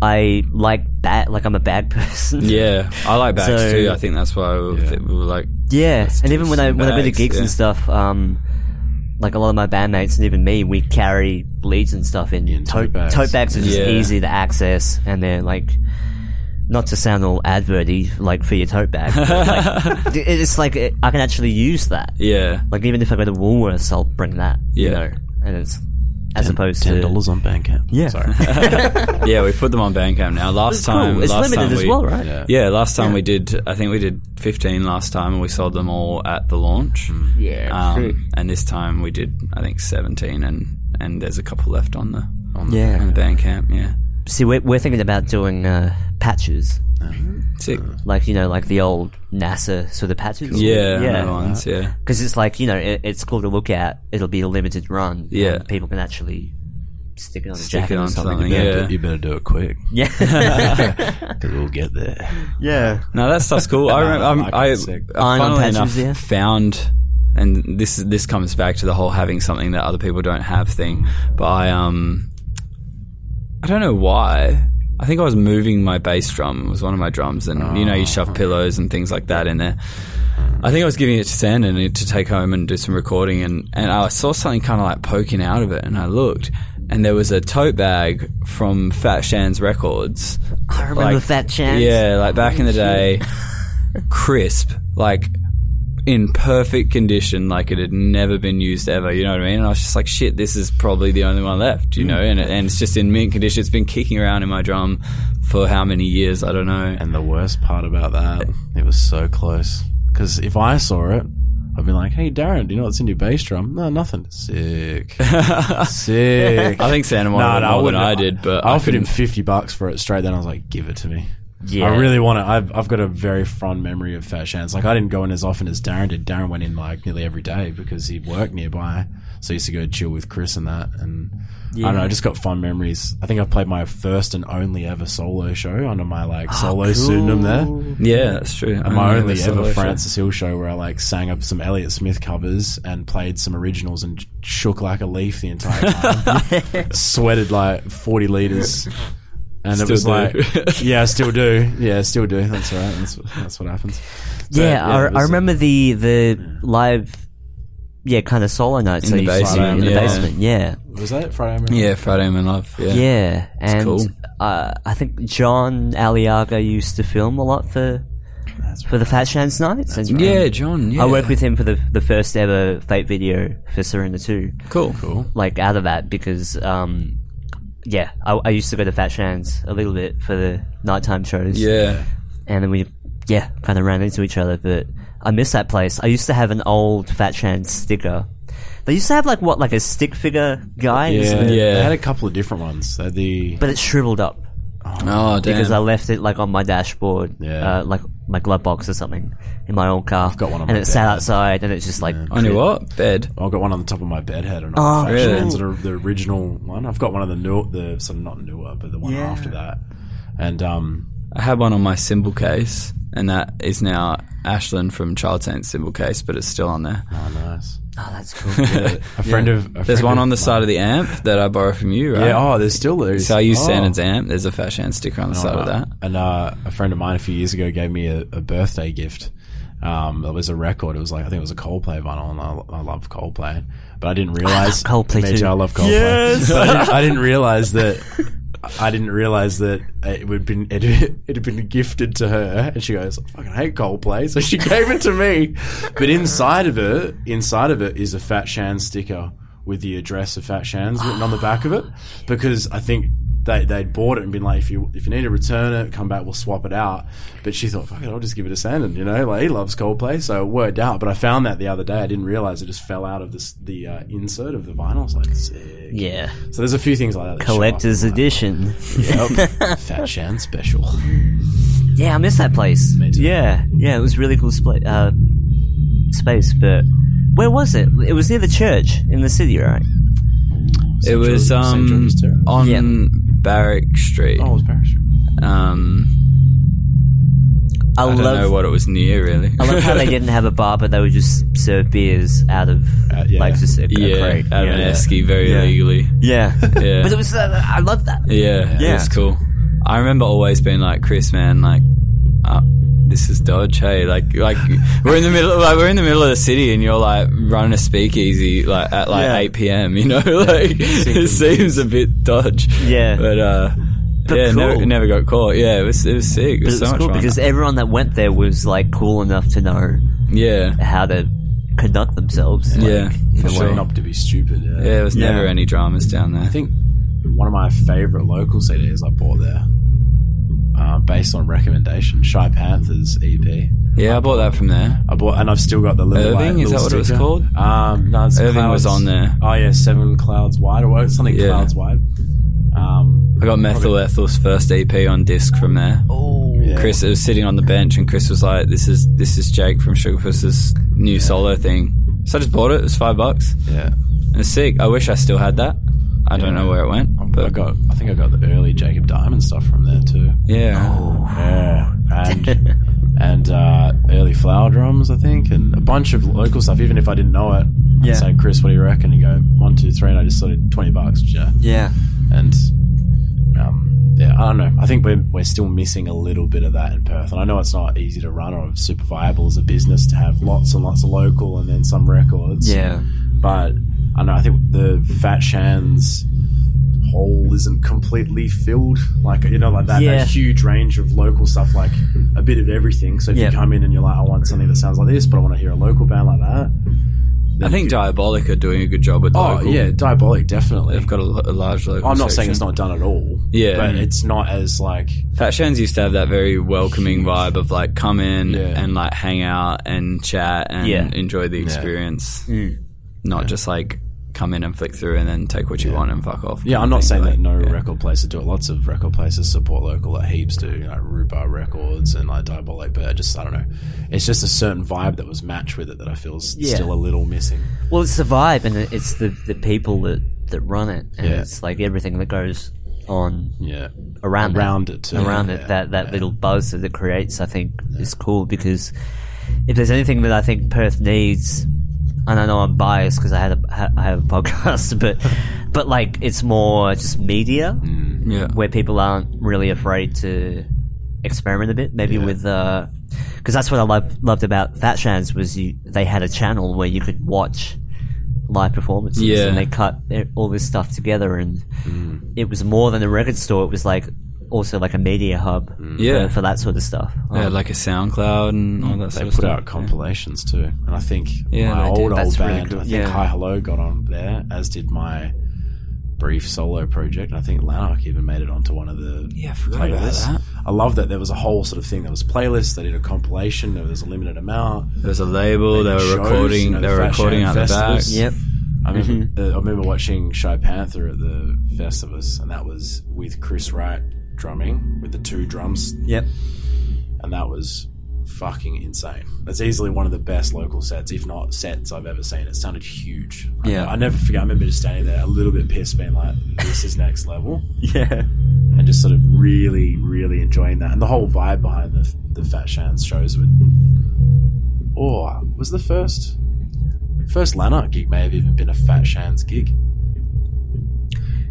Speaker 2: I like that. Like I'm a bad person.
Speaker 4: Yeah, I like bags
Speaker 2: So-
Speaker 4: too. I think that's why we,
Speaker 3: Yeah.
Speaker 4: we were like,
Speaker 2: Yeah,
Speaker 4: Let's
Speaker 2: and
Speaker 4: do
Speaker 2: even when I
Speaker 4: some
Speaker 2: when I did
Speaker 4: bags,
Speaker 2: gigs
Speaker 4: yeah.
Speaker 2: and stuff, um, like a lot of my bandmates and even me, we carry leads and stuff in,
Speaker 3: In tote bags.
Speaker 2: Tote bags are just
Speaker 4: Yeah.
Speaker 2: easy to access, and they're like. Not to sound all adverty, like for your tote bag. but, like, it's like it, I can actually use that.
Speaker 4: yeah,
Speaker 2: Like even if I go to Woolworths, I'll bring that. You
Speaker 4: Yeah.
Speaker 2: know, and it's as opposed
Speaker 3: Ten
Speaker 2: to
Speaker 3: dollars on Bandcamp.
Speaker 2: Yeah.
Speaker 3: Sorry.
Speaker 4: yeah. We put them on Bandcamp now. Last
Speaker 2: It's
Speaker 4: time,
Speaker 2: cool. It's
Speaker 4: last
Speaker 2: limited
Speaker 4: time
Speaker 2: as
Speaker 4: we-
Speaker 2: well, right?
Speaker 3: yeah.
Speaker 4: Yeah, last time we did. I think we did fifteen last time, and we sold them all at the launch.
Speaker 2: Mm.
Speaker 5: Yeah, true.
Speaker 4: Um, and this time we did, I think, seventeen, and and there's a couple left on the on the,
Speaker 2: Yeah.
Speaker 4: on the Bandcamp. Yeah,
Speaker 2: See, we're, we're thinking about doing uh, patches,
Speaker 4: sick.
Speaker 2: like you know, like the old NASA sort of patches.
Speaker 4: Yeah, yeah. ones. Yeah.
Speaker 2: because it's like you know it, it's cool to look at. It'll be a limited run.
Speaker 4: Yeah.
Speaker 2: and people can actually stick it on
Speaker 4: Stick
Speaker 2: a
Speaker 4: it
Speaker 2: jacket or
Speaker 4: on
Speaker 2: something.
Speaker 4: something,
Speaker 3: You better
Speaker 4: Yeah.
Speaker 3: do- You better do it quick.
Speaker 2: Yeah,
Speaker 3: Cause we'll get there.
Speaker 2: yeah,
Speaker 4: No, that stuff's cool. I remember.
Speaker 3: I
Speaker 4: I'm,
Speaker 3: like
Speaker 4: I,
Speaker 3: it, sick.
Speaker 4: I
Speaker 2: Iron on
Speaker 4: funnily
Speaker 2: patches,
Speaker 4: enough
Speaker 2: yeah.
Speaker 4: found, and this is- this comes back to the whole having something that other people don't have thing. But I um, I don't know why. I think I was moving my bass drum. It was one of my drums, and you know, you shove pillows and things like that in there. I think I was giving it to Sandon to take home and do some recording, and, and I saw something kind of like poking out of it, and I looked, and there was a tote bag from Fat Shan's Records.
Speaker 2: I remember
Speaker 4: Like,
Speaker 2: Fat Chance.
Speaker 4: Yeah, like back in the day, crisp, like in perfect condition, like it had never been used ever. You know what I mean? And I was just like, shit, this is probably the only one left.
Speaker 2: Mm.
Speaker 4: You know, and it, and it's just in mint condition. It's been kicking around in my drum for how many years? I don't know.
Speaker 3: And the worst part about that, it was so close. Because if I saw it, I'd be like, "Hey, Darren, do you know what's in your bass drum?" No, nothing. Sick, sick.
Speaker 4: I think Santa wanted it more than
Speaker 3: wouldn't-
Speaker 4: I did, but I
Speaker 3: I offered him
Speaker 4: couldn't.
Speaker 3: fifty bucks for it straight. Then I was like, "Give it to me."
Speaker 2: yeah.
Speaker 3: I really want to. I've, I've got a very fond memory of Fat Shans. Like I didn't go in as often as Darren did. Darren went in like nearly every day because he worked nearby, so he used to go chill with Chris and that. And I don't know. I just got fond memories. I think I played my first and only ever solo show under my
Speaker 4: Ah,
Speaker 3: like solo pseudonym there
Speaker 4: Yeah, that's true. I
Speaker 3: my
Speaker 4: remember
Speaker 3: only
Speaker 4: the
Speaker 3: ever
Speaker 4: solo show.
Speaker 3: Francis Hill show where I like sang up some Elliott Smith covers and played some originals and shook like a leaf the entire time. Sweated like 40 liters. And it
Speaker 4: Still
Speaker 3: was
Speaker 4: do.
Speaker 3: like, yeah, I still do. Yeah, I still do. That's all right. That's, that's what happens. But,
Speaker 2: yeah,
Speaker 3: it
Speaker 2: I, I
Speaker 3: was-
Speaker 2: remember the the live, yeah, kind of solo nights
Speaker 4: In
Speaker 2: that
Speaker 4: the
Speaker 2: you used to do
Speaker 4: basement,
Speaker 2: in the
Speaker 4: yeah.
Speaker 2: basement. Yeah,
Speaker 3: Was that Friday? Night?
Speaker 4: Yeah, Friday I'm in Love. Yeah.
Speaker 2: yeah, and
Speaker 4: cool.
Speaker 2: uh, I think John Aliaga used to film a lot for
Speaker 3: That's
Speaker 2: for the Fat Chance nights. and-
Speaker 4: Yeah, John. Yeah.
Speaker 2: I worked with him for the the first ever Fate video for Serena Two.
Speaker 4: Cool. Cool.
Speaker 2: like out of that because um yeah I, I used to go to Fat Shans a little bit for the nighttime shows
Speaker 4: Yeah.
Speaker 2: and then we yeah kind of ran into each other but I miss that place I used to have an old Fat Shans sticker they used to have like what like a stick figure guy
Speaker 3: Yeah,
Speaker 4: Yeah.
Speaker 3: They had a couple of different ones. They had the
Speaker 2: but it shriveled up
Speaker 4: Oh, damn.
Speaker 2: because I left it like on my dashboard
Speaker 3: Yeah.
Speaker 2: uh, like my glove box or something in my old car I've
Speaker 3: got one on
Speaker 2: and
Speaker 3: my
Speaker 2: it sat
Speaker 3: bed.
Speaker 2: outside and it's just like
Speaker 4: on your what bed?
Speaker 3: I got one on the top of my bed head and
Speaker 2: Oh,
Speaker 3: all the Fat
Speaker 4: really?
Speaker 3: Shans that are the original one. I've got one of the new, the sort of not newer, but the one after that. And um,
Speaker 4: I had one on my cymbal case. and that is now Ashland from Child Saint Symbol Case, but it's still on there.
Speaker 3: Oh, nice.
Speaker 2: Oh, that's cool.
Speaker 3: A friend of a
Speaker 4: There's
Speaker 3: friend
Speaker 4: one
Speaker 3: of
Speaker 4: on the
Speaker 3: mine-
Speaker 4: side of the amp that I borrow from you, right?
Speaker 3: Yeah. Oh, there's still there's.
Speaker 4: so I use
Speaker 3: oh.
Speaker 4: Sandon's amp. There's a Fashan sticker on the side of that.
Speaker 3: And uh, a friend of mine a few years ago gave me a, a birthday gift. Um, it was a record. It was like I think it was a Coldplay vinyl, and I, I love Coldplay, but I didn't realize
Speaker 2: Coldplay
Speaker 3: Me
Speaker 2: too.
Speaker 3: I love Coldplay. But I, didn't, I didn't realize that. I didn't realize that it would been it, it had been gifted to her, and she goes, "I fucking hate Coldplay," so she gave it to me. But inside of it, inside of it is a Fat Shan sticker with the address of Fat Shan's written on the back of it, because I think they they'd bought it and been like, "If you if you need to return it, come back, we'll swap it out." But she thought, "Fuck it, I'll just give it to Sandon," you know, like he loves Coldplay, so it worked out. But I found that the other day, I didn't realize it just fell out of this the uh, insert of the vinyl. I was like, "Sick."
Speaker 2: yeah.
Speaker 3: So there's a few things like that. that show up.
Speaker 2: Collector's edition.
Speaker 3: Yep. Fat Shan special.
Speaker 2: Yeah, I miss that place.
Speaker 3: Amazing.
Speaker 2: Yeah, yeah, it was really cool spla- uh, space, but where was it? It was near the church in the city, right?
Speaker 4: it was
Speaker 3: George- St.
Speaker 4: um,
Speaker 3: George's Terrace.
Speaker 4: on
Speaker 2: Yeah.
Speaker 4: Barrack Street.
Speaker 3: Oh, it was Parish.
Speaker 4: Um,
Speaker 2: I,
Speaker 4: I don't
Speaker 2: love
Speaker 4: know what it was near, really.
Speaker 2: I love how they didn't have a bar, but they would just serve beers out of
Speaker 3: Uh, yeah.
Speaker 2: like just a, a
Speaker 4: yeah,
Speaker 2: crate.
Speaker 4: out of an
Speaker 2: yeah.
Speaker 4: esky very
Speaker 2: Yeah.
Speaker 4: illegally.
Speaker 2: Yeah.
Speaker 4: Yeah.
Speaker 2: but it was uh, I love that.
Speaker 4: Yeah,
Speaker 2: Yeah.
Speaker 4: yeah, it's cool. I remember always being like, Chris, man, like, uh, this is Dodge, hey, like, like we're in the middle, like we're in the middle of the city, and you're like running a speakeasy like at like
Speaker 2: Yeah.
Speaker 4: eight p.m. You know, like it seems a bit Dodge.
Speaker 2: Yeah.
Speaker 4: but uh,
Speaker 2: But
Speaker 4: yeah,
Speaker 2: cool.
Speaker 4: never, never got caught. Yeah, it was it was sick. It
Speaker 2: But
Speaker 4: was
Speaker 2: it
Speaker 4: so
Speaker 2: was
Speaker 4: much
Speaker 2: cool
Speaker 4: fun.
Speaker 2: because everyone that went there was like cool enough to know
Speaker 4: yeah,
Speaker 2: how to conduct themselves. like,
Speaker 4: yeah,
Speaker 2: in
Speaker 4: for
Speaker 2: a way.
Speaker 4: sure.
Speaker 3: Not to be stupid. Yeah.
Speaker 4: Yeah, there was
Speaker 2: Yeah.
Speaker 4: never any dramas down there.
Speaker 3: I think one of my favorite local CDs I bought there, uh, based on recommendation, Shy Panthers EP.
Speaker 4: Yeah, I bought that from there.
Speaker 3: I bought, and I've still got the little.
Speaker 4: Irving?
Speaker 3: like,
Speaker 4: Is
Speaker 3: little
Speaker 4: that what it was
Speaker 3: sticker.
Speaker 4: called?
Speaker 3: Um, no, it's
Speaker 4: Irving
Speaker 3: Clouds-
Speaker 4: was on there.
Speaker 3: Oh yeah, Seven Clouds Wide, or what- something
Speaker 4: Yeah.
Speaker 3: Clouds Wide. Um,
Speaker 4: I got Methyl Ethel's first EP on disc from there.
Speaker 2: Oh.
Speaker 3: yeah.
Speaker 4: Chris it was sitting on the bench, and Chris was like, "This is this is Jake from Sugarpuss's new solo thing." So I just bought it. It was five bucks.
Speaker 3: Yeah,
Speaker 4: It was sick. I wish I still had that. I don't know where it went,
Speaker 3: I
Speaker 4: but
Speaker 3: got. I think I got the early Jacob Diamond stuff from there too.
Speaker 4: yeah,
Speaker 3: Oh, Yeah, and and uh, early flower drums, I think, and a bunch of local stuff. Even if I didn't know it, I'd
Speaker 2: Yeah.
Speaker 3: say, Chris, what do you reckon? And go one, two, three, and I just started twenty bucks. Yeah,
Speaker 2: Yeah.
Speaker 3: and um, yeah, I don't know. I think we're we're still missing a little bit of that in Perth, and I know it's not easy to run or super viable as a business to have lots and lots of local and then some records.
Speaker 2: Yeah.
Speaker 3: but I don't know. I think the Fat Shan's hole isn't completely filled. Like you know, like that,
Speaker 2: Yeah.
Speaker 3: that huge range of local stuff, like a bit of everything. So if
Speaker 2: Yeah.
Speaker 3: you come in and you're like, I want something that sounds like this, but I want to hear a local band like that.
Speaker 4: I think Diabolic are doing a good job with
Speaker 3: Oh
Speaker 4: local.
Speaker 3: yeah, Diabolic definitely.
Speaker 4: they've got a, l- a large local.
Speaker 3: I'm not saying it's
Speaker 4: section.
Speaker 3: not done at all.
Speaker 4: Yeah.
Speaker 3: but it's not as like
Speaker 4: Fat Shans used to have that very welcoming vibe of like come in
Speaker 3: Yeah.
Speaker 4: and like hang out and chat and
Speaker 2: Yeah.
Speaker 4: enjoy the experience,
Speaker 3: Mm.
Speaker 4: not just like come in and flick through and then take what you want and fuck off.
Speaker 3: Yeah,
Speaker 4: kind
Speaker 3: I'm
Speaker 4: of
Speaker 3: not
Speaker 4: thing,
Speaker 3: saying
Speaker 4: like-
Speaker 3: that no
Speaker 4: yeah.
Speaker 3: record places do it. Lots of record places support local, like heaps do, you know, Rhubarb Records and like Diabolic, but I just, I don't know. It's just a certain vibe that was matched with it that I feel is
Speaker 2: Yeah.
Speaker 3: still a little missing.
Speaker 2: Well, it's the vibe, and it- it's the, the people that, that run it, and
Speaker 3: Yeah.
Speaker 2: it's like everything that goes on
Speaker 3: Yeah.
Speaker 2: around
Speaker 3: Around
Speaker 2: that,
Speaker 3: it, too.
Speaker 2: around
Speaker 3: Yeah,
Speaker 2: it. That that little buzz that it creates, I think, is cool because if there's anything that I think Perth needs, and I know I'm biased because I had a ha- I have a podcast, but but like it's more just media
Speaker 4: Yeah.
Speaker 2: where people aren't really afraid to experiment a bit, maybe with uh 'cause because that's what I loved, loved about Fat Shans was you they had a channel where you could watch live performances
Speaker 4: Yeah. Mm.
Speaker 2: and they cut e- all this stuff together and it was more than a record store it was like also like a media hub
Speaker 4: Mm. Yeah.
Speaker 2: for, for that sort of stuff
Speaker 4: Yeah,
Speaker 2: Um,
Speaker 4: like a SoundCloud and all that
Speaker 3: They
Speaker 4: sort of
Speaker 3: put
Speaker 4: stuff.
Speaker 3: out compilations too. And I think
Speaker 4: Yeah,
Speaker 3: my
Speaker 4: they
Speaker 3: old,
Speaker 4: did.
Speaker 3: old
Speaker 2: That's really
Speaker 3: band,
Speaker 2: cool.
Speaker 3: I think
Speaker 2: Yeah.
Speaker 3: Hi Hello got on there, as did my brief solo project. And I think Lanark even made it onto one of the
Speaker 4: Yeah, I forgot about
Speaker 3: playlists.
Speaker 4: that.
Speaker 3: I love that there was a whole sort of thing. There was playlists, they did a compilation, there was a limited amount.
Speaker 4: There was a label, they
Speaker 3: Shows,
Speaker 4: were recording,
Speaker 3: you know,
Speaker 4: they
Speaker 3: the
Speaker 4: were
Speaker 3: Fat
Speaker 4: recording
Speaker 3: Shan
Speaker 4: out the back.
Speaker 3: festivals.
Speaker 2: yep
Speaker 3: I remember, uh, I remember watching Shy Panther at the Festivus, and that was with Chris Wright drumming with the two drums,
Speaker 2: yep
Speaker 3: and that was fucking insane. That's easily one of the best local sets, if not sets I've ever seen. It sounded huge. I-
Speaker 4: Yeah.
Speaker 3: I, never forget. I remember just standing there, a little bit pissed, being like, "This is next level."
Speaker 2: yeah
Speaker 3: and just sort of really, really enjoying that. And the whole vibe behind the, the Fat Shans shows with. Or was the first first Lanark gig may have even been a Fat Shans gig.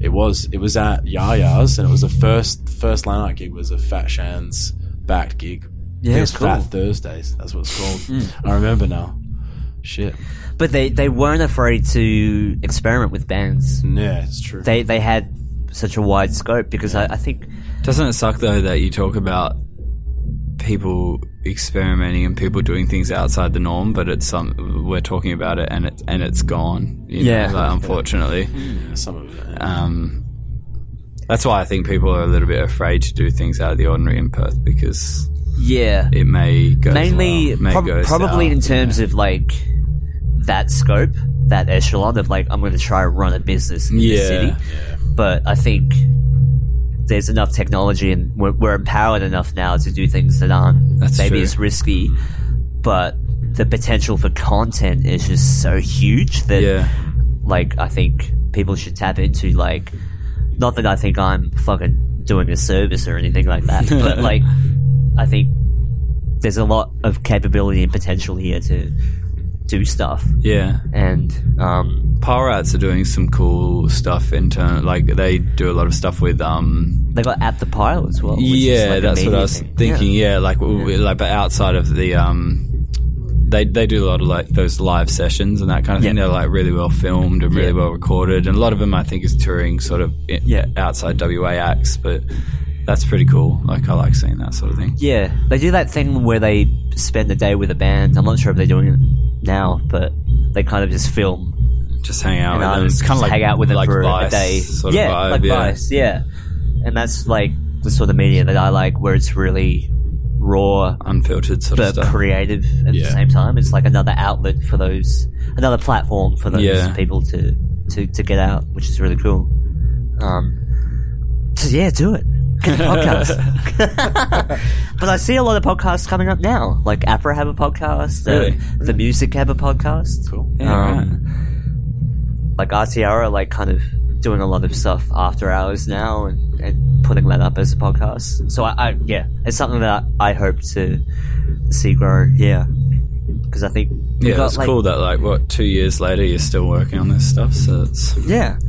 Speaker 3: It was. It was at Yaya's, and it was the first first Lanark gig was a Fat Shans backed gig.
Speaker 2: Yeah,
Speaker 3: it was
Speaker 2: cool. Hmm.
Speaker 3: Fat Thursdays. That's what it's called. I remember now. Shit.
Speaker 2: But they, they weren't afraid to experiment with bands.
Speaker 3: Yeah, it's true.
Speaker 2: They they had such a wide scope because I, I think
Speaker 4: Doesn't it suck though that you talk about people experimenting and people doing things outside the norm, but it's some we're talking about it and it and it's gone. you know,
Speaker 2: Yeah.
Speaker 4: like, unfortunately,
Speaker 3: Some of it. yeah.
Speaker 4: um, that's why I think people are a little bit afraid to do things out of the ordinary in Perth because
Speaker 2: yeah,
Speaker 4: it may go
Speaker 2: mainly
Speaker 4: well, may
Speaker 2: prob-
Speaker 4: go
Speaker 2: probably
Speaker 4: sour.
Speaker 2: in terms of like that scope, that echelon of like I'm going to try and run a business in
Speaker 4: Yeah.
Speaker 2: the city.
Speaker 3: Yeah.
Speaker 2: But I think there's enough technology and we're, we're empowered enough now to do things that aren't
Speaker 4: That's
Speaker 2: maybe
Speaker 4: true.
Speaker 2: it's risky, but the potential for content is just so huge that
Speaker 4: yeah.
Speaker 2: like I think people should tap into like not that I think I'm fucking doing a service or anything like that, but like I think there's a lot of capability and potential here to do stuff.
Speaker 4: Yeah.
Speaker 2: And um,
Speaker 4: Power Rats are doing some cool stuff in turn. Like they do a lot of stuff with um.
Speaker 2: they got at the pile as well. which is,
Speaker 4: Yeah,
Speaker 2: like, a
Speaker 4: that's what
Speaker 2: media
Speaker 4: I was
Speaker 2: thing.
Speaker 4: thinking. Yeah, like w- w- like but outside of the um, they they do a lot of like those live sessions and that kind of thing.
Speaker 2: Yeah.
Speaker 4: They're like really well filmed and really
Speaker 2: Yeah.
Speaker 4: well recorded, and a lot of them I think is touring sort of i-
Speaker 2: Yeah.
Speaker 4: outside WA acts, but. That's pretty cool. Like I like seeing that sort of thing.
Speaker 2: Yeah, they do that thing where they spend the day with a band. I'm not sure if they're doing it now, but they kind of just film
Speaker 4: Just hang out
Speaker 2: and
Speaker 4: with
Speaker 2: I
Speaker 4: them.
Speaker 2: was
Speaker 4: It's kind of like
Speaker 2: hang out with them
Speaker 4: like
Speaker 2: for
Speaker 4: Vice
Speaker 2: a day.
Speaker 4: Sort
Speaker 2: yeah,
Speaker 4: of vibe,
Speaker 2: like
Speaker 4: yeah.
Speaker 2: Vice, yeah. And that's like the sort of media that I like, where it's really raw
Speaker 4: unfiltered sort of
Speaker 2: but
Speaker 4: stuff.
Speaker 2: creative at
Speaker 3: Yeah.
Speaker 2: the same time. It's like another outlet for those, another platform for those
Speaker 4: Yeah.
Speaker 2: people to, to to get out, which is really cool. Um, so yeah, do it. Get a podcast. but I see a lot of podcasts coming up now. Like Afro have a podcast. The,
Speaker 4: Really?
Speaker 2: the Music have a podcast
Speaker 3: Cool.
Speaker 4: Yeah,
Speaker 2: um,
Speaker 4: right.
Speaker 2: like RTR are like kind of doing a lot of stuff after hours now and, and putting that up as a podcast. So I, I yeah, it's something that I hope to see grow. Yeah, because I think we've
Speaker 4: Yeah,
Speaker 2: got,
Speaker 4: it's
Speaker 2: like-
Speaker 4: cool that like what two years later you're still working on this stuff, so it's
Speaker 2: Yeah,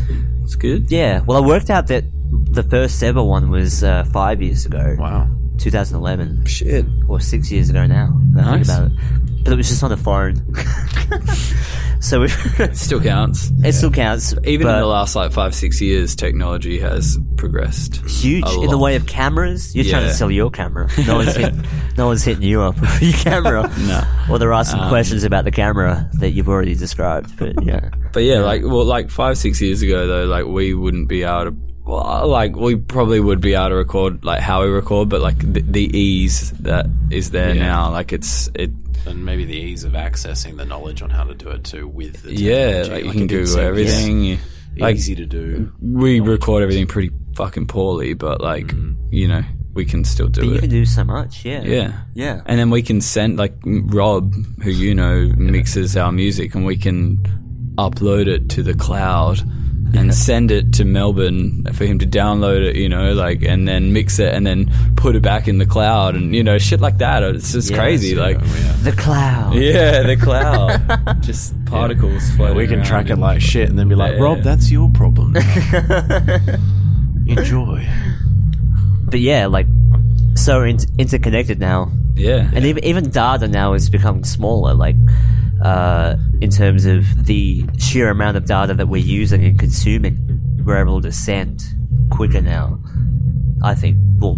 Speaker 4: it's good.
Speaker 2: yeah. Well, I worked out that the first ever one was uh, five years ago,
Speaker 3: Wow.
Speaker 2: 2011,
Speaker 4: Shit.
Speaker 2: or six years ago now. That I think
Speaker 4: Nice.
Speaker 2: about it, but it was just on the phone. so we it
Speaker 4: Still counts.
Speaker 2: still counts,
Speaker 4: Even in
Speaker 2: but-
Speaker 4: the last like five six years, technology has progressed.
Speaker 2: huge
Speaker 4: a
Speaker 2: in the
Speaker 4: lot.
Speaker 2: way of cameras. You're trying to
Speaker 4: Yeah.
Speaker 2: sell your camera. No one's hit, no one's hitting you up for your camera.
Speaker 4: No. Um,
Speaker 2: Well, there are some questions about the camera that you've already described, but yeah,
Speaker 4: But yeah, like well, like five six years ago though, like we wouldn't be able to. Well, like we probably would be able to record like how we record, but like the, the ease that is there
Speaker 3: Yeah.
Speaker 4: now, like it's it.
Speaker 3: And maybe the ease of accessing the knowledge on how to do it too with the
Speaker 4: Yeah,
Speaker 3: technology.
Speaker 4: like you
Speaker 3: it
Speaker 4: can
Speaker 3: did
Speaker 4: Google
Speaker 3: seem
Speaker 4: everything. you- Like
Speaker 3: easy to do.
Speaker 4: we record everything pretty fucking poorly, but like you know we can still do
Speaker 2: you
Speaker 4: it.
Speaker 2: can do so much. Yeah.
Speaker 4: yeah,
Speaker 2: Yeah.
Speaker 4: And then we can send like m- Rob, who you know mixes our music, and we can upload it to the cloud and send it to Melbourne for him to download it. You know, like and then mix it and then put it back in the cloud and you know shit like that. Uh, It's just
Speaker 2: Yeah,
Speaker 4: crazy. Like
Speaker 2: The cloud.
Speaker 4: yeah, the cloud, just particles. floating
Speaker 3: we can
Speaker 4: around
Speaker 3: track it
Speaker 4: in-
Speaker 3: like shit and then be like,
Speaker 4: Yeah.
Speaker 3: Rob, that's your problem. Enjoy.
Speaker 2: But yeah, like so in- interconnected now,
Speaker 4: yeah.
Speaker 2: and even even data now is becoming smaller. Like. Uh, in terms of the sheer amount of data that we're using and consuming, we're able to send quicker now. I think. Well,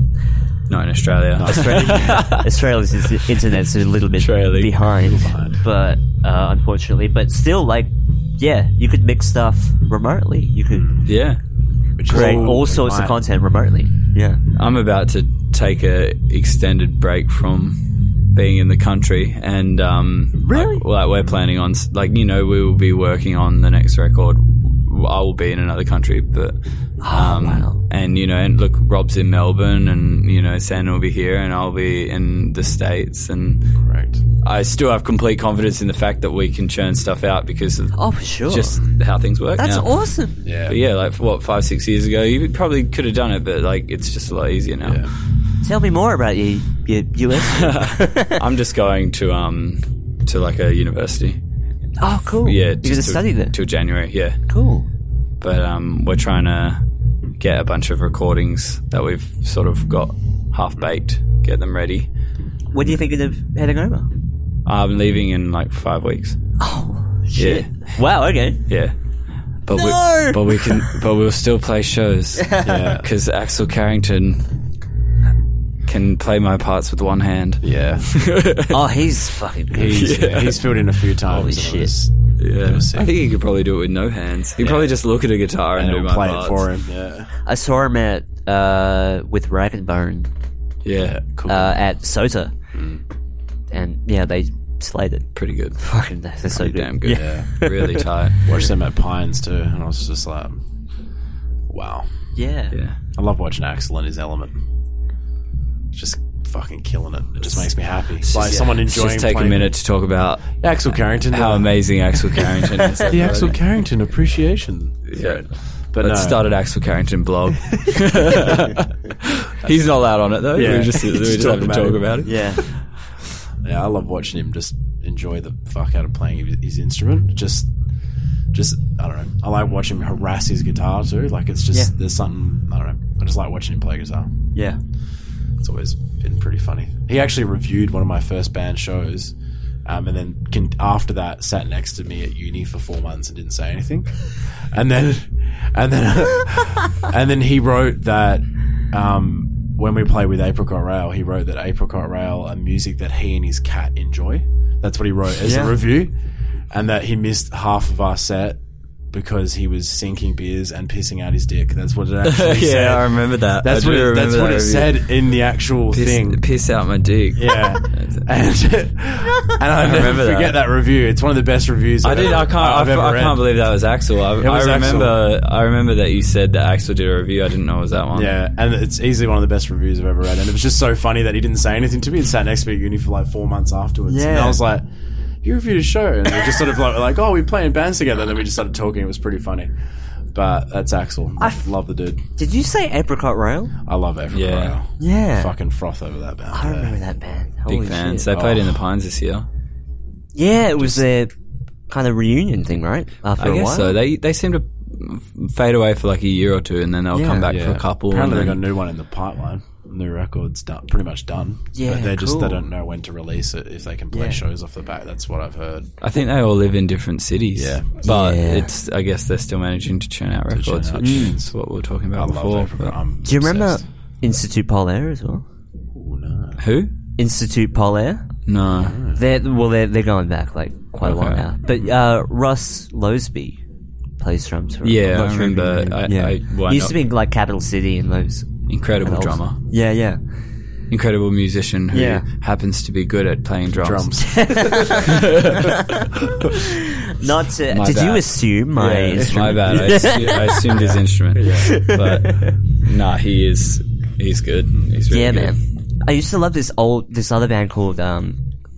Speaker 4: Not in Australia.
Speaker 2: Australia, Australia's is- internet's a little bit
Speaker 4: Australia.
Speaker 2: behind,
Speaker 3: behind.
Speaker 2: but uh, unfortunately, but still, like, yeah, you could mix stuff remotely. You could
Speaker 4: yeah.
Speaker 3: Which is
Speaker 2: create all sorts of
Speaker 3: right.
Speaker 2: content remotely. Yeah,
Speaker 4: I'm about to take a extended break from being in the country, and um,
Speaker 2: Really?
Speaker 4: like, like we're planning on, s- like you know, we will be working on the next record. I will be in another country, but um,
Speaker 2: Ah, wow.
Speaker 4: and you know, and look, Rob's in Melbourne, and you know, Sam will be here, and I'll be in the states, and
Speaker 3: Correct.
Speaker 4: I still have complete confidence in the fact that we can churn stuff out because of
Speaker 2: Oh, for sure.
Speaker 4: just how things work.
Speaker 2: That's
Speaker 4: now.
Speaker 2: awesome.
Speaker 3: Yeah.
Speaker 4: But yeah, like what five, six years ago, you probably could have done it, but like it's just a lot easier now.
Speaker 3: Yeah.
Speaker 2: Tell me more about you, your US.
Speaker 4: I'm just going to um to like a university.
Speaker 2: oh, cool.
Speaker 4: Yeah,
Speaker 2: you
Speaker 4: just
Speaker 2: just study there.
Speaker 4: till January. Yeah,
Speaker 2: Cool.
Speaker 4: but um, we're trying to get a bunch of recordings that we've sort of got half baked, get them ready.
Speaker 2: What do you think of heading over?
Speaker 4: I'm leaving in like five weeks.
Speaker 2: Oh, Shit. Wow. Okay.
Speaker 4: Yeah. But
Speaker 2: No!
Speaker 4: we but we can but we'll still play shows. yeah. Cuz Axel Carrington can play my parts with one hand.
Speaker 3: Yeah.
Speaker 2: Oh, he's fucking good.
Speaker 3: He's, yeah. he's filled in a few times.
Speaker 2: Holy
Speaker 3: and it
Speaker 2: shit.
Speaker 3: was-
Speaker 4: Yeah.
Speaker 3: was sick.
Speaker 4: I think he could probably do it with no hands. He'd probably just look at a guitar and,
Speaker 3: and
Speaker 4: do
Speaker 3: it'll
Speaker 4: my
Speaker 3: play it
Speaker 4: parts.
Speaker 3: for him. Yeah.
Speaker 2: I saw him at uh, with Rag and Bone
Speaker 4: Yeah.
Speaker 3: Cool.
Speaker 2: uh, at Sota, and yeah, they slayed it.
Speaker 4: Pretty good.
Speaker 2: Fucking, they're so good.
Speaker 4: Damn good.
Speaker 3: yeah.
Speaker 4: Really tight.
Speaker 3: Watched them at Pines too, and I was just like, wow.
Speaker 2: Yeah.
Speaker 4: Yeah.
Speaker 3: I love watching Axel in his element. Just fucking killing it. It just makes me happy. like someone
Speaker 4: Let's
Speaker 3: enjoying.
Speaker 4: just take a
Speaker 3: playing-
Speaker 4: minute to talk about
Speaker 3: Axel Carrington.
Speaker 4: how
Speaker 3: uh,
Speaker 4: amazing Axel Carrington is.
Speaker 3: The Axel Carrington appreciation.
Speaker 4: Yeah.
Speaker 3: But
Speaker 4: Let's
Speaker 3: no.
Speaker 4: start an Axel Carrington blog. He's not allowed on it though.
Speaker 3: Yeah.
Speaker 4: We just, we
Speaker 3: Just
Speaker 4: just
Speaker 3: talk
Speaker 4: have to
Speaker 3: about
Speaker 4: talk
Speaker 3: it.
Speaker 4: about it.
Speaker 2: Yeah.
Speaker 3: Yeah, I love watching him just enjoy the fuck out of playing his- his instrument. Just, just I don't know. I like watching him harass his guitar too. Like it's just
Speaker 2: Yeah.
Speaker 3: there's something I don't know. I just like watching him play guitar.
Speaker 2: Yeah.
Speaker 3: It's always been pretty funny. He actually reviewed one of my first band shows, um, and then can, after that sat next to me at uni for four months and didn't say anything. And then, and then, and then he wrote that um, when we play with Apricot Rail, he wrote that Apricot Rail are music that he and his cat enjoy. That's what he wrote as
Speaker 2: Yeah.
Speaker 3: a review, and that he missed half of our set. Because he was sinking beers and pissing out his dick. That's what it actually
Speaker 4: yeah,
Speaker 3: said.
Speaker 4: I remember that.
Speaker 3: That's
Speaker 4: I do
Speaker 3: what it,
Speaker 4: remember
Speaker 3: that's
Speaker 4: that
Speaker 3: what it
Speaker 4: review.
Speaker 3: said in the actual
Speaker 4: Piss,
Speaker 3: thing.
Speaker 4: piss out my dick.
Speaker 3: Yeah, and, and I, never
Speaker 4: remember
Speaker 3: forget that. review. It's one of the best reviews
Speaker 4: I
Speaker 3: I've
Speaker 4: did.
Speaker 3: ever-
Speaker 4: I can't. I,
Speaker 3: I've ever
Speaker 4: I
Speaker 3: read.
Speaker 4: can't believe that was Axel. I,
Speaker 3: was
Speaker 4: I
Speaker 3: Axel.
Speaker 4: remember. I remember that you said that Axel did a review. I didn't know it was that one.
Speaker 3: Yeah, and it's easily one of the best reviews I've ever read. And it was just so funny that he didn't say anything to me and sat next to me at uni for like four months afterwards. And
Speaker 2: Yeah.
Speaker 3: I was like, "You reviewed a show," and we just sort of like, like "Oh, we play in bands together." And then we just started talking. It was pretty funny. But that's Axel. I
Speaker 2: f-
Speaker 3: love the dude.
Speaker 2: Did you say Apricot Rail?
Speaker 3: I love April
Speaker 4: Yeah.
Speaker 3: Royale.
Speaker 2: Yeah.
Speaker 3: Fucking froth over that band.
Speaker 2: I
Speaker 3: Yeah.
Speaker 2: remember that band. Holy
Speaker 4: big fans.
Speaker 2: shit.
Speaker 4: They played
Speaker 3: Oh.
Speaker 4: in the Pines this year.
Speaker 2: Yeah, it was their kind of reunion thing, right? After
Speaker 4: I
Speaker 2: a
Speaker 4: guess
Speaker 2: while.
Speaker 4: so. They they seem to fade away for like a year or two, and then they'll
Speaker 2: Yeah.
Speaker 4: come back
Speaker 3: Yeah.
Speaker 4: for a couple.
Speaker 3: Apparently, they
Speaker 4: and
Speaker 3: got
Speaker 4: then-
Speaker 3: a new one in the pipeline. New record's done, pretty much done.
Speaker 2: Yeah,
Speaker 3: but they just
Speaker 2: cool.
Speaker 3: they don't know when to release it if they can play
Speaker 2: Yeah.
Speaker 3: shows off the back. That's what I've heard.
Speaker 4: I think they all live in different cities.
Speaker 3: Yeah.
Speaker 4: but
Speaker 2: Yeah.
Speaker 4: it's. I guess they're still managing to churn out
Speaker 3: churn
Speaker 4: records,
Speaker 3: out
Speaker 4: which
Speaker 3: tunes.
Speaker 4: is what we were talking
Speaker 3: Hmm. I
Speaker 4: about
Speaker 3: love
Speaker 4: before.
Speaker 3: Apricot.
Speaker 4: but-
Speaker 3: I'm
Speaker 2: Do you remember
Speaker 3: obsessed.
Speaker 2: Institute Polaire as well?
Speaker 3: Ooh, no.
Speaker 4: Who?
Speaker 2: Institute Polaire.
Speaker 4: No.
Speaker 2: They're well, they're they're going back like quite a while
Speaker 4: Okay.
Speaker 2: now. But uh, Russ Loseby plays drums for.
Speaker 4: Yeah,
Speaker 2: I'm
Speaker 4: I
Speaker 2: not sure if you
Speaker 4: remember.
Speaker 2: know.
Speaker 4: I- I- why
Speaker 2: He used to
Speaker 4: not?
Speaker 2: be like Capital City and those.
Speaker 4: Incredible
Speaker 2: and all-
Speaker 4: drummer.
Speaker 2: Yeah, yeah.
Speaker 4: incredible musician who
Speaker 2: Yeah.
Speaker 4: happens to be good at playing drums.
Speaker 3: drums?
Speaker 2: Not to,
Speaker 4: My
Speaker 2: did you
Speaker 4: bad.
Speaker 2: assume
Speaker 4: Yeah,
Speaker 2: my
Speaker 4: it's
Speaker 2: instrument?
Speaker 4: my bad. I, assu- I assumed his instrument, but nah, he is he's good. He's really
Speaker 2: Yeah,
Speaker 4: good.
Speaker 2: man. I used to love this old this other band called um,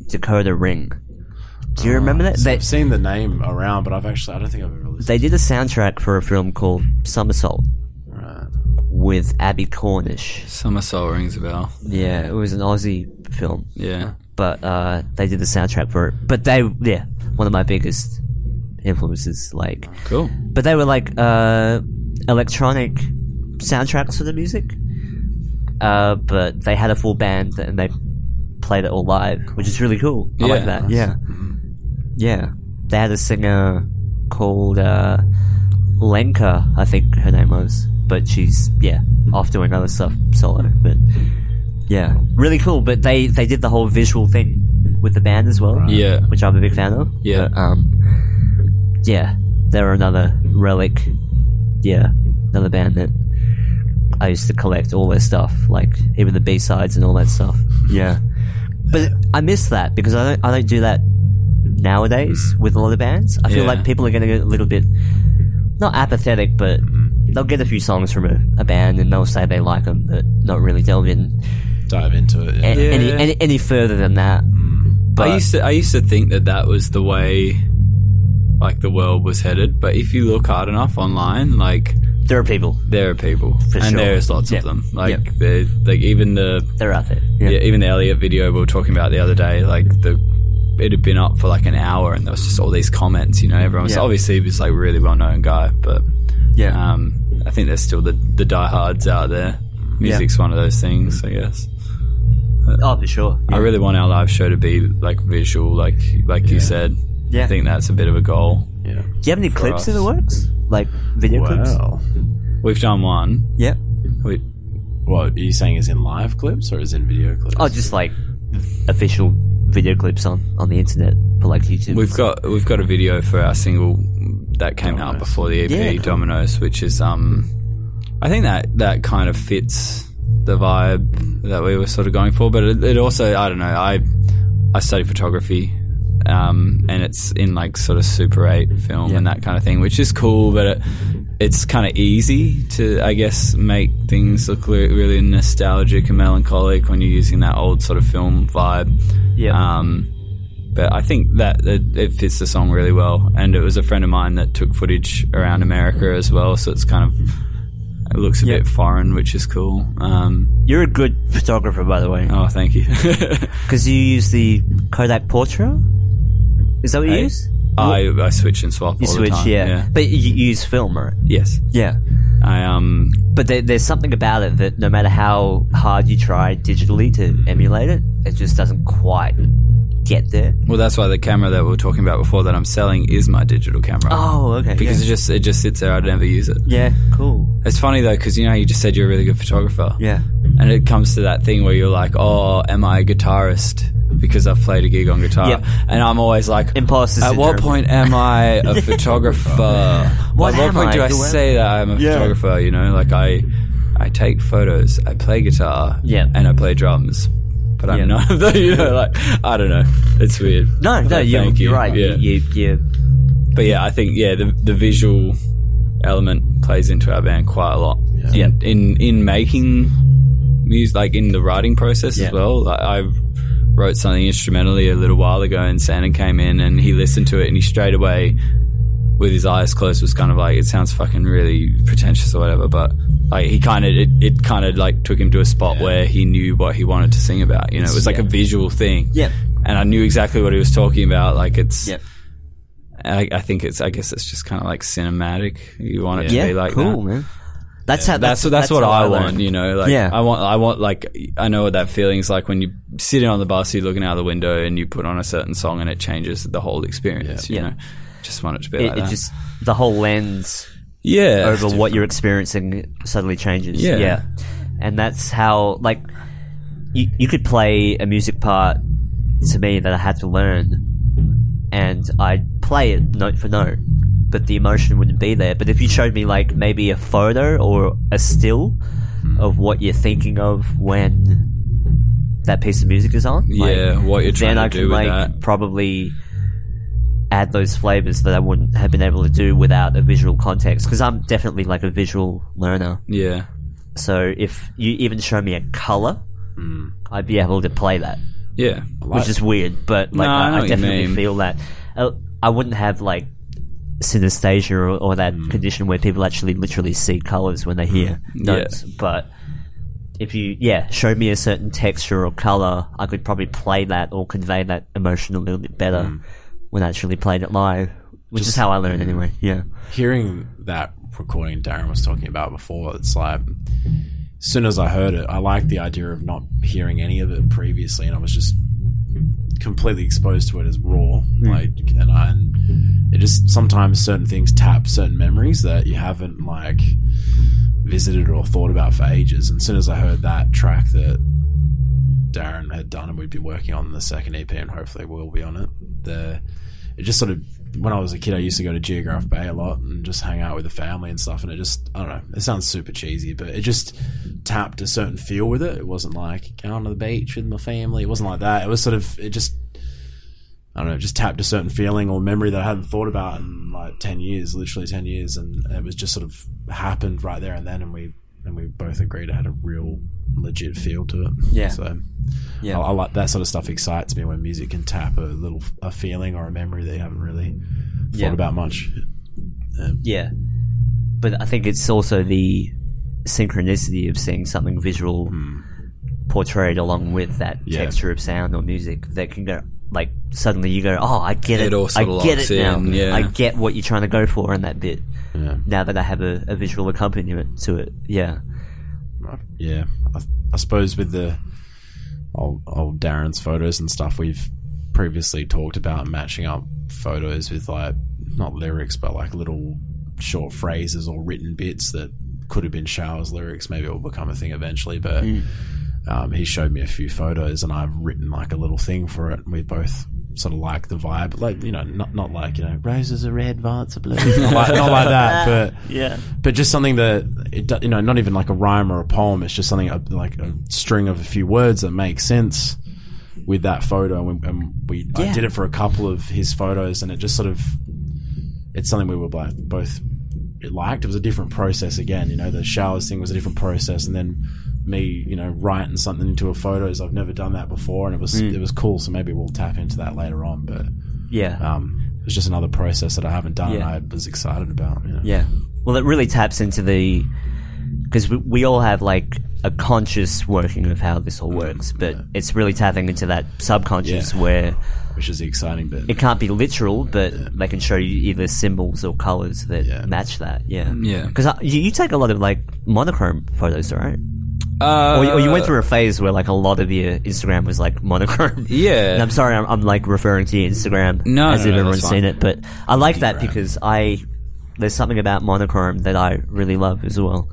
Speaker 2: Dakota Ring.
Speaker 4: Oh,
Speaker 2: Do you remember that? They
Speaker 3: I've seen the name around, but I've actually I don't think I've ever listened.
Speaker 2: they did a soundtrack for a film called Somersault
Speaker 3: Right.
Speaker 2: with Abby Cornish.
Speaker 4: Somersault rings a bell.
Speaker 2: Yeah, it was an Aussie film,
Speaker 4: Yeah,
Speaker 2: but uh, they did the soundtrack for it. But they, yeah, one of my biggest influences. Like,
Speaker 4: cool.
Speaker 2: but they were like uh, electronic soundtracks for the music. Uh, but they had a full band and they played it all live, which is really cool. I like
Speaker 4: Yeah.
Speaker 2: that. Yeah, yeah. They had a singer called uh, Lenka, I think her name was, but she's yeah off doing other stuff solo. But yeah, really cool. But they they did the whole visual thing with the band as well
Speaker 4: Yeah,
Speaker 2: which I'm a big fan of.
Speaker 4: Yeah.
Speaker 2: But, um, yeah, they're another relic. Yeah, another band that I used to collect all their stuff, like even the B sides and all that stuff. Yeah, but I miss that because I don't I don't do that nowadays with a lot of bands. I feel
Speaker 4: Yeah.
Speaker 2: like people are getting a little bit not apathetic, but they'll get a few songs from a, a band and they'll say they like them, but not really delve in
Speaker 3: dive into it.
Speaker 2: a-
Speaker 3: Yeah.
Speaker 2: any,
Speaker 4: Yeah.
Speaker 2: any any further than that. But uh,
Speaker 4: I used to I used to think that that was the way like the world was headed, but if you look hard enough online, like
Speaker 2: there are people
Speaker 4: there are people
Speaker 2: For
Speaker 4: and
Speaker 2: sure.
Speaker 4: there's lots
Speaker 2: Yeah.
Speaker 4: of them. Like
Speaker 2: Yeah.
Speaker 4: they're like even the
Speaker 2: they're out there.
Speaker 4: yeah. even the Elliot video we were talking about the other day, like the it had been up for like an hour and there was just all these comments, you know, everyone was
Speaker 2: Yeah.
Speaker 4: obviously he was like a really well known guy, but
Speaker 2: yeah.
Speaker 4: um I think there's still the the diehards out there. Music's one of those things, I guess.
Speaker 2: oh, for sure.
Speaker 4: I really want our live show to be like visual, like like you said.
Speaker 2: Yeah.
Speaker 4: I think that's a bit of a goal.
Speaker 3: yeah.
Speaker 2: Do you have any clips in the
Speaker 4: us.
Speaker 2: works, like video clips?
Speaker 3: Wow.
Speaker 4: We've done one.
Speaker 2: Yeah.
Speaker 4: We,
Speaker 3: What are you saying? Is in live clips or is in video clips?
Speaker 2: Oh, just like official video clips on on the internet for like YouTube.
Speaker 4: we've got we've got a video for our single that came out before the EP
Speaker 2: Yeah, cool.
Speaker 4: Dominoes, which is um, I think that that kind of fits the vibe that we were sort of going for. But it, it also I don't know I I study photography. Um, and it's in like sort of Super 8 film and that kind of thing, which is cool, but it, it's kind of easy to, I guess, make things look li- really nostalgic and melancholic when you're using that old sort of film vibe.
Speaker 2: yeah.
Speaker 4: Um, but I think that it, it fits the song really well. And it was a friend of mine that took footage around America as well, so it's kind of it looks a
Speaker 2: Yeah.
Speaker 4: bit foreign, which is cool. Um,
Speaker 2: You're a good photographer, by the way,
Speaker 4: oh, thank you.
Speaker 2: because you use the Kodak Portra. Is that what you
Speaker 4: Hey.
Speaker 2: use?
Speaker 4: I, I switch and swap.
Speaker 2: You
Speaker 4: all
Speaker 2: switch,
Speaker 4: the time.
Speaker 2: yeah. But you you use film, right?
Speaker 4: Yes,
Speaker 2: Yeah.
Speaker 4: I um.
Speaker 2: But there, there's something about it that no matter how hard you try digitally
Speaker 4: Mm.
Speaker 2: to emulate it, it just doesn't quite get there.
Speaker 4: Well, that's why the camera that we were talking about before that I'm selling is my digital camera.
Speaker 2: Oh, okay.
Speaker 4: Because it just it just sits there. I never use it.
Speaker 2: yeah, cool.
Speaker 4: It's funny though, because you know how you just said you're a really good photographer.
Speaker 2: Yeah.
Speaker 4: and it comes to that thing where you're like, "Oh, am I a guitarist?" Because I've played a gig on guitar,
Speaker 2: Yep.
Speaker 4: and I'm always like,
Speaker 2: Imposter
Speaker 4: At what
Speaker 2: syndrome."
Speaker 4: point am I a photographer?
Speaker 2: What
Speaker 4: At what
Speaker 2: am
Speaker 4: point
Speaker 2: I?
Speaker 4: do I
Speaker 2: Who am
Speaker 4: say that I'm a
Speaker 3: Yeah.
Speaker 4: photographer? You know, like I, I take photos, I play guitar,
Speaker 2: Yeah.
Speaker 4: and I play drums, but
Speaker 2: Yeah.
Speaker 4: I'm not. You know, like I don't know. It's weird.
Speaker 2: No, no,
Speaker 4: But
Speaker 2: you're,
Speaker 4: thank
Speaker 2: you're right.
Speaker 4: Yeah.
Speaker 2: You, you,
Speaker 4: But yeah, I think yeah, the the visual element plays into our band quite a lot.
Speaker 2: Yeah.
Speaker 4: In, in in making music, like in the writing process
Speaker 2: Yeah.
Speaker 4: as well. Like I wrote something instrumentally a little while ago, and Sandon came in and he listened to it, and he straight away, with his eyes closed, was kind of like, "It sounds fucking really pretentious or whatever." But like he kind of it, it kind of like took him to a spot where he knew what he wanted to sing about. You know, it was like a visual thing.
Speaker 2: Yeah.
Speaker 4: And I knew exactly what he was talking about. Like it's.
Speaker 2: Yep.
Speaker 4: I, I think it's. I guess it's just kind of like cinematic. You want it
Speaker 2: yeah,
Speaker 4: to be like
Speaker 2: cool,
Speaker 4: that.
Speaker 2: man. That's how.
Speaker 4: That's, that's what
Speaker 2: how
Speaker 4: I, want.
Speaker 2: learned.
Speaker 4: You know, like
Speaker 2: Yeah.
Speaker 4: I want. I want like I know what that feeling's like when you sitting on the bus, you're looking out the window, and you put on a certain song, and it changes the whole experience. You
Speaker 2: Yeah.
Speaker 4: know, just want it to be
Speaker 2: It,
Speaker 4: like
Speaker 2: it
Speaker 4: that.
Speaker 2: just the whole lens
Speaker 4: yeah.
Speaker 2: over what you're experiencing suddenly changes.
Speaker 4: Yeah.
Speaker 2: And that's how, like, you, you could play a music part to me that I had to learn, and I'd play it note for note, but the emotion wouldn't be there. But if you showed me, like, maybe a photo or a still
Speaker 4: Hmm.
Speaker 2: of what you're thinking of when that piece of music is on, like,
Speaker 4: yeah, what you're trying
Speaker 2: then
Speaker 4: to
Speaker 2: I
Speaker 4: do
Speaker 2: can,
Speaker 4: with
Speaker 2: like,
Speaker 4: that.
Speaker 2: probably add those flavors that I wouldn't have been able to do without a visual context because I'm definitely like a visual learner.
Speaker 4: Yeah,
Speaker 2: So if you even show me a color,
Speaker 4: Hmm.
Speaker 2: I'd be able to play that,
Speaker 4: yeah,
Speaker 2: which is weird, but like
Speaker 4: No, I
Speaker 2: I,
Speaker 4: know
Speaker 2: I
Speaker 4: what you
Speaker 2: definitely
Speaker 4: mean.
Speaker 2: feel that. Uh, I wouldn't have like synesthesia or, or that
Speaker 4: Hmm.
Speaker 2: condition where people actually literally see colors when they hear notes, but. If you yeah show me a certain texture or color, I could probably play that or convey that emotion a little bit better
Speaker 4: Hmm.
Speaker 2: when I actually played it live, which is how I learn anyway. Yeah,
Speaker 3: hearing that recording Darren was talking about before, it's like as soon as I heard it, I liked the idea of not hearing any of it previously, and I was just completely exposed to it as raw. Like, and I, and it just sometimes certain things tap certain memories that you haven't like visited or thought about for ages. And as soon as I heard that track that Darren had done, and we'd be working on the second EP, and hopefully we'll be on it. The it just sort of when I was a kid, I used to go to Geograph Bay a lot and just hang out with the family and stuff. And it just, I don't know, it sounds super cheesy, but it just tapped a certain feel with it. It wasn't like going to the beach with my family. It wasn't like that. It was sort of, it just, I don't know, just tapped a certain feeling or memory that I hadn't thought about in like ten years, literally ten years, and it was just sort of happened right there and then, and we and we both agreed it had a real legit feel to it.
Speaker 2: Yeah.
Speaker 3: So
Speaker 2: Yeah.
Speaker 3: I, I like that sort of stuff. Excites me when music can tap a little a feeling or a memory that you haven't really thought
Speaker 2: Yeah.
Speaker 3: about much.
Speaker 2: Yeah. But I think it's also the synchronicity of seeing something visual portrayed along with that
Speaker 3: Yeah.
Speaker 2: texture of sound or music that can go like suddenly you go, Oh, I get it.
Speaker 4: It all
Speaker 2: I
Speaker 4: sorta
Speaker 2: get
Speaker 4: locks
Speaker 2: it now.
Speaker 4: in, yeah.
Speaker 2: I get what you're trying to go for in that bit.
Speaker 3: Yeah.
Speaker 2: Now that I have a, a visual accompaniment to it. Yeah.
Speaker 3: yeah, I, I suppose with the old, old Darren's photos and stuff, we've previously talked about matching up photos with like not lyrics, but like little short phrases or written bits that could have been Shower's lyrics. Maybe it will become a thing eventually, but. Um, he showed me a few photos, and I've written like a little thing for it. And we both sort of like the vibe, like you know, not not like you know, roses are red, violets are blue, not like, not like that, but
Speaker 2: Yeah.
Speaker 3: but just something that it, do- you know, not even like a rhyme or a poem. It's just something uh, like a string of a few words that make sense with that photo. And we, and we I
Speaker 2: Yeah.
Speaker 3: did it for a couple of his photos, and it just sort of it's something we were both both liked. It was a different process again. You know, the showers thing was a different process, and then me, you know, writing something into a photo is I've never done that before, and it was
Speaker 2: Hmm.
Speaker 3: it was cool. So maybe we'll tap into that later on, but.
Speaker 2: Yeah.
Speaker 3: Um, it was just another process that I haven't done,
Speaker 2: Yeah.
Speaker 3: and I was excited about. You know?
Speaker 2: Yeah. Well, it really taps into the because we, we all have like a conscious working of how this all works, but it's really tapping into that subconscious
Speaker 3: Yeah.
Speaker 2: where
Speaker 3: which is the exciting bit.
Speaker 2: it can't be literal, but they can show you either symbols or colors that
Speaker 3: Yeah.
Speaker 2: match that. Yeah.
Speaker 4: Yeah.
Speaker 2: Because uh, you, you take a lot of like monochrome photos, right?
Speaker 4: Uh,
Speaker 2: Or, you- or you went through a phase where like a lot of your Instagram was like monochrome.
Speaker 4: Yeah.
Speaker 2: And I'm sorry, I'm, I'm like referring to your Instagram
Speaker 4: No,
Speaker 2: as
Speaker 4: no,
Speaker 2: if
Speaker 4: no,
Speaker 2: everyone's
Speaker 4: that's fine.
Speaker 2: seen it, but I like that because I there's something about monochrome that I really love as well.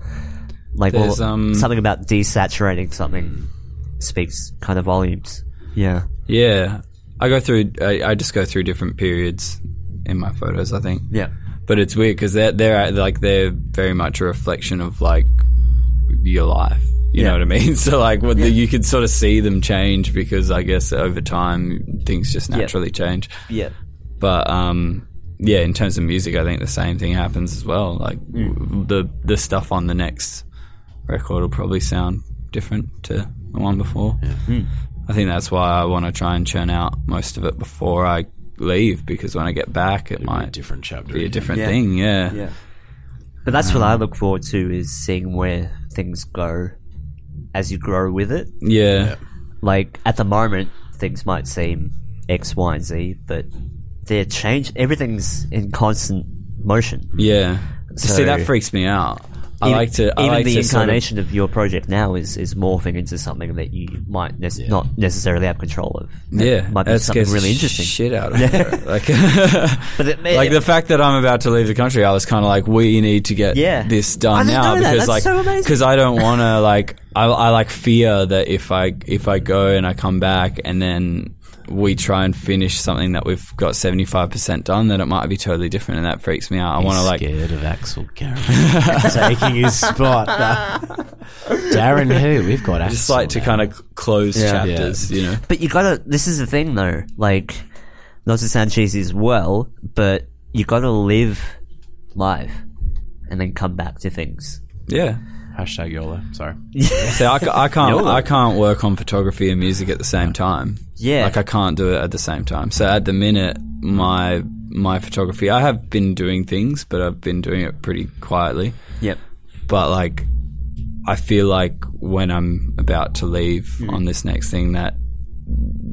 Speaker 2: Like well,
Speaker 4: There's, um,
Speaker 2: something about desaturating something speaks kind of volumes. Yeah.
Speaker 4: Yeah, I go through. I, I just go through different periods in my photos. I think.
Speaker 2: Yeah.
Speaker 4: but it's weird because they're they're like they're very much a reflection of like your life. You
Speaker 2: Yeah.
Speaker 4: know what I mean? So like, what the, you could sort of see them change because I guess over time things just naturally change.
Speaker 2: Yeah.
Speaker 4: But um, yeah, in terms of music, I think the same thing happens as well. Like w the the stuff on the next record will probably sound different to the one before. I think that's why I want to try and churn out most of it before I leave because when I get back, it
Speaker 3: Might be a
Speaker 4: might
Speaker 3: different chapter.
Speaker 4: be a different
Speaker 2: Yeah.
Speaker 4: thing. Yeah.
Speaker 2: But that's what
Speaker 4: Um,
Speaker 2: I look forward to is seeing where things go as you grow with it.
Speaker 4: Yeah.
Speaker 2: like at the moment things might seem x y and z but they're change everything's in constant motion
Speaker 4: Yeah.
Speaker 2: So-
Speaker 4: See, that freaks me out. I
Speaker 2: Even-
Speaker 4: like to. I
Speaker 2: even
Speaker 4: like
Speaker 2: the
Speaker 4: to sort of-
Speaker 2: incarnation of, your project now is, is morphing into something that you might nec- not necessarily have control of That
Speaker 4: yeah.
Speaker 2: might be
Speaker 4: that
Speaker 2: something
Speaker 4: scares the
Speaker 2: really interesting
Speaker 4: Shit out of it. Like,
Speaker 2: but it,
Speaker 4: like the fact that I'm about to leave the country, I was kind of like, we need to get
Speaker 2: Yeah.
Speaker 4: this
Speaker 2: I
Speaker 4: done
Speaker 2: didn't
Speaker 4: now
Speaker 2: know that.
Speaker 4: because
Speaker 2: That's so
Speaker 4: like,
Speaker 2: amazing.
Speaker 4: because I don't want to like, I, I like fear that if I if I go and I come back and then we try and finish something that we've got 75% done, that it might be totally different, and that freaks me out. I want to like,
Speaker 3: scared of Axel Carey taking his spot. Darren, who we've got
Speaker 4: just like to kind of close chapters, you know.
Speaker 2: but you gotta this is the thing though like not to sound cheesy as well but you gotta live life and then come back to things
Speaker 4: Yeah.
Speaker 3: hashtag YOLO. Sorry,
Speaker 4: See, I, ca- I can't
Speaker 2: No.
Speaker 4: I can't work on photography and music at the same time.
Speaker 2: Yeah.
Speaker 4: like I can't do it at the same time. So at the minute, my my photography, I have been doing things, but I've been doing it pretty quietly.
Speaker 2: yep
Speaker 4: But like, I feel like when I'm about to leave
Speaker 2: Hmm.
Speaker 4: on this next thing, that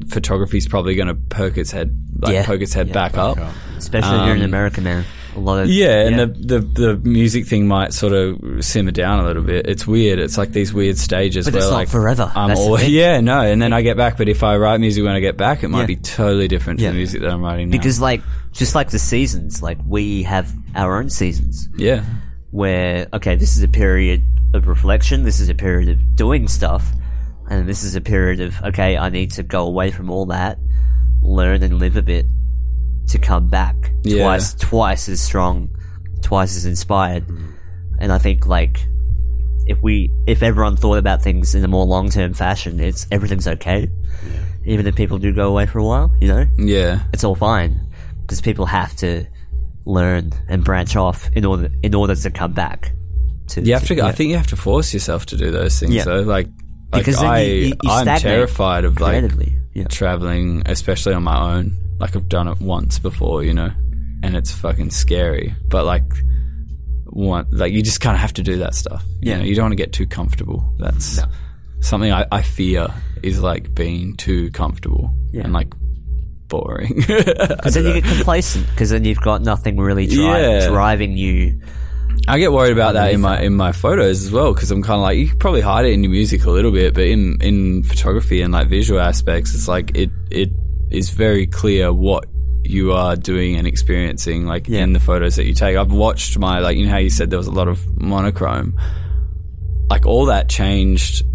Speaker 4: photography's probably going to poke its head, like
Speaker 2: Yeah.
Speaker 4: poke its head
Speaker 2: Yeah,
Speaker 4: back up.
Speaker 2: especially if you're in America now a lot of
Speaker 4: Um, Yeah, and The, the the music thing might sort of simmer down a little bit. It's weird. It's like these weird stages
Speaker 2: But
Speaker 4: where
Speaker 2: it's not
Speaker 4: like
Speaker 2: forever.
Speaker 4: I'm
Speaker 2: That's the
Speaker 4: all,
Speaker 2: thing.
Speaker 4: yeah, no, and then I get back. But if I write music when I get back, it might
Speaker 2: Yeah.
Speaker 4: be totally different to
Speaker 2: Yeah.
Speaker 4: the music that I'm writing now.
Speaker 2: Because like just like the seasons, like we have our own seasons
Speaker 4: yeah,
Speaker 2: where okay, this is a period of reflection, this is a period of doing stuff, and this is a period of okay, I need to go away from all that, learn and live a bit to come back
Speaker 4: Yeah.
Speaker 2: twice twice as strong, twice as inspired. And I think like if we if everyone thought about things in a more long term fashion, it's everything's okay. even if people do go away for a while, you know,
Speaker 4: Yeah.
Speaker 2: it's all fine because people have to learn and branch off in order in order to come back. To,
Speaker 4: You have to. I
Speaker 2: yeah.
Speaker 4: think you have to force yourself to do those things.
Speaker 2: Yeah.
Speaker 4: Though, like, like
Speaker 2: Because then you-
Speaker 4: I,
Speaker 2: you- you
Speaker 4: I'm
Speaker 2: stagnate
Speaker 4: terrified of like
Speaker 2: creatively. Yeah.
Speaker 4: traveling, especially on my own. Like I've done it once before, you know, and it's fucking scary. But like, one, like you just kind of have to do that stuff.
Speaker 2: Yeah.
Speaker 4: you, know? You don't want to get too comfortable. That's something I, I fear is like being too comfortable
Speaker 2: Yeah.
Speaker 4: and like boring.
Speaker 2: Because then you get complacent. Because then you've got nothing really dri-
Speaker 4: Yeah.
Speaker 2: driving you.
Speaker 4: I get worried about that in my in my photos as well because I'm kind of like you could probably hide it in your music a little bit, but in in photography and like visual aspects, it's like it it is very clear what you are doing and experiencing like
Speaker 2: Yeah.
Speaker 4: in the photos that you take. I've watched my like you know how you said there was a lot of monochrome, like all that changed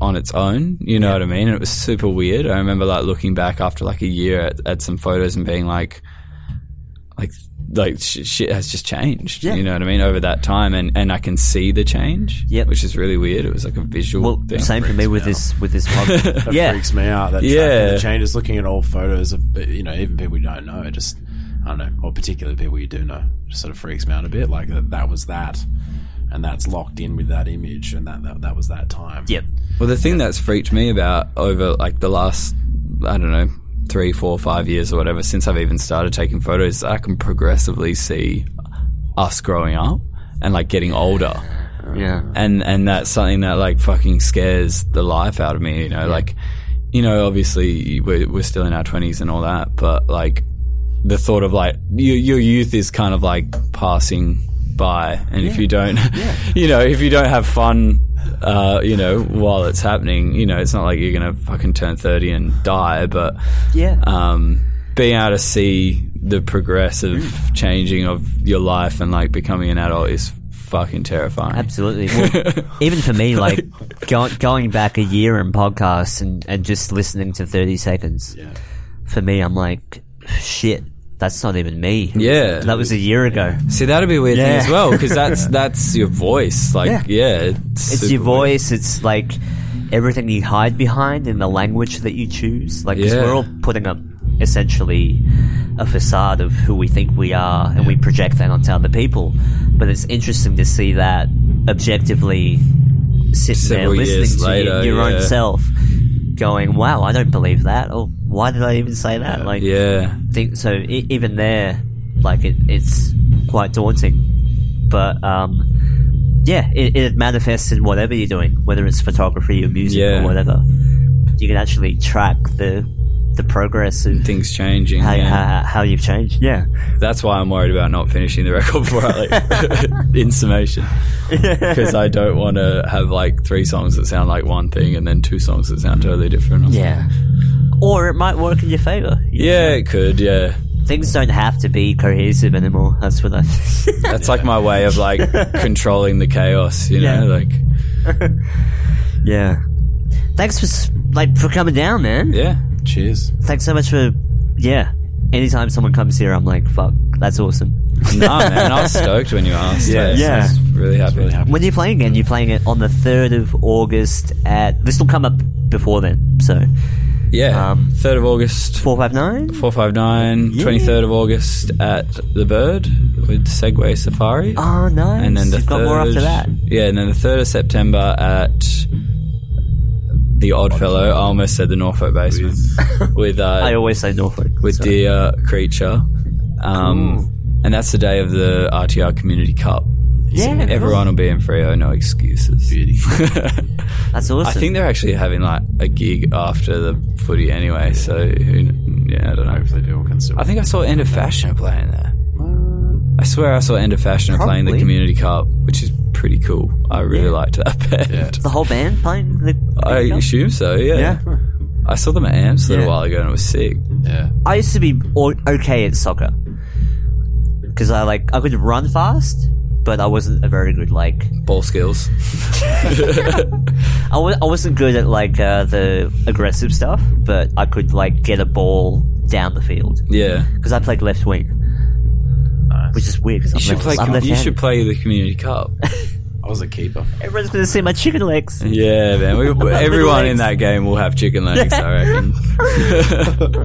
Speaker 4: on its own. You know what I mean? And it was super weird. I remember like looking back after like a year at, at some photos and being like, like, like sh- shit has just changed.
Speaker 2: Yeah.
Speaker 4: You know what I mean? Over that time, and and I can see the change.
Speaker 2: Yep.
Speaker 4: which is really weird. It was like a visual
Speaker 2: Well,
Speaker 4: thing.
Speaker 2: same for me with this with this podcast.
Speaker 3: That
Speaker 2: yeah,
Speaker 3: freaks me out. That
Speaker 4: Yeah.
Speaker 3: yeah, the changes. Looking at old photos of you know even people you don't know, it just I don't know, or particularly people you do know, just sort of freaks me out a bit. Like that, that was that, and that's locked in with that image, and that that, that was that time.
Speaker 2: yeah,
Speaker 4: Well, the thing that's freaked me about over like the last, I don't know, three, four, five years or whatever, since I've even started taking photos, is I can progressively see us growing up and like getting older.
Speaker 2: yeah.
Speaker 4: and and that's something that like fucking scares the life out of me. You know, like you know, obviously we're, we're still in our twenties and all that, but like the thought of like your your youth is kind of like passing by, and if you don't, you know, if you don't have fun. Uh, you know, while it's happening, you know, it's not like you're gonna fucking turn thirty and die, but
Speaker 2: Yeah.
Speaker 4: um, being able to see the progressive changing of your life and like becoming an adult is fucking terrifying.
Speaker 2: Absolutely. Well, even for me, like go- going back a year in podcasts and, and just listening to 30 seconds,
Speaker 3: Yeah.
Speaker 2: for me, I'm like, shit, that's not even me.
Speaker 4: Yeah.
Speaker 2: That was a year ago.
Speaker 4: See, that'd be a weird
Speaker 2: Yeah.
Speaker 4: thing as well because that's that's your voice. Like,
Speaker 2: Yeah.
Speaker 4: yeah, it's,
Speaker 2: It's
Speaker 4: super
Speaker 2: your
Speaker 4: weird.
Speaker 2: voice, it's like everything you hide behind and the language that you choose. Like, 'cause
Speaker 4: Yeah.
Speaker 2: we're all putting up essentially a facade of who we think we are and we project that onto other people. But it's interesting to see that objectively sitting
Speaker 4: Several
Speaker 2: there
Speaker 4: years
Speaker 2: listening to y-
Speaker 4: later,
Speaker 2: your own
Speaker 4: yeah.
Speaker 2: self going, wow, I don't believe that. Oh, why did I even say that? Like,
Speaker 4: Yeah,
Speaker 2: think so e- even there like it, it's quite daunting but um yeah it, it manifests in whatever you're doing whether it's photography or music
Speaker 4: Yeah.
Speaker 2: or whatever you can actually track the the progress of
Speaker 4: things changing.
Speaker 2: how,
Speaker 4: yeah.
Speaker 2: how, how you've changed yeah
Speaker 4: That's why I'm worried about not finishing the record before I like in summation because I don't want to have like three songs that sound like one thing and then two songs that sound totally different. or something.
Speaker 2: yeah or it might work in your favor
Speaker 4: yeah, it could. Yeah,
Speaker 2: things don't have to be cohesive anymore that's what i think
Speaker 4: that's like my way of like controlling the chaos. You know,
Speaker 2: Yeah.
Speaker 4: like
Speaker 2: yeah thanks for s- like for coming down man
Speaker 4: yeah,
Speaker 3: Cheers.
Speaker 2: thanks so much for yeah anytime someone comes here i'm like fuck that's awesome
Speaker 4: nah, man. I was stoked when you asked.
Speaker 3: Yeah,
Speaker 4: like,
Speaker 2: yeah.
Speaker 4: I was really happy.
Speaker 3: Really happy.
Speaker 2: when are you playing again you're playing it on the 3rd of august at this will come up before then so
Speaker 4: Yeah,
Speaker 2: Um,
Speaker 4: third of August.
Speaker 2: 459
Speaker 4: 459,
Speaker 2: Yeah.
Speaker 4: 23rd of August at The Bird with Segway Safari.
Speaker 2: oh nice
Speaker 4: and then the
Speaker 2: you've got more after that
Speaker 4: Yeah, and then the 3rd of September at The Odd Fellow. I almost said the Norfolk Basement. With,
Speaker 2: i
Speaker 4: uh,
Speaker 2: always say norfolk
Speaker 4: with
Speaker 2: so-
Speaker 4: Dear Creature. Um, and that's the day of the RTR Community Cup.
Speaker 2: yeah cool.
Speaker 4: Everyone will be in Frio, no excuses.
Speaker 3: Beauty.
Speaker 2: that's awesome
Speaker 4: I think they're actually having like a gig after the footy anyway, so who, kn- yeah, I don't know.
Speaker 3: Hopefully, people can still.
Speaker 4: I think I saw End of Fashion playing there. I swear I saw End of Fashion playing the
Speaker 2: Probably.
Speaker 4: Community Cup, which is pretty cool. I really
Speaker 2: Yeah.
Speaker 4: liked that band.
Speaker 3: Yeah.
Speaker 2: the whole band playing the
Speaker 4: I assume so, yeah.
Speaker 2: Yeah.
Speaker 4: I saw them at Amps a little
Speaker 2: Yeah.
Speaker 4: while ago and it was sick.
Speaker 3: Yeah.
Speaker 2: I used to be o- okay at soccer because I like I could run fast but I wasn't a very good like
Speaker 4: Ball skills.
Speaker 2: I w- I wasn't good at like uh, the aggressive stuff, but I could like get a ball down the field
Speaker 4: Yeah.
Speaker 2: because I played left wing,
Speaker 3: Nice.
Speaker 2: which is weird. Cause I'm
Speaker 4: You should
Speaker 2: left,
Speaker 4: play
Speaker 2: I'm
Speaker 4: you
Speaker 2: left-handed.
Speaker 4: should play the Community Cup.
Speaker 3: I was a keeper.
Speaker 2: Everyone's going to see my chicken legs.
Speaker 4: Yeah, man. We, we- everyone in that game will have chicken legs, I reckon.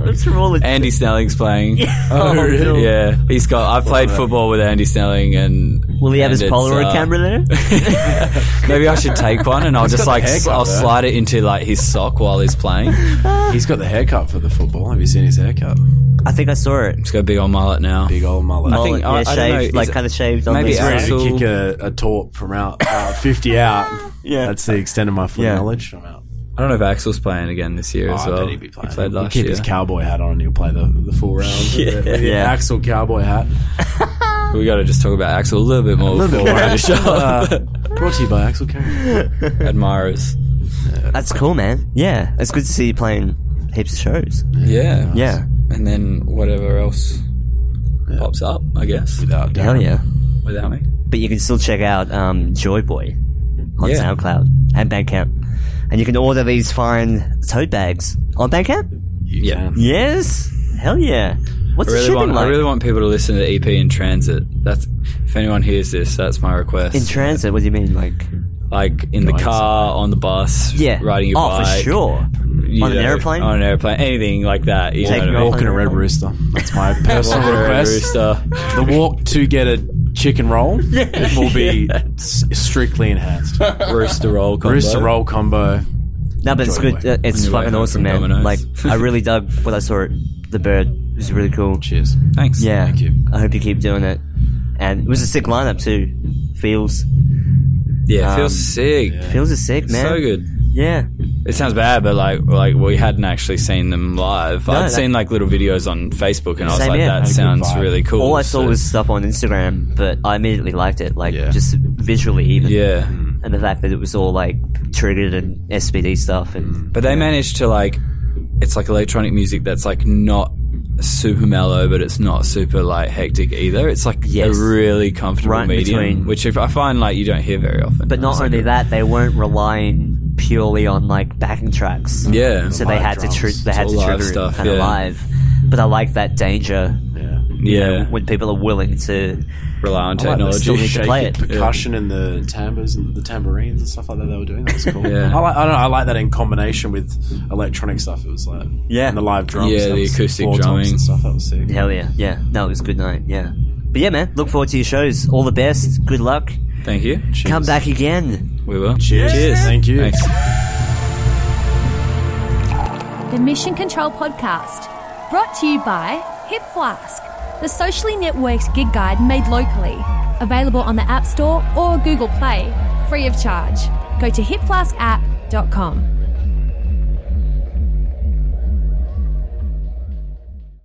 Speaker 2: It's from all the-
Speaker 4: Andy Snelling's playing.
Speaker 3: Oh, really?
Speaker 4: Yeah, he's got. I played football with Andy Snelling, and
Speaker 2: Will he have
Speaker 4: and
Speaker 2: his
Speaker 4: it's,
Speaker 2: Polaroid
Speaker 4: uh,
Speaker 2: camera there?
Speaker 4: Maybe I should take one, and I'll
Speaker 3: He's
Speaker 4: just
Speaker 3: got
Speaker 4: like
Speaker 3: the
Speaker 4: s-
Speaker 3: haircut
Speaker 4: I'll
Speaker 3: there.
Speaker 4: slide it into like his sock while he's playing.
Speaker 3: He's got the haircut for the football. Have you seen his haircut?
Speaker 2: I think I saw it.
Speaker 4: He's got a big old mullet now.
Speaker 3: Big old mullet.
Speaker 4: I think-
Speaker 2: Mullet, yeah,
Speaker 4: I don't know,
Speaker 2: shaved,
Speaker 4: is
Speaker 2: like
Speaker 4: it-
Speaker 2: kind of shaved on
Speaker 4: maybe
Speaker 2: this.
Speaker 4: it's
Speaker 3: ready
Speaker 2: side.
Speaker 3: to
Speaker 4: Axel-
Speaker 3: kick a, a torp from out uh, 50 out.
Speaker 2: Yeah.
Speaker 3: That's the extent of my foot
Speaker 2: Yeah.
Speaker 3: knowledge. I'm out.
Speaker 4: I don't know if Axel's playing again this year as
Speaker 3: Oh, I
Speaker 4: well.
Speaker 3: bet he'd be playing.
Speaker 4: He played
Speaker 3: He'll
Speaker 4: last
Speaker 3: keep
Speaker 4: year.
Speaker 3: his cowboy hat on and he'll play the, the full round. yeah.
Speaker 2: Yeah.
Speaker 3: Axel cowboy hat.
Speaker 4: We got to just talk about Axel a little bit more.
Speaker 3: little bit
Speaker 4: before
Speaker 3: more
Speaker 4: we finish up.
Speaker 3: Uh, brought to you by Axel Carey.
Speaker 4: Admirers.
Speaker 2: That's cool, man. Yeah, it's good to see you playing heaps of shows.
Speaker 4: Yeah.
Speaker 2: Yeah,
Speaker 4: And then whatever else pops up, I guess,
Speaker 3: Without doubt.
Speaker 2: hell yeah.
Speaker 4: without me.
Speaker 2: But you can still check out um, Joy Boy on
Speaker 4: Yeah.
Speaker 2: SoundCloud and Bandcamp, and you can order these fine tote bags on Bandcamp.
Speaker 3: You
Speaker 4: Yeah.
Speaker 3: can.
Speaker 2: Yes, hell yeah. What's
Speaker 4: I
Speaker 2: the
Speaker 4: really,
Speaker 2: shipping
Speaker 4: want,
Speaker 2: like
Speaker 4: I really want people to listen to the EP in transit. That's if anyone hears this, that's my request.
Speaker 2: in transit? What do you mean, like?
Speaker 4: like in the
Speaker 3: Going
Speaker 4: car, on the bus,
Speaker 2: Yeah,
Speaker 4: riding your
Speaker 2: oh,
Speaker 4: bike,
Speaker 2: for sure.
Speaker 4: you
Speaker 2: On an airplane?
Speaker 4: on an airplane, anything like that. You
Speaker 2: Take
Speaker 4: know
Speaker 2: me
Speaker 4: what
Speaker 3: Walking a red rooster. That's my
Speaker 4: I mean?
Speaker 3: personal
Speaker 4: Walking around
Speaker 3: request.
Speaker 4: Rooster.
Speaker 3: The walk to get a chicken roll will be s- strictly enhanced.
Speaker 4: Rooster roll combo.
Speaker 3: Rooster roll combo.
Speaker 2: No, but it's
Speaker 3: Joy
Speaker 2: good.
Speaker 3: Boy.
Speaker 2: Uh, it's
Speaker 4: On your way
Speaker 2: fucking
Speaker 4: home
Speaker 2: awesome,
Speaker 4: from
Speaker 2: man.
Speaker 4: Domino's.
Speaker 2: Like, I really dug what I saw at the bird. It was really cool.
Speaker 3: Cheers.
Speaker 4: Thanks.
Speaker 2: Yeah,
Speaker 3: Thank you.
Speaker 2: I hope you keep doing it. And it was a sick lineup too. Feels,
Speaker 4: Yeah, it feels
Speaker 2: Um,
Speaker 4: sick.
Speaker 2: feels is sick, man.
Speaker 4: So good.
Speaker 2: Yeah,
Speaker 4: It sounds bad, but like like we hadn't actually seen them live. I'd
Speaker 2: that-
Speaker 4: seen like little videos on Facebook, and I was
Speaker 2: Same
Speaker 4: like,
Speaker 2: here. Had a
Speaker 4: that
Speaker 2: good
Speaker 4: sounds
Speaker 3: vibe.
Speaker 4: really cool.
Speaker 2: all I saw
Speaker 4: So-
Speaker 2: was stuff on Instagram, but I immediately liked it. Like,
Speaker 3: Yeah.
Speaker 2: just visually, even.
Speaker 4: yeah,
Speaker 2: And the fact that it was all like triggered and SPD stuff, and
Speaker 4: but they managed to like it's like electronic music that's like not super mellow, but it's not super like hectic either. It's like
Speaker 2: Yes.
Speaker 4: a really comfortable
Speaker 2: Right in
Speaker 4: medium,
Speaker 2: between.
Speaker 4: which if I find like you don't hear very often.
Speaker 2: but not
Speaker 4: It's like
Speaker 2: only
Speaker 4: a-
Speaker 2: that, they weren't relying purely on like backing tracks.
Speaker 4: yeah,
Speaker 2: So they
Speaker 3: Live
Speaker 2: had to tr-
Speaker 3: drums.
Speaker 2: they had
Speaker 4: It's
Speaker 2: to
Speaker 4: all live
Speaker 2: trigger
Speaker 4: stuff,
Speaker 2: it kind of
Speaker 4: yeah.
Speaker 2: live. But I like that danger
Speaker 3: Yeah.
Speaker 4: yeah,
Speaker 2: when people are willing to.
Speaker 4: rely on
Speaker 3: I like the
Speaker 4: technology.
Speaker 3: still
Speaker 2: need to play
Speaker 3: shaky
Speaker 2: it.
Speaker 3: Percussion and the timbres and the tambourines and stuff like that they were doing. That was cool.
Speaker 4: Yeah.
Speaker 3: I like. I, don't know, I like that in combination with electronic stuff. It was like
Speaker 2: Yeah.
Speaker 3: and the live drums.
Speaker 4: Yeah,
Speaker 3: that
Speaker 4: the
Speaker 3: was-
Speaker 4: acoustic
Speaker 3: floor tops
Speaker 4: drumming.
Speaker 3: and stuff. That was sick.
Speaker 2: Hell yeah, yeah. No, it was a good night. Yeah, but yeah, man. Look forward to your shows. All the best. Good luck.
Speaker 4: Thank you.
Speaker 2: Come back again.
Speaker 4: We will.
Speaker 3: Cheers. Thank you.
Speaker 4: Thanks.
Speaker 1: The Mission Control Podcast, brought to you by Hip Flask, the socially networked gig guide made locally. Available on the App Store or Google Play, free of charge. Go to hipflaskapp.com.